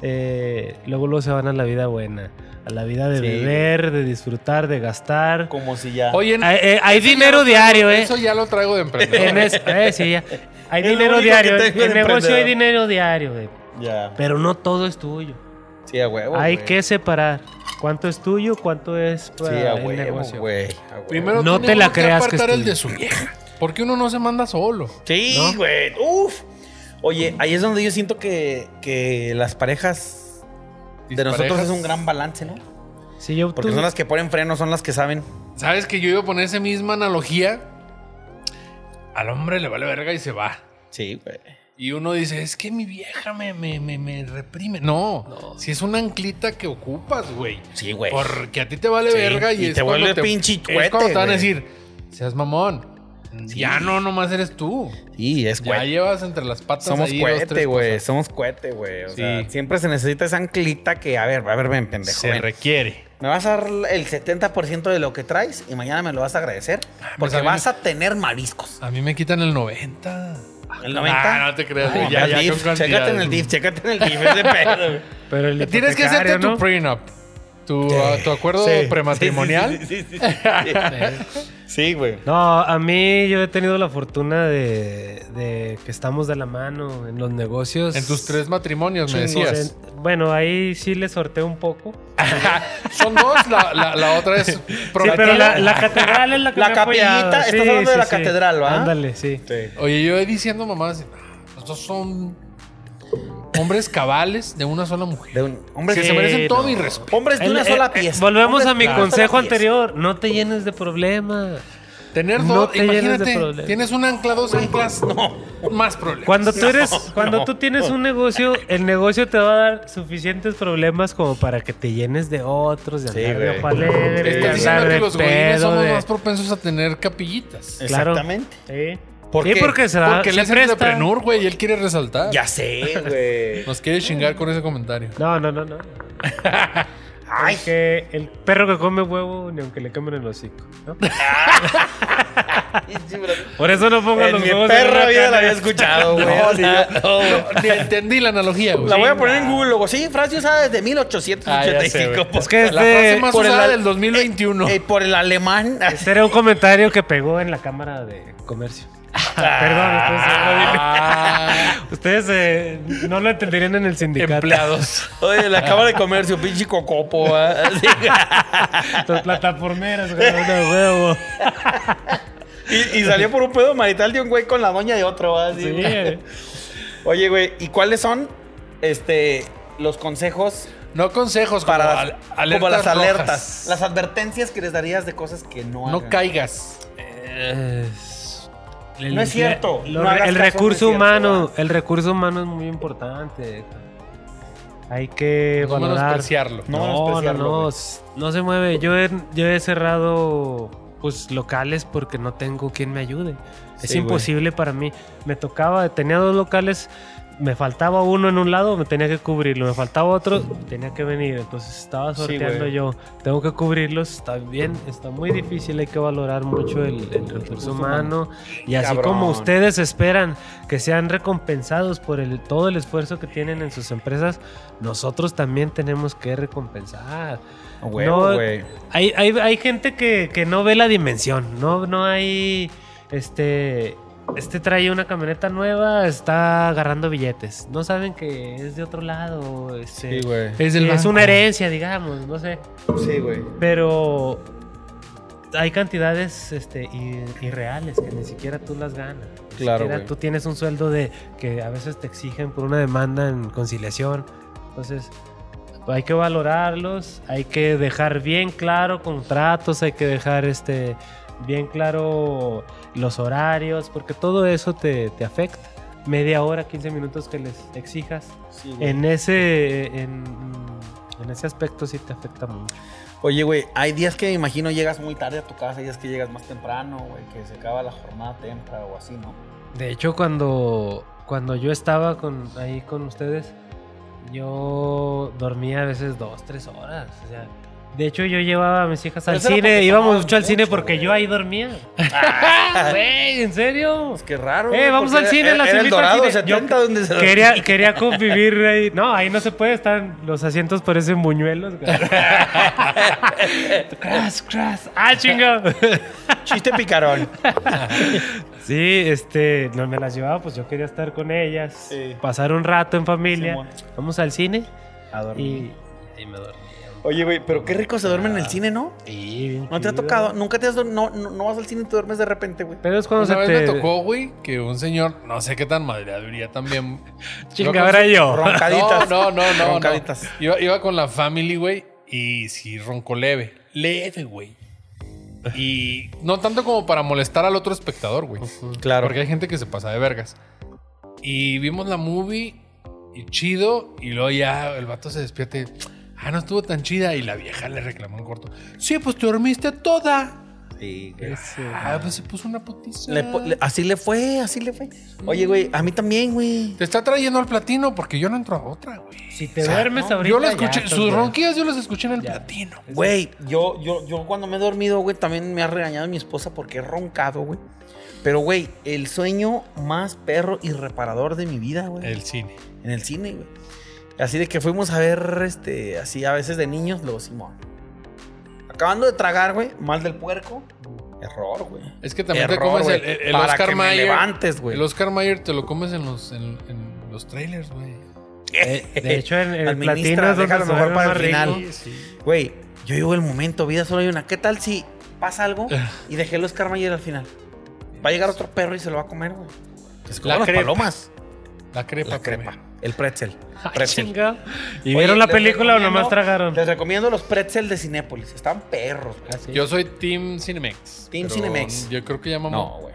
eh, luego luego se van a la vida buena, a la vida de
Sí.
beber, de disfrutar, de gastar.
Como si ya.
oye,
Hay, eh, hay
eso ya
dinero
lo traigo-
diario, ¿eh?
Eso ya lo traigo de
En
emprendedor.
es- eh, sí, ya. Hay
Es lo
dinero
único
diario,
que
en
tengo de
el negocio hay
emprendedor.
dinero diario, güey.
Ya.
Pero no todo es tuyo.
Sí, a huevo.
hay
Oh, güey.
que separar cuánto es tuyo, cuánto es para
Sí, a
el
huevo,
negocio.
güey. a huevo.
Primero
No
tiene
te la
uno que
creas que es
apartar el
tuyo.
de su vieja. Porque uno no se manda solo.
Sí, güey. Uf. Oye, ahí es donde yo siento que, que las parejas de
Mis
nosotros
parejas-
es un gran balance, ¿no?
Si yo
Porque
tuve-
son las que ponen freno, son las que saben.
¿Sabes que yo iba a poner esa misma analogía? Al hombre le vale verga y se va.
Sí, güey.
Y uno dice, es que mi vieja me, me, me, me reprime. No, si es una anclita que ocupas, güey.
Sí, güey.
Porque a ti te vale
pues. Sí,
verga
y
y, es
te
cuando
vuelve pinche
es
cuete,
cuando te van a
güey.
decir, seas mamón. Ya no, nomás eres tú.
Sí, es
Ya
güey.
llevas entre las patas
Somos
ahí dos,
cohete,
tres
güey.
cosas.
Somos cohete, güey. O
Sí.
sea, siempre se necesita esa anclita que, a ver, a ver, ven, pendejo.
Se
ven.
requiere.
Me vas a dar el 70% de lo que traes y mañana me lo vas a agradecer
pues
porque
a mí
vas a tener mariscos.
A mí me quitan el 90.
¿El 90?
Ah, no te creas.
No,
güey, ya,
el
ya,
DIF,
con cantidad,
chécate en el
güey.
DIF, chécate en el DIF, ese pedo. güey.
Pero el
Tienes que hacerte
hipotecario,
tu prenup. Tu, ah, tu acuerdo
Sí.
prematrimonial.
Sí, sí, sí, sí, sí. Sí, güey.
No, a mí yo he tenido la fortuna de, de que estamos de la mano en los negocios.
En tus tres matrimonios, me
Chingos,
decías.
en- bueno, ahí sí le sorteo un poco.
Son dos, la, la- la otra es
Sí,
prometida.
pero la, la catedral es la que
La
me ha apoyado.
capillita, estás
Sí,
hablando de
sí,
la
sí.
catedral, ¿va?
Ándale, sí.
Sí.
Oye, yo diciendo mamás, los dos "Ah, son hombres cabales de una sola mujer.
De un- hombres
que se
Sí,
merecen todo
no.
mi respeto.
Hombres de
El-
una
eh,
sola
eh,
pieza.
volvemos a mi
Hombres de una
consejo
sola pieza.
anterior. No te llenes de problemas.
Tener
No
dos,
te llenes de
imagínate,
problemas.
tienes un ancla, dos anclas, no, más problemas.
Cuando tú eres, cuando
no.
tú tienes un negocio, el negocio te va a dar suficientes problemas como para que te llenes de otros, de
Sí,
andar de
güey.
ojo alegre,
Estás
de
diciendo
andar
que
de
los godines
pedo,
somos
de-
más propensos a tener capillitas.
Claro.
Exactamente.
Sí.
¿Por
Sí,
qué?
porque se da,
Porque él
se
es entrepreneur, güey, y él quiere resaltar.
Ya sé, güey.
Nos quiere chingar con ese comentario.
No, no, no, no.
Ay.
Porque el perro que come huevo, ni aunque le quemen el hocico. ¿no? Por eso no pongan
En
los
mi
huevos
perra
una
vida la había
cana.
escuchado, güey. O sea,
Ni entendí la analogía, güey.
La voy a poner en Google. luego. Sí, frase usada desde 1885.
Ah, ya sé,
por-
Es que es
La frase
de-
más
por el
usada
al-
del 2021.
eh, por el alemán.
Este era un comentario que pegó en la Cámara de Comercio.
Ah,
Perdón, ustedes, eh, ustedes, eh, no lo entenderían en el sindicato.
empleados.
Oye, la Cámara de Comercio, pinche cocopo. ¿ah? Sí.
Los plataformeras, güey, no, huevo.
Y, y salió por un pedo marital de un güey con la doña de otro. ¿ah? Sí,
Sí,
güey.
eh.
Oye, güey, ¿y cuáles son este, los consejos
No consejos Pues como
para
al-
las, como las
rojas.
alertas? Las advertencias que les darías de cosas que no
No
hagan.
caigas.
El-
No es cierto,
lo-
no hagas
el
caso,
recurso
no es
humano,
cierto.
el recurso humano es muy importante. Héctor. Hay que
No
valorar.
menospreciarlo.
No,
No
no,
menospreciarlo,
no,
güey.
s- no se mueve. Yo he, yo he cerrado pues locales porque no tengo quien me ayude. es
Sí, güey.
imposible para mí. Me tocaba, tenía dos locales, me faltaba uno en un lado, me tenía que cubrirlo, me faltaba otro, tenía que venir. Entonces estaba
Sí,
sorteando
güey.
yo. Tengo que cubrirlos, está bien, está muy difícil, hay que valorar mucho el, el recurso humano. Y así
Cabrón.
como ustedes esperan que sean recompensados por el, todo el esfuerzo que tienen en sus empresas, nosotros también tenemos que recompensar.
Huevo,
No,
Ah, güey.
Hay, hay, hay gente que, que no ve la dimensión, no, no hay este. Este trae una camioneta nueva, está agarrando billetes. No saben que es de otro lado. Este,
Sí, güey.
Es
que
del
es
banco.
una herencia, digamos, no sé.
Sí, güey.
Pero hay cantidades este, i- irreales que ni siquiera tú las ganas. Ni
Claro,
siquiera
güey.
tú tienes un sueldo de que a veces te exigen por una demanda en conciliación. Entonces, hay que valorarlos, hay que dejar bien claro contratos, hay que dejar este bien claro los horarios, porque todo eso te, te afecta. Media hora, 15 minutos que les exijas.
Sí, güey.
En ese, en, en ese aspecto sí te afecta mucho.
Oye, güey, hay días que me imagino llegas muy tarde a tu casa, hay días que llegas más temprano, güey, que se acaba la jornada temprano o así, ¿no?
De hecho, cuando, cuando yo estaba con, ahí con ustedes, yo dormía a veces dos, tres horas. o sea, de hecho, yo llevaba a mis hijas al
Eso era
cine,
porque
íbamos
tomaban
mucho al cine
mucho,
porque
güey. Ah.
yo ahí dormía. Güey, ¿en serio?
Pues qué raro.
Eh,
güey,
vamos
porque
al cine,
era-
las
era el
invito al
dorado,
cine.
70
Yo
donde se
Quería, quería convivir ahí. No, ahí no se puede, están los asientos parecen buñuelos. güey. crash, crash. Ah, chingado.
Chiste picarón.
Sí, este, no me las llevaba, pues yo quería estar con ellas,
Sí.
pasar un rato en familia.
Simón.
Vamos al cine y.
A
Ah,
dormir.
Y me dormía.
Oye, güey, pero qué rico se duerme en el cine, ¿no? ¿No te ha tocado? ¿Nunca te has dorm- no, no, no vas al cine y te duermes de repente, güey?
Pero es cuando
Una
se
vez
te.
me tocó, güey, que un señor, no sé qué tan madreaduría también.
Chingadera yo.
No,
Roncaditas.
no, no, no. no.
Roncaditas.
Iba, iba con la family, güey, y sí roncó leve. Leve, güey. Y no tanto como para molestar al otro espectador, güey.
Claro.
Porque hay gente que se pasa de vergas. Y vimos la movie y chido. Y luego ya el vato se despierta y, ah, no estuvo tan chida. Y la vieja le reclamó en corto. Sí, pues te dormiste toda.
Sí, güey.
Ese-
Ah, pues se puso una putiza.
Le po- le- así le fue, así le fue. Oye, güey, a mí también, güey.
Te está trayendo al platino porque yo no entro a otra, güey.
Si te duermes ahorita.
Yo lo
ya
escuché,
estás
sus
bien.
ronquidas yo las escuché en el platino.
Güey, yo, yo, yo cuando me he dormido, güey, también me ha regañado mi esposa porque he roncado, güey. Pero, güey, el sueño más perro y reparador de mi vida, güey.
El cine.
En el cine, güey. Así de que fuimos a ver, este, así a veces de niños, luego Simón. Acabando de tragar, güey, mal del puerco. Error, güey.
Es que también te
Error,
comes el,
güey.
el- el
Para
Oscar
que me
Mayer.
levantes, güey.
el Oscar Mayer te lo comes en los, en, en los trailers, güey. eh,
De, de hecho, en, en el
Administra,
platino es donde
déjalo
se
mejor
duerme
para el
más rico.
final. Güey, yo llevo el momento, vida solo hay una. ¿Qué tal si pasa algo y dejé el Oscar Mayer al final? Va a llegar otro perro y se lo va a comer, güey. Es como
La
las
crepa.
palomas.
La crepa.
La crepa.
primero.
El pretzel.
Ay,
pretzel.
chingado. Ah, ¿Y
Oye,
vieron la
les
película o
recomiendo-
nomás tragaron?
Les recomiendo los pretzel de Cinépolis. Están perros, güey.
Ah, sí.
Yo soy Team Cinemex.
Team
pero
Cinemex.
Yo creo que ya mamó.
No, güey.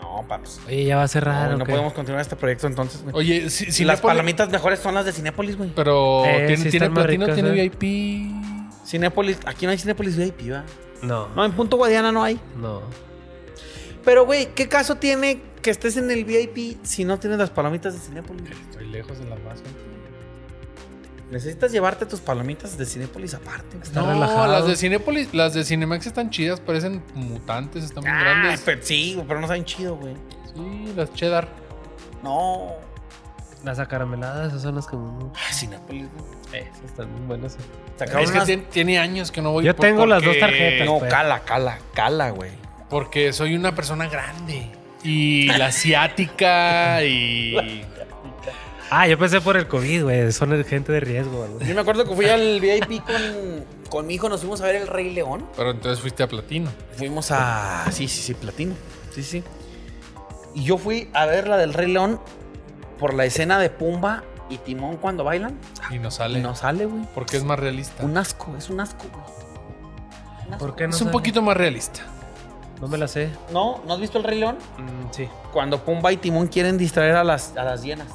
No, paps.
Oye, ya va a cerrar.
No,
¿o
no
qué?
podemos continuar este proyecto entonces, güey.
Oye, si,
Si las palomitas mejores son las de Cinépolis, güey.
Pero
Eh,
tiene,
sí
tiene
están más
platino,
ricas,
tiene
eh.
VIP.
Cinépolis, aquí no hay Cinépolis VIP, ¿va?
No,
No, en Punto Guadiana no hay.
no.
Pero, güey, ¿qué caso tiene que estés en el VIP si no tienes las palomitas de Cinépolis?
Estoy lejos de la más.
Necesitas llevarte tus palomitas de Cinépolis aparte. güey.
Está
No,
relajado.
las de Cinepolis, las de Cinemax están chidas, parecen mutantes, están muy
Ah,
grandes.
pero sí, güey, pero no saben chido, güey.
Sí, las cheddar.
No.
Las acarameladas, esas son las que. Mm,
Ah, Cinépolis, güey.
Eh, esas están muy buenas.
Sacaron
es que
unas-
tiene, tiene años que no voy.
Yo
por-
tengo las dos tarjetas.
No,
pues.
cala, cala, cala, güey.
Porque soy una persona grande. Y la asiática y...
Ah, yo pensé por el COVID, güey. Son el- gente de riesgo, güey.
Yo me acuerdo que fui al VIP con, con mi hijo, nos fuimos a ver el Rey León.
Pero entonces fuiste a platino.
Fuimos a. Sí, sí, sí, platino. Sí, sí. Y yo fui a ver la del Rey León por la escena de Pumba y Timón cuando bailan.
Y no
Y
sale.
no sale, güey.
Porque es más realista.
Un asco, es un asco, güey. Un asco.
¿Por qué no?
es un
sabe?
poquito más realista.
No me la sé.
No, ¿no has visto el Rey León?
Mm, sí.
Cuando Pumba y Timón quieren distraer a las, a las hienas.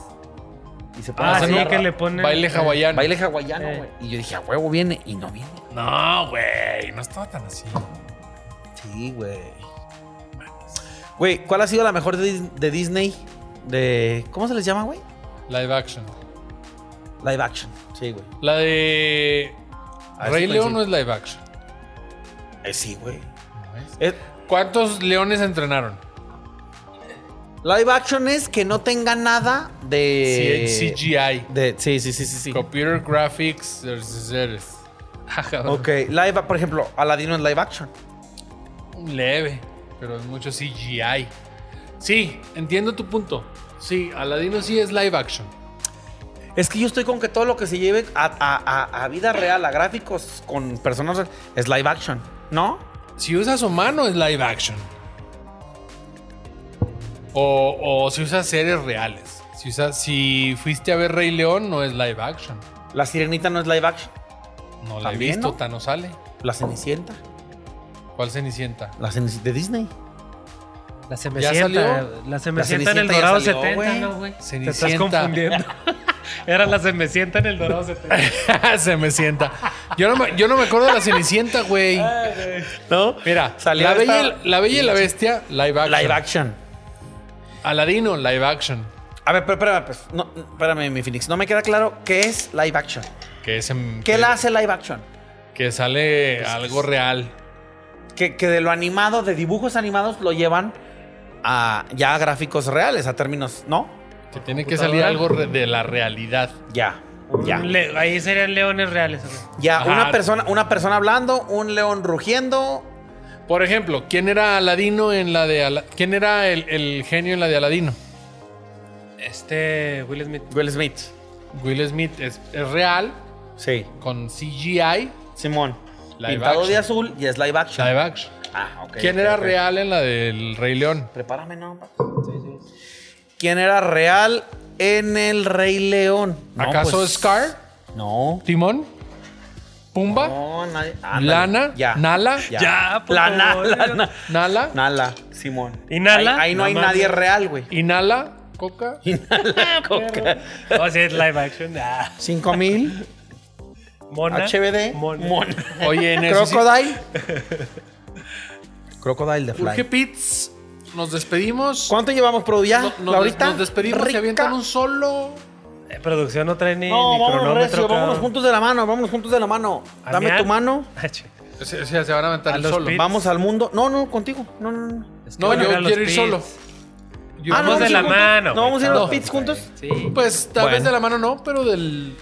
Y se ponen a
Ah,
hacer
sí,
la-
que le ponen.
Baile
eh,
hawaiano.
Baile hawaiano,
Eh.
güey. Y yo dije, a huevo viene. Y no viene.
No, güey. No estaba tan así.
Sí, güey. Güey, ¿cuál ha sido la mejor de, Dis- de Disney? De. ¿Cómo se les llama, güey?
Live action.
Live action. Sí, güey.
La de...
Ah,
Rey
sí,
León
coincide.
no es live action.
Eh, sí, güey.
¿no es?
Eh,
¿Cuántos leones entrenaron?
live action es que no tenga nada de.
Sí, es CGI.
de- sí, sí, sí, sí. sí.
Computer graphics. Ah, there's- there's- Ajá,
Ok, live, por ejemplo, Aladino es live action.
Un leve, pero es mucho CGI. Sí, entiendo tu punto. Sí, Aladino sí es live action.
Es que yo estoy con que todo lo que se lleve a, a- a- a vida real, a gráficos con personas, reales, es live action, ¿no?
Si usas humano es live action. O, o si usas seres reales. Si, usas, si fuiste a ver Rey León no es live action.
La sirenita no es live action.
No la he
También,
visto,
¿no?
tan no sale.
La cenicienta.
¿Cuál Cenicienta?
La cenicienta de Disney.
La
¿Ya
Cenicienta.
salió?
La Cenicienta en el
Cenicienta ya
Dorado
salió,
70,
güey.
¿no, güey? Te estás
Cenicienta.
confundiendo. Era la Cenicienta en el Dorado 70.
Se me sienta. Yo no me, yo no me acuerdo de la Cenicienta, güey.
¿No?
Mira,
Salió
la, bella,
esta-
la Bella y la Bestia, live action.
Live action.
Aladino, live action.
A ver, pero espérame, pues, no, espérame, mi Phoenix. No me queda claro qué es live action.
Que es en-
¿Qué
que-
la hace live action?
Que sale algo real.
Que, que de lo animado, de dibujos animados, lo llevan a ya a gráficos reales, a términos, ¿no?
Que tiene que salir algo re- de la realidad.
Ya, ya.
Un le- Ahí serían leones reales. güey.
Ya,
Ajá.
una persona, una persona hablando, un león rugiendo.
Por ejemplo, ¿quién era Aladino en la de Ala- ¿Quién era el, el genio en la de Aladino?
Este Will Smith.
Will Smith.
Will Smith es, es real,
Sí.
con CGI,
Simón.
Live
Pintado de
action.
azul y es live action.
live action.
Ah, ok.
¿Quién
ok,
era
ok.
real en la del Rey León?
Prepárame, no. ¿Quién era real en el Rey León? No,
¿Acaso
pues,
Scar?
No.
¿Timón? ¿Pumba?
No, nadie. ándale.
¿Lana?
Ya.
¿Nala?
Ya.
Ya, por
Lana,
favor.
Lana.
¿Nala?
Nala, Simón.
¿Y Nala?
Ahí, ahí no
No
hay
mames.
nadie real, güey.
¿Inhala? ¿Coca?
Coca.
No, si Oh, es live action. ah.
5000,
Mona.
HBD,
Mona.
Mona.
Oye, en
Crocodile. Crocodile de Fly.
Urge Pits. Nos despedimos.
¿Cuánto llevamos, Produ? Ya,
No- nos,
Laurita.
nos despedimos y
Rica.
avientan un solo.
Eh, producción no trae ni,
No,
ni
vámonos
cronómetro.
recio, vámonos
cabrón.
juntos de la mano, vámonos juntos de la mano.
¿A
Dame
mear?
tu mano,
Ah, che.
O sea, o sea, se van a aventar
A
el
los
solo.
Pits.
vamos al mundo. No, no, contigo. No, no, no.
Es que
No,
van a
yo
ver a los
quiero ir
Pits.
solo. Yo-
Ah,
no,
vamos de
sí,
la
juntos.
mano. Ah,
No, vamos a ir a los pits
pits
juntos.
Sí.
Pues tal
Bueno.
vez de la mano no, pero del.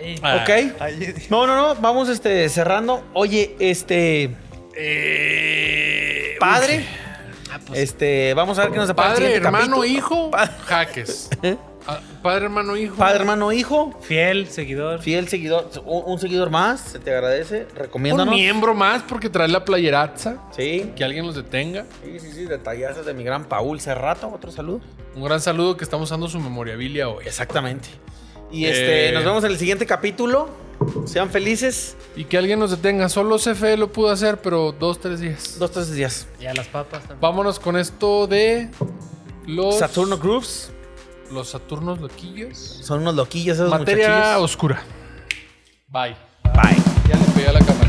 Ahí.
Ah.
Ok. No, no, no. Vamos este, cerrando. Oye, este.
Eh,
Padre.
Ah, pues.
Este, vamos a ver qué nos depara el
Padre,
siguiente
hermano,
capítulo.
hijo.
Pa-
Jaques.
¿Eh?
Ah, Padre, hermano, hijo.
Padre, hermano, hijo.
Fiel seguidor.
Fiel seguidor, un, un seguidor más, se te agradece.
Un
Recomiéndanos.
miembro más porque trae la playeraza.
Sí,
Que alguien los detenga.
sí, sí, sí, detallazos de mi gran Paul Cerrato. Otro saludo.
Un gran saludo que estamos usando su memorabilia hoy.
Exactamente. Y este,
Eh.
nos vemos en el siguiente capítulo. Sean felices.
Y que alguien nos detenga. Solo CFE lo pudo hacer, pero dos, tres días.
Dos, tres días.
Y a las papas también.
Vámonos con esto de los
Saturno Grooves.
Los Saturnos loquillos.
Son unos loquillos esos
Materia
muchachillos.
oscura. Bye.
Bye.
Ya le pegué a la cámara.